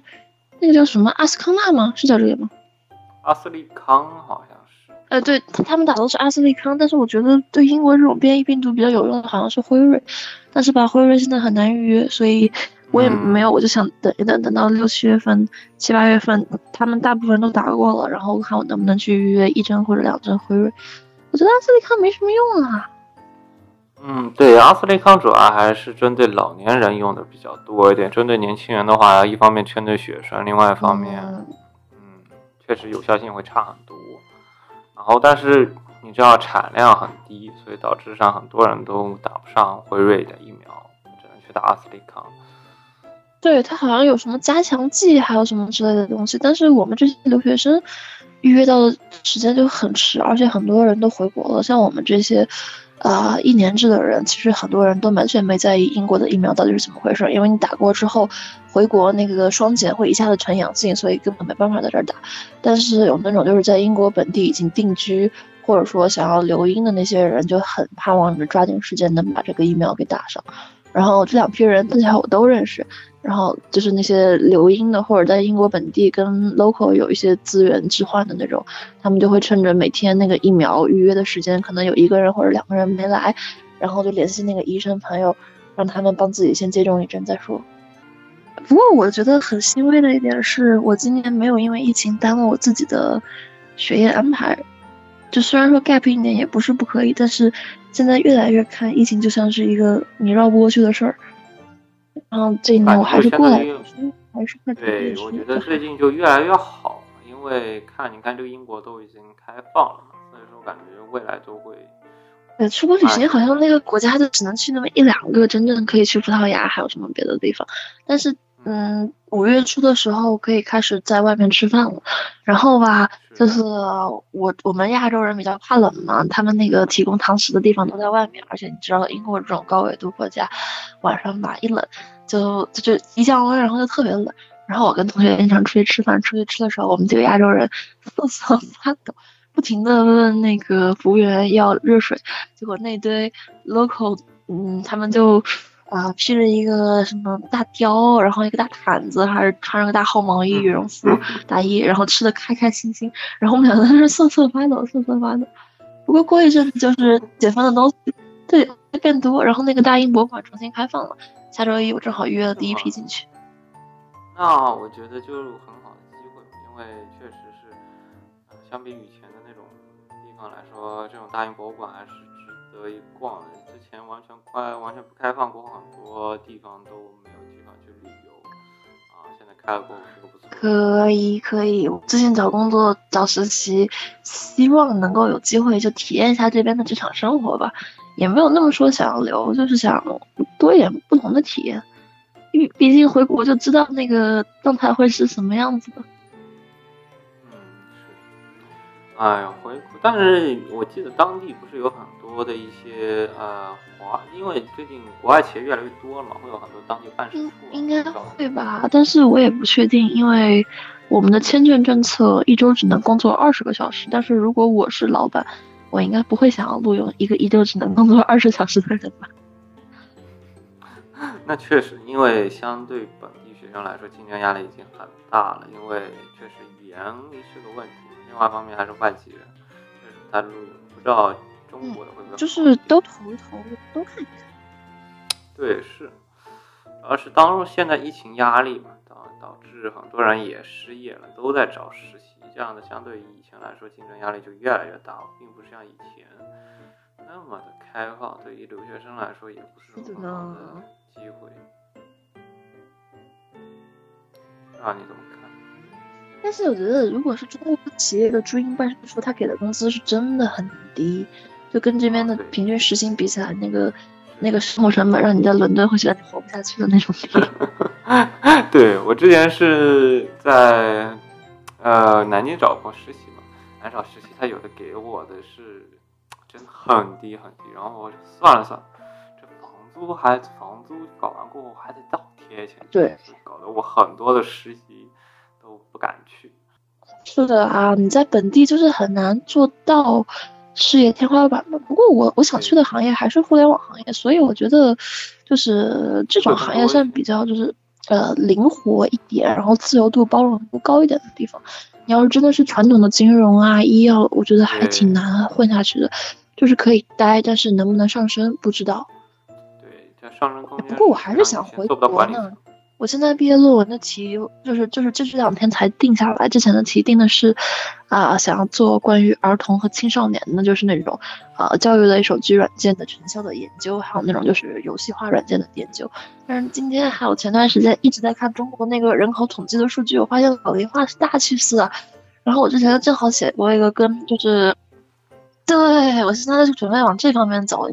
那个叫什么阿斯康纳吗？是叫这个吗？阿斯利康好像是，呃，对，他他们打的都是阿斯利康，但是我觉得对英国这种变异病毒比较有用的好像是辉瑞，但是吧，辉瑞现在很难预约，所以我也嗯没有，我就想等一等，等到六七月份、七八月份，他们大部分都打过了，然后看我能不能去预约一针或者两针辉瑞。我觉得阿斯利康没什么用啊，嗯，对，阿斯利康主要还是针对老年人用的比较多一点，针对年轻人的话，一方面针对学生，另外一方面，嗯嗯，确实有效性会差很多。然后，但是你知道产量很低，所以导致上很多人都打不上辉瑞的疫苗，只能去打阿斯利康。对，它好像有什么加强剂，还有什么之类的东西，但是我们这些留学生预约到的时间就很迟，而且很多人都回国了。像我们这些，呃，一年制的人，其实很多人都完全没在意英国的疫苗到底是怎么回事，因为你打过之后回国那个双检会一下子呈阳性，所以根本没办法在这儿打。但是有那种就是在英国本地已经定居。或者说想要留英的那些人就很盼望着抓紧时间能把这个疫苗给打上，然后这两批人大家我都认识，然后就是那些留英的或者在英国本地跟 local 有一些资源置换的那种，他们就会趁着每天那个疫苗预约的时间，可能有一个人或者两个人没来，然后就联系那个医生朋友，让他们帮自己先接种一针再说。不过我觉得很欣慰的一点是，我今年没有因为疫情耽误我自己的学业安排。就虽然说 gap 一年也不是不可以，但是现在越来越看疫情就像是一个你绕不过去的事儿。然后这一年我还是过来读书，还嗯是快读对，书我觉得就好最近就越来越好，因为看你看这个英国都已经开放了嘛，所以说感觉未来都会。对，呃出国旅哎行好像那个国家就只能去那么一两个，真正可以去葡萄牙，还有什么别的地方。但是，嗯，五月初的时候可以开始在外面吃饭了。然后吧，就是我我们亚洲人比较怕冷嘛，他们那个提供堂食的地方都在外面，而且你知道英国这种高纬度国家，晚上吧一冷就就就一降温，然后就特别冷。然后我跟同学经常出去吃饭，出去吃的时候，我们几个亚洲人 瑟瑟发抖，不停的问那个服务员要热水，结果那堆 local，嗯，他们就啊、披着一个什么大貂，然后一个大毯子，还是穿着个大厚毛衣、羽绒服、大衣，然后吃的开开心心，然后我们两个在那瑟瑟发抖，瑟瑟发抖。不过过一阵子就是解放的东西，对，会变多，然后那个大英博物馆重新开放了，下周一我正好预约了第一批进去。那我觉得就是很好的机会，因为确实是，呃，相比以前的那种地方来说，这种大英博物馆还是值得一逛的。之前完全快完全不开放过，很多地方都没有地方去旅游，啊，现在开了过，我觉得不错。可以可以，我最近找工作找实习，希望能够有机会就体验一下这边的职场生活吧，也没有那么说想要留，就是想多一点不同的体验，因为毕竟回国就知道那个状态会是什么样子的。嗯，是。哎呀，回顾，但是我记得当地不是有很多的一些呃华，因为最近国外企业越来越多了嘛，会有很多当地办事处应啊、应该这种会吧，但是我也不确定，因为我们的签证政策一周只能工作二十个小时。但是如果我是老板，我应该不会想要录用一个一周只能工作二十小时的人吧？那确实，因为相对本地学生来说，竞争压力已经很大了。因为确实语言是个问题，另外一方面还是外籍人，确实他录用不知道中国的会不会好一点、嗯就是都投一投，都看一看。对是，主要是当现在疫情压力嘛，导导致很多人也失业了，都在找实习，这样的相对于以前来说，竞争压力就越来越大，并不是像以前那么的开放，对于留学生来说也不是是的很好的呢机会。啊，你怎么看？但是我觉得，如果是中国企业的驻英办事处，他给的工资是真的很低，就跟这边的对平均时薪比起来，那个那个生活成本，让你在伦敦会觉得你活不下去的那种地方。 对我之前是在呃南京找过实习嘛，南找实习他有的给我的是真的很低很低，然后我算了算，这房租还房租搞完过后还得倒贴钱，对，搞得我很多的实习都不敢去。是的啊，你在本地就是很难做到事业天花板吧。不过我我想去的行业还是互联网行业，所以我觉得就是这种行业算比较就是呃灵活一点，然后自由度包容度高一点的地方。你要是真的是传统的金融啊、医药，我觉得还挺难混下去的。就是可以待，但是能不能上升不知道。对，这上升空间。不过我还是想回做不到国管理呢层。。我现在毕业论文的题就是就是这这两天才定下来，之前的题定的是，啊、想要做关于儿童和青少年的，就是那种，呃，教育类手机软件的成效的研究，还有那种就是游戏化软件的研究。但是今天还有前段时间一直在看中国那个人口统计的数据，我发现老龄化是大趋势啊。然后我之前正好写过一个跟就是，对我现在就准备往这方面走，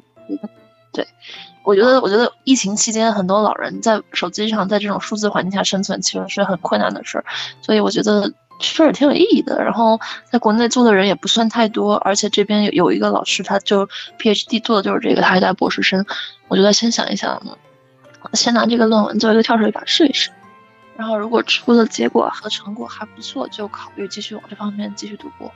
我觉得，我觉得疫情期间很多老人在手机上，在这种数字环境下生存，其实是很困难的事儿。所以我觉得事儿挺有意义的。然后在国内做的人也不算太多，而且这边有有一个老师，他就 PhD 做的就是这个，他还带博士生。我觉得先想一想，先拿这个论文做一个跳水板试一试。然后如果出的结果和成果还不错，就考虑继续往这方面继续读博。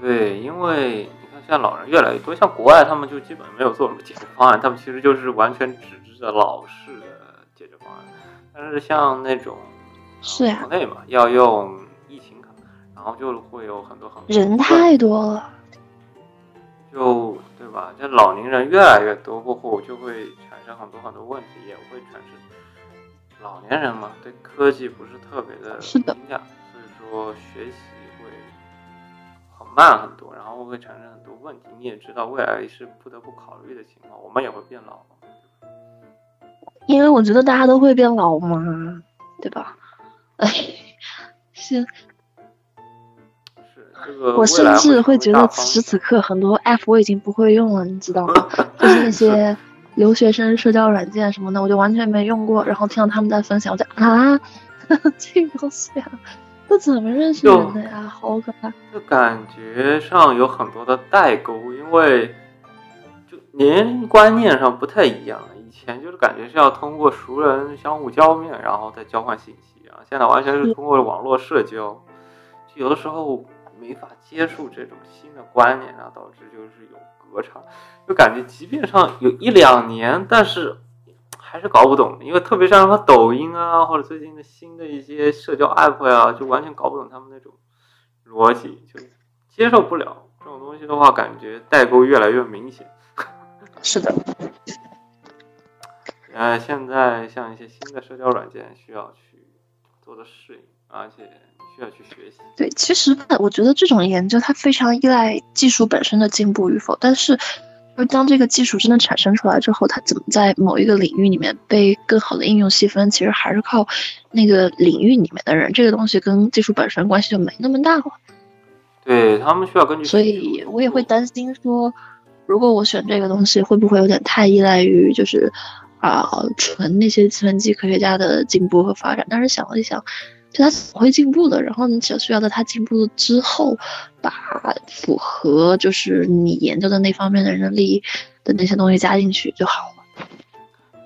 对，因为你看现在老人越来越多，像国外他们就基本没有做什么解决方案，他们其实就是完全纸质的老式的解决方案。但是像那种是啊呀国内嘛，要用疫情卡，然后就会有很多很多人的太多了。就对吧？这老年人越来越多过后，就会产生很多很多问题，也会产生老年人嘛，对科技不是特别的是的敏感，所以说学习会很慢很多，然后会产生很多问题。你也知道，未来是不得不考虑的情况，我们也会变老嘛。因为我觉得大家都会变老嘛，对吧？ 哎，是是这个，我甚至会呃会觉得此时此刻很多 app 我已经不会用了，你知道吗？ 就是那些留学生社交软件什么的，我就完全没用过。然后听到他们在分享，我就啊， 这个东西啊，都怎么认识人的呀？好可怕！就感觉上有很多的代沟，因为就年龄观念上不太一样了。以前就是感觉是要通过熟人相互交面，然后再交换信息啊，现在完全是通过网络社交，就有的时候没法接触这种新的观念啊，导致就是有隔阂，就感觉即便上有一两年，但是。还是搞不懂，因为特别像什么抖音啊，或者最近的新的一些社交 app 呀、就完全搞不懂他们那种逻辑，就接受不了这种东西的话，感觉代沟越来越明显。是的，呃，现在像一些新的社交软件需要去做的适应，而且需要去学习。对，其实吧，我觉得这种研究它非常依赖技术本身的进步与否，但是，就当这个技术真的产生出来之后，它怎么在某一个领域里面被更好的应用细分，其实还是靠那个领域里面的人。这个东西跟技术本身关系就没那么大了。对他们需要根据需求所去做，以我也会担心说，如果我选这个东西，会不会有点太依赖于就是啊、纯那些计算机科学家的进步和发展？但是想了一想，就它总会进步的。然后你只需要在它进步之后，把符合就是你研究的那方面的人的利益的那些东西加进去就好了。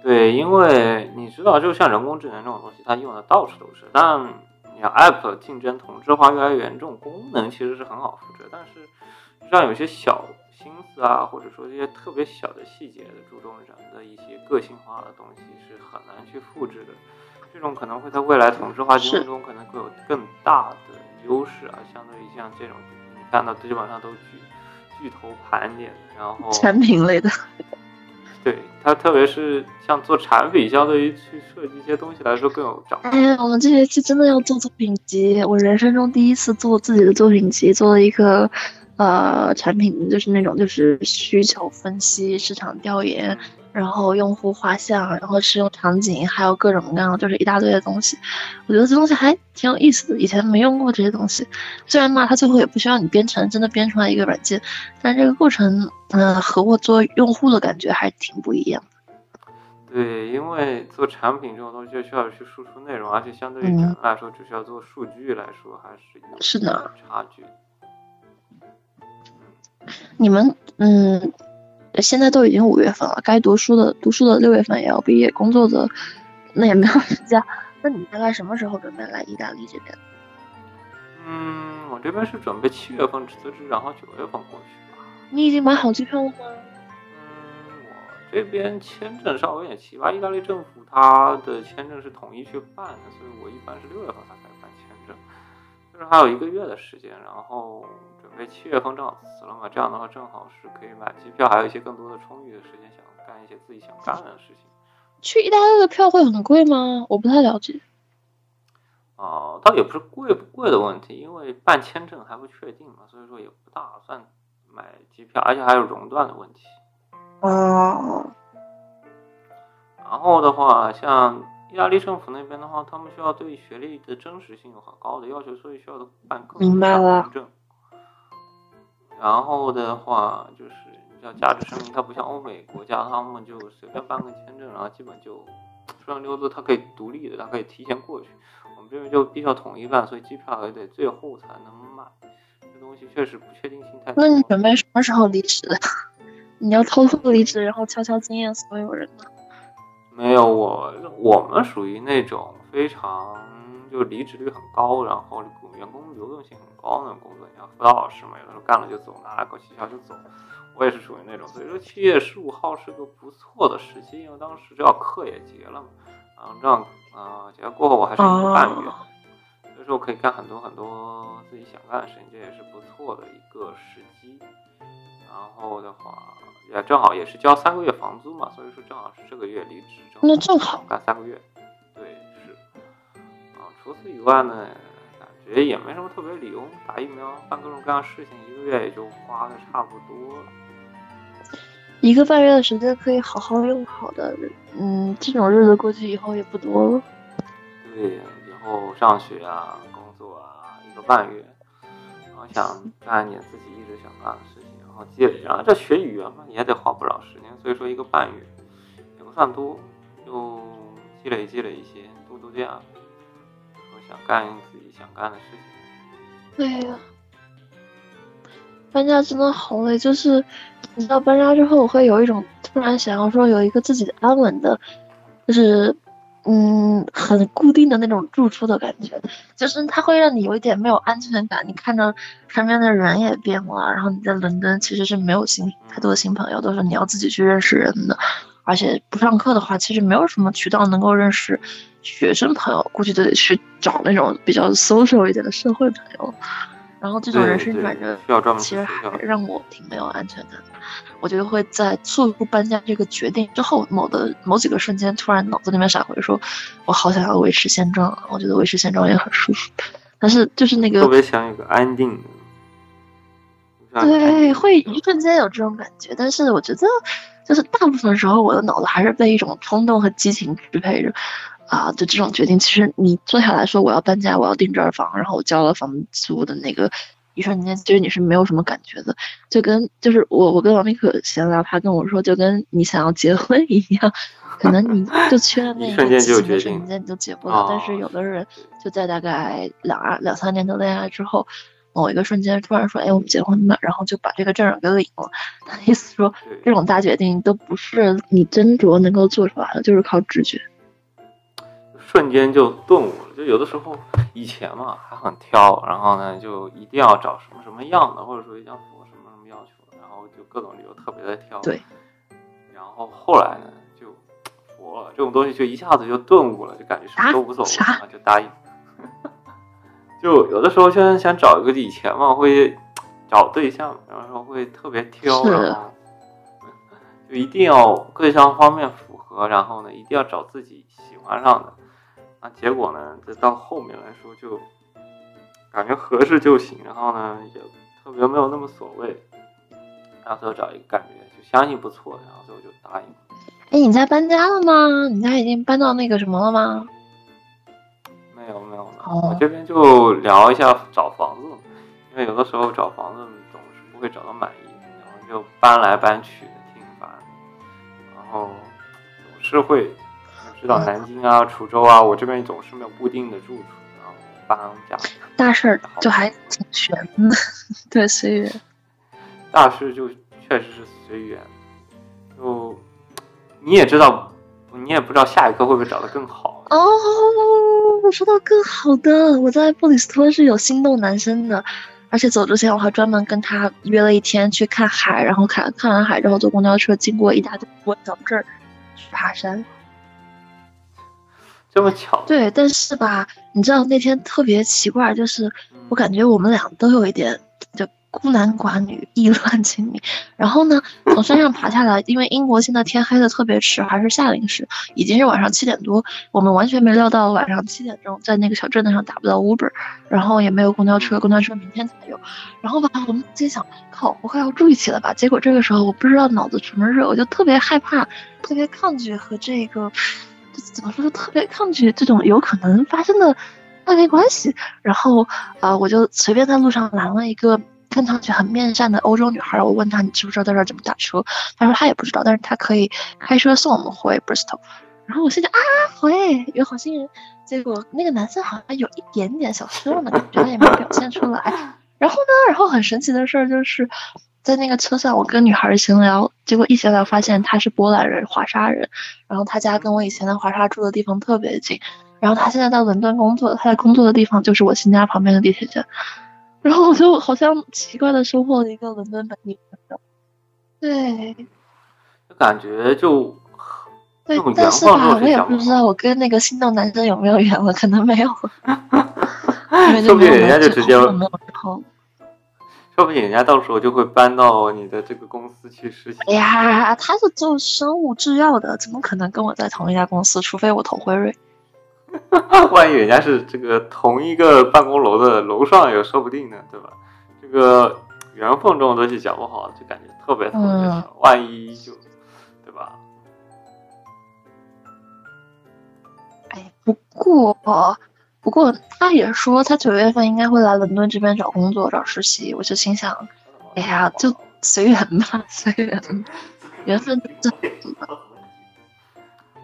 对，因为你知道，就像人工智能这种东西，它用的到处都是。但你像 App 竞争同质化越来越严重，功能其实是很好复制，但是让有些小心思啊，或者说这些特别小的细节的注重人的一些个性化的东西，是很难去复制的。这种可能会在未来同质化竞争中可能会有更大的优势啊，相对于像这种你看到基本上都巨巨头盘点，然后产品类的，对它，特别是像做产品，相对于去设计一些东西来说更有掌握哎呀，我们这学期真的要做作品集，我人生中第一次做自己的作品集，做了一个呃产品，就是那种就是需求分析、市场调研，然后用户画像，然后使用场景，还有各种各样就是一大堆的东西。我觉得这东西还挺有意思的，以前没用过这些东西。虽然嘛，它最后也不需要你编程，真的编出来一个软件，但这个过程，嗯、和我做用户的感觉还挺不一样的。对，因为做产品这种东西就需要去输出内容，而且相对于人来说，只需要做数据来说，还是有嗯是的差距。你们，嗯，现在都已经五月份了，该读书的读书的六月份也要毕业，工作的那也没有时间。那你大概什么时候准备来意大利这边？嗯，我这边是准备七月份辞职，然后九月份过去吧。你已经买好机票了吗？嗯，我这边签证稍微有点奇葩，意大利政府它的签证是统一去办的，所以我一般是六月份才开始办签证，就是还有一个月的时间，然后准备七月份正好辞了嘛，这样的话正好是可以买机票，还有一些更多的充裕的时间，想干一些自己想干的事情。去意大利的票会很贵吗？我不太了解。哦、倒也不是贵不贵的问题，因为办签证还不确定嘛，所以说也不打算买机票，而且还有熔断的问题。哦，然后的话，像意大利政府那边的话，他们需要对学历的真实性有很高的要求，所以需要办各种明白了凭证。然后的话，就是要价值声明，它不像欧美国家，他们就随便办个签证，然后基本就顺溜子，它可以独立的，它可以提前过去。我们这边就必须要统一办，所以机票也得最后才能买。这东西确实不确定性太高那了。你准备什么时候离职？ 你要偷偷离职，然后悄悄惊艳所有人吗？没有，我我们属于那种非常就离职率很高，然后员工流动性很高那种工作。你像辅导老师嘛，有的时候干了就走，拿了口气条就走。我也是属于那种，所以说七月十五号是个不错的时期，因为当时正好课也结了嘛，然后这样啊、呃结了过后我还是一个半哦月，所以说我可以干很多很多自己想干的事情，这也是不错的一个时机。然后的话，也正好也是交三个月房租嘛，所以说正好是这个月离职，正好那正好干三个月。对，是。啊，除此以外呢，感觉也没什么特别理由，打疫苗、办各种各样的事情，一个月也就花的差不多了。一个半月的时间可以好好用好的，嗯，这种日子过去以后也不多了。对，以后上学啊、工作啊，一个半月，然后想干一点自己一直想干的事情，然后积累。然后这学语言嘛，也得花不少时间，所以说一个半月也不算多，就积累积累一些，度度假，我想干自己想干的事情。对呀、搬家真的好累，就是你知道搬家之后，我会有一种突然想要说有一个自己的安稳的，就是嗯很固定的那种住处的感觉，就是它会让你有一点没有安全感。你看着身边的人也变了，然后你在伦敦其实是没有新太多的新朋友，都是你要自己去认识人的。而且不上课的话，其实没有什么渠道能够认识学生朋友，估计都得去找那种比较 social 一点的社会朋友。然后这种对人生对转折需要专门其去实学校还让我挺没有安全感的。我就会在做出搬家这个决定之后，某的某几个瞬间，突然脑子里面闪回说，我好想要维持现状啊，我觉得维持现状也很舒服。但是就是那特个别想有个安定的，就像安定对，的会地方一瞬间有这种感觉，但是我觉得，就是大部分时候我的脑子还是被一种冲动和激情支配着，啊，就这种决定，其实你坐下来说我要搬家，我要订这儿房，然后我交了房租的那个一瞬间其实你是没有什么感觉的，就跟就是我我跟王明可闲聊，他跟我说就跟你想要结婚一样，可能你就缺了那一一瞬间个激就有情的决瞬定间你就结不了。但哦是有的人就在大概两二两三年的恋爱之后，某一个瞬间突然说，哎，我们结婚吧，然后就把这个证儿给领了。他意思说，这对，种大决定都不是你斟酌能够做出来的，就是靠直觉。瞬间就顿悟了。就有的时候以前嘛还很挑，然后呢就一定要找什么什么样的，或者说要符合什么什么要求，然后就各种理由特别的挑。对。然后后来呢就佛了，这种东西就一下子就顿悟了，就感觉什么都无所谓，啊啥然后就答应。就有的时候现在想找一个以前嘛会找对象，然后会特别挑，是然后就一定要各项方面符合，然后呢一定要找自己喜欢上的。啊，结果呢，这到后面来说就感觉合适就行，然后呢也特别没有那么所谓，然后最后找一个感觉就相信不错的，然后最后就答应了。哎，你家搬家了吗？你家已经搬到那个什么了吗？没有没有，没有哦我这边就聊一下找房子，因为有的时候找房子总是不会找到满意，然后就搬来搬去的挺烦，然后总是会，你嗯知道南京啊、滁州啊，我这边总是没有固定的住处，然后搬家。大事儿就还挺悬的， 对，随缘。大事就确实是随缘，就你也知道，你也不知道下一刻会不会找得更好。哦，我说到更好的，我在布里斯托是有心动男生的，而且走之前我还专门跟他约了一天去看海，然后看看完海之后坐公交车经过一大堆国小镇儿去爬山。这么巧，对，但是吧，你知道那天特别奇怪，就是我感觉我们俩都有一点就孤男寡女、意乱情迷。然后呢，从山上爬下来，因为英国现在天黑的特别迟，还是夏令时，已经是晚上七点多，我们完全没料到晚上七点钟在那个小镇子上打不到 Uber，然后也没有公交车，公交车明天才有。然后吧，我们心想，靠，我快要住一起了吧？结果这个时候我不知道脑子什么热，我就特别害怕，特别抗拒和这个，就怎么说，特别抗拒这种有可能发生的暧昧关系。然后，呃，我就随便在路上拦了一个看上去很面善的欧洲女孩，我问她你知不知道在这儿怎么打车？她说她也不知道，但是她可以开车送我们回 Bristol。然后我心想啊，好哎，有好心人。结果那个男生好像有一点点小失望的感觉，他也没表现出来。然后呢，然后很神奇的事儿就是，在那个车上，我跟女孩儿闲聊，结果一闲聊发现她是波兰人，华沙人，然后她家跟我以前在华沙住的地方特别近，然后她现在到伦敦工作，她在工作的地方就是我新家旁边的地铁站，然后我就好像奇怪的收获了一个伦敦本地朋友，对，就感觉就对这种，缘但是分吧，落我谁也想不不知好，道我跟那个心动男生有没有缘了，可能没 有，因为说不定没有人家完就成直接没有之后。说不定人家到时候就会搬到你的这个公司去实习。哎呀，他是做生物制药的，怎么可能跟我在同一家公司？除非我投辉瑞。 万一人家是这个同一个办公楼的楼上也说不定呢，对吧？这个缘分这种东西讲不好，就感觉特别特别嗯巧，万一就对吧？哎，不过，不过他也说他九月份应该会来伦敦这边找工作、找实习。我就心想，哎呀， 就随缘吧， 随缘吧，缘分这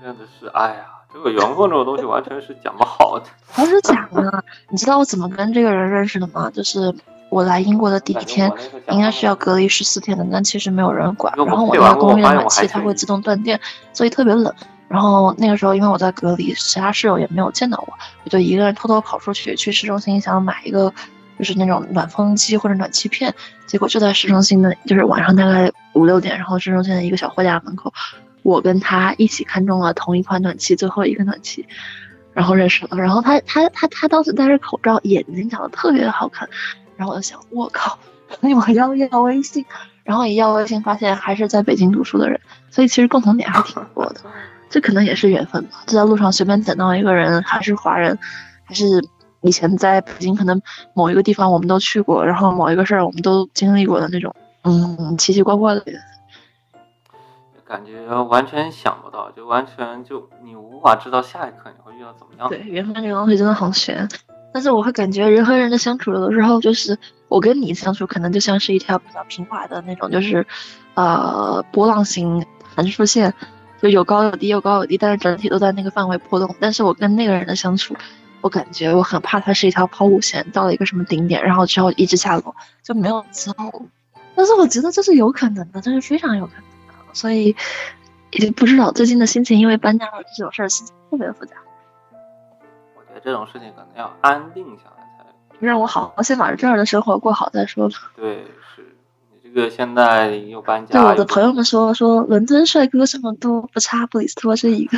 真的是，哎呀，这个缘分这种东西完全是讲不好的。不是假的。你知道我怎么跟这个人认识的吗？就是我来英国的第一天，应该是要隔离十四天的，但其实没有人管。因为我然后我退那完个工公寓我发现的暖我还气它是会自动断电，所以特别冷。然后那个时候因为我在隔离，其他室友也没有见到我，我就一个人偷偷跑出去去市中心想买一个就是那种暖风机或者暖气片，结果就在市中心的，就是晚上大概五六点，然后市中心的一个小货架门口，我跟他一起看中了同一款暖气，最后一个暖气。然后认识了，然后他他他他当时戴着口罩，眼睛长得特别好看，然后我就想，我靠，我要要微信，然后一要微信发现还是在北京读书的人，所以其实共同点还挺多的，这可能也是缘分吧。就在路上随便捡到一个人，还是华人，还是以前在北京可能某一个地方我们都去过，然后某一个事儿我们都经历过的那种，嗯，奇奇怪怪的缘分。感觉完全想不到，就完全就你无法知道下一刻你会遇到怎么样的对，。缘分这个东西真的好悬。但是我会感觉人和人的相处，有的时候就是我跟你相处，可能就像是一条比较平滑的那种，就是呃波浪形函数线，就有高有低，有高有低，但是整体都在那个范围波动。但是我跟那个人的相处，我感觉我很怕它是一条抛物线，到了一个什么顶点，然后之后一直下落，就没有之后了。但是我觉得这是有可能的，这是非常有可能的，所以也不知道最近的心情，因为搬家了这种事儿，心情特别复杂。我觉得这种事情可能要安定下来才让我好好先把这儿的生活过好再说吧。对，是你这个现在又搬家，对我又的朋友们说，说伦敦帅哥这么多，不差布里斯托这一个。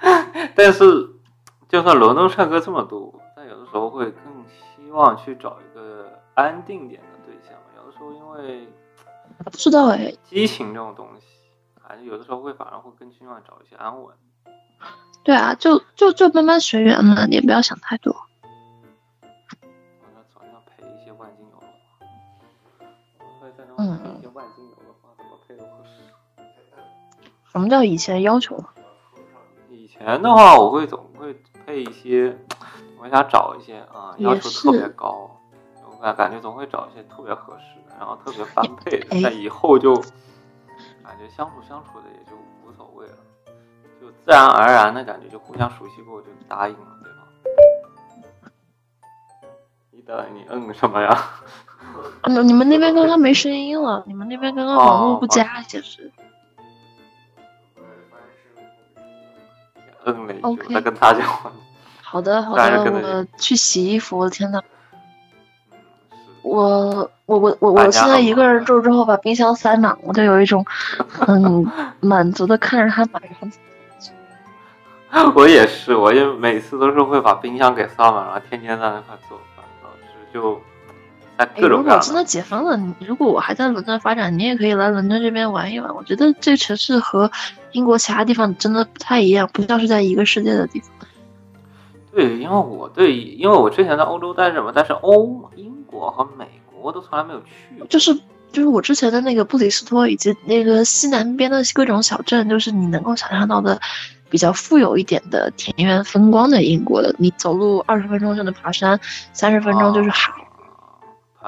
但是，就算伦敦帅哥这么多，但有的时候会更希望去找一个安定点的对象。有的时候因为不知道哎，激情这种东西，还是有的时候会反而会更希望找一些安稳。对啊，就就就慢慢随缘嘛，也不要想太多。我在早上配一些万金油的话，我会在那嗯配一些万金油的话，怎么配都合适。什么叫以前要求？啊以前的话，我会总会配一些，我想找一些啊，也要求特别是高，我感感觉总会找一些特别合适的，然后特别般配的哎。但以后就感觉相处相处的也就无所谓了，就自然而然的感觉就互相熟悉过就答应了对方。你等你嗯什么呀？啊，你们那边刚刚没声音了，你们那边刚刚网络不佳，也是。嗯了一句， OK 我在跟他讲话。好的，好当然的，可能也我去洗衣服。我的天呐，嗯，是我我我我大我家现在好一个人住之后，把冰箱塞满，我就有一种很 满足的看着它满然后 我也是，我也每次都是会把冰箱给塞满，然后天天在那块做饭，导致就在哎，各如种各果样真的解封了，你如果我还在伦敦发展，你也可以来伦敦这边玩一玩。我觉得这城市和英国其他地方真的不太一样，不像是在一个世界的地方。对，因为我对，因为我之前在欧洲待着嘛，但是欧、英国和美国都从来没有去过。就是就是我之前的那个布里斯托以及那个西南边的各种小镇，就是你能够想象到的比较富有一点的田园风光的英国的，你走路二十分钟就能爬山，三十分钟就是海。啊，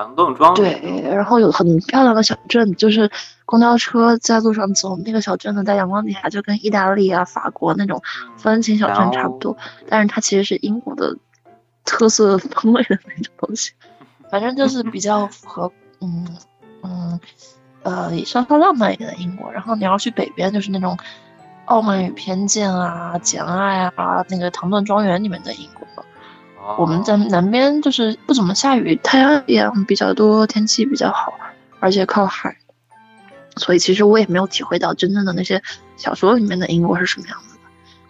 盘洞庄对，然后有很漂亮的小镇，就是公交车在路上走，那个小镇呢，在阳光底下就跟意大利啊、法国那种风情小镇差不多，但是它其实是英国的特色风味的那种东西，反正就是比较符合，嗯嗯呃，稍稍浪漫一点的英国。然后你要去北边，就是那种《傲慢与偏见》啊、《简爱》啊、那个《唐顿庄园》里面的英国。啊我们在南边就是不怎么下雨，太阳也比较多，天气比较好，而且靠海，所以其实我也没有体会到真正的那些小说里面的英国是什么样子的。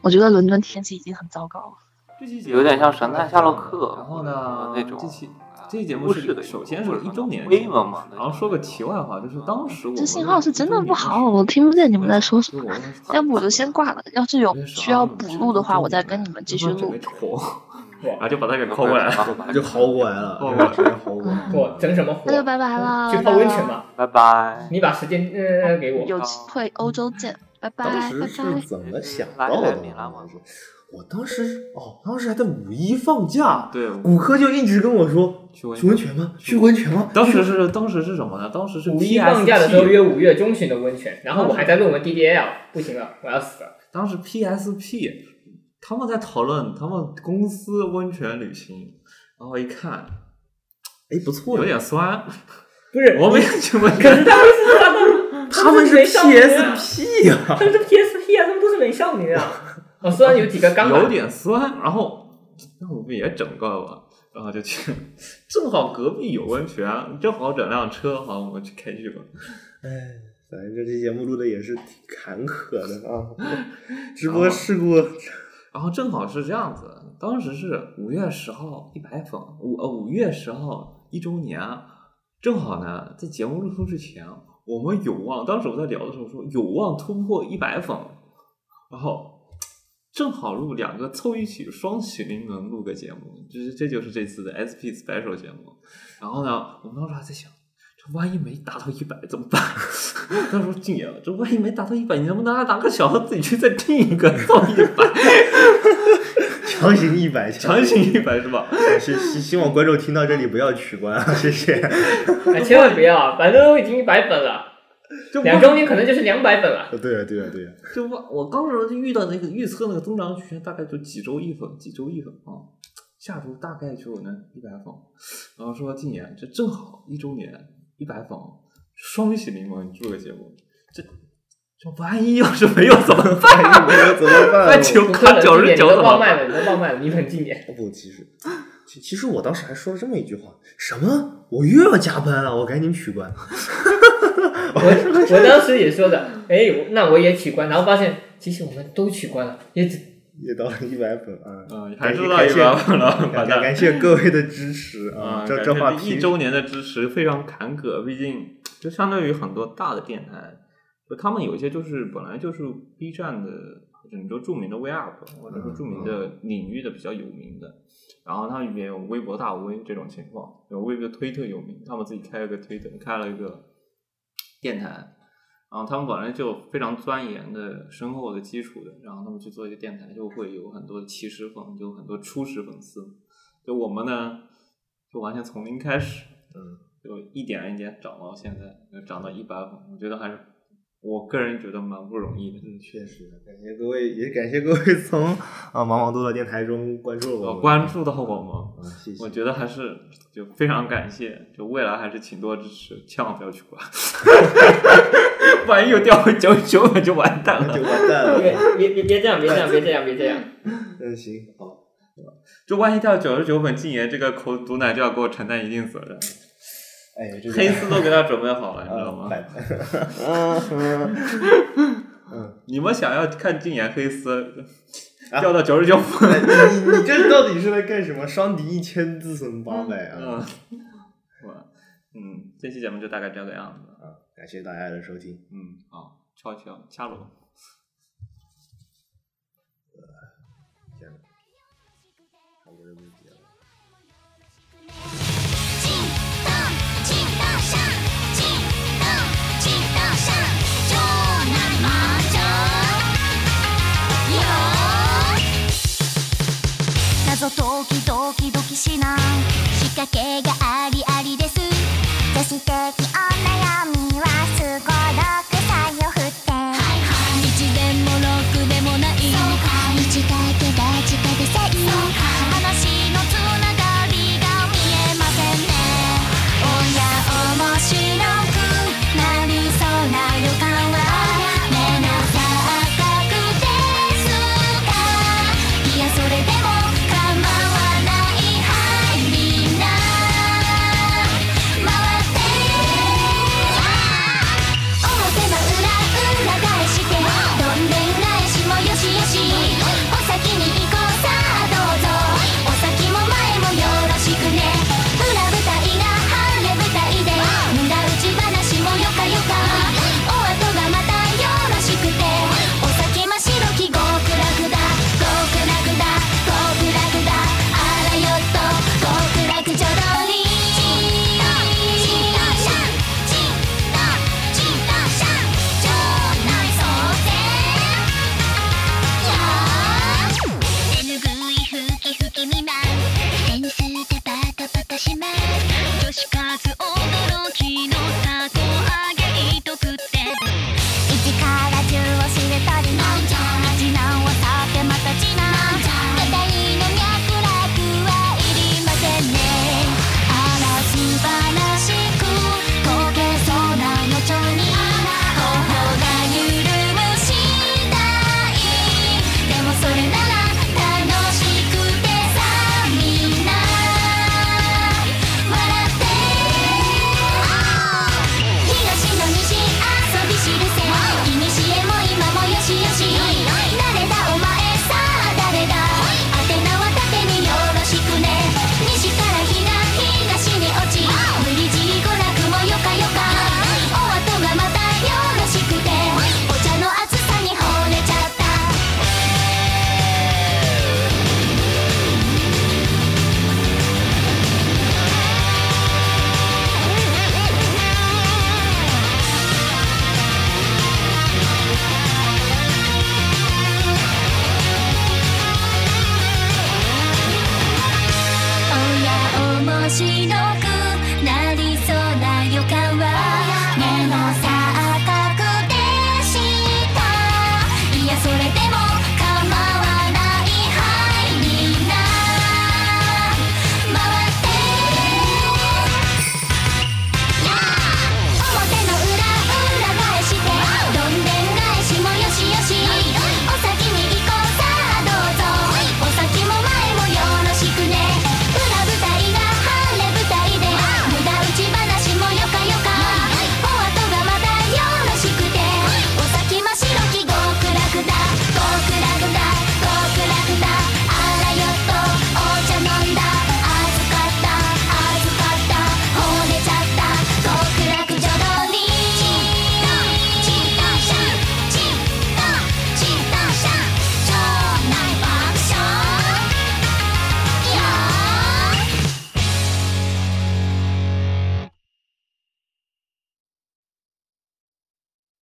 我觉得伦敦天气已经很糟糕了。这期节目有点像《神探夏洛克》，然后呢，那种这期啊这期节目故是事的首先是一周年威猛嘛，然后说个题外话，嗯就是当时我这们信号是真的不好，一周年的时我候听不见你们在说什么。对。要不我就 先挂了。要是有我也是需要啊补录的话，我再跟你们继续我录准备。抽我 然后就把他给抠抠过来了。他就薅过来了，对吧直接薅过来。我整什么火？嗯那就拜拜啦，去拜泡拜温泉啦！吧。拜拜。你把时间呃给我。有机会欧洲见，拜拜当拜时是拜。怎么想到来的来米兰呢吗？我当时哦，当时还在五一放假，对，骨科就一直跟我说去温去温泉吗？去温泉吗？ 当时是当时是什么呢？当时是五一放假的时候 PSP 约五月中旬的温泉，然后我还在论文 DDL，不行了，我要死了。当时 PSP 他们在讨论他们公司温泉旅行，然后一看哎，不错，有点酸，不是，我们也去温可 是泉。他们是他们他们是没少女啊 PSP 呀、 他们是 PSP 啊，他们不是美少女啊。我虽然有几个刚有好点酸，然后那我们也整个吧，然后就去， 正好隔壁有温泉，正好整辆车，好，我们去开去吧。哎，反正这期节目录的也是挺坎坷的啊， 直播事故，然后正好是这样子，当时是五月十号一百粉，五呃五月十号一周年，正好呢在节目录出之前，我们有望，当时我在聊的时候说有望突破一百粉，然后。正好录两个凑一起，双喜临门录个节目，就是这就是这次的 SP Special 节目。然后呢，我们当时还在想，这万一没达到一百怎么办？ 他说：“静爷，这万一没达到一百，你能不能拿个小号自己去再定一个到一百？”强行一百，强行一百是吧？ 是希希望观众听到这里不要取关啊，谢谢。 啊，千万不要，反正都已经一百本了，就两周年可能就是两百本了。对啊，对啊，对啊，就我我刚时候就遇到那个预测那个增长曲线，大概就几周一粉，几周一粉啊，下周大概就能一百粉，然后说今年这正好一周年一百粉，双喜临门祝个结果，这这万一要是没有怎么办？哎你们怎么办？那我九不可看能九今十年你九都怎么忘办？卖了，你都忘卖了，你很经典。 不，其实，其其实我当时还说了这么一句话：什么？我又要加班了，我赶紧取关。 我我当时也说的，哎，我那我也取关，然后发现其实我们都取关了，也只也到了一百粉啊！嗯，还感知谢道一百 粉了，感完感蛋感谢各位的支 持啊！啊，这感这觉话这一平周年的支持非常坎坷，毕竟就相对于很多大的电台，就他们有一些就是本来就是 B 站的，就是你说著名的 V Up 或者嗯说著名的领域的比较有名的，然后他们也有微博大 V 这种情况，有微博推特有名，他们自己开了个推特，开了一个电台。然后他们本来就非常钻研的、深厚的基础的，然后他们去做一个电台，就会有很多起始粉，就很多初始粉丝。就我们呢，就完全从零开始，嗯，就一点一点涨到现在，就涨到一百粉，我觉得还是我个人觉得蛮不容易的。嗯，确实，感谢各位，也感谢各位从啊茫茫多的电台中关注我我们，哦关注到我们，啊，谢谢。我觉得还是就非常感谢，就未来还是请多支持，千万不要去 关，万一又掉回九九粉就完蛋那就 了。完蛋别了。别别别这样，别这样，别这样，别这样。嗯，行，好，就万一掉九十九粉，禁言这个口毒奶就要给我承担一定责任，哎，这个黑丝都给他准备好了，你知道啊，吗？拜拜。嗯你们想要看禁言黑丝啊掉到九十九 粉，你 你你这到底是来干什么？伤敌一千，自损八百啊！嗯， 我嗯，这期节目就大概这个样子。啊，感谢大家的收听。嗯，好，悄悄，掐罗。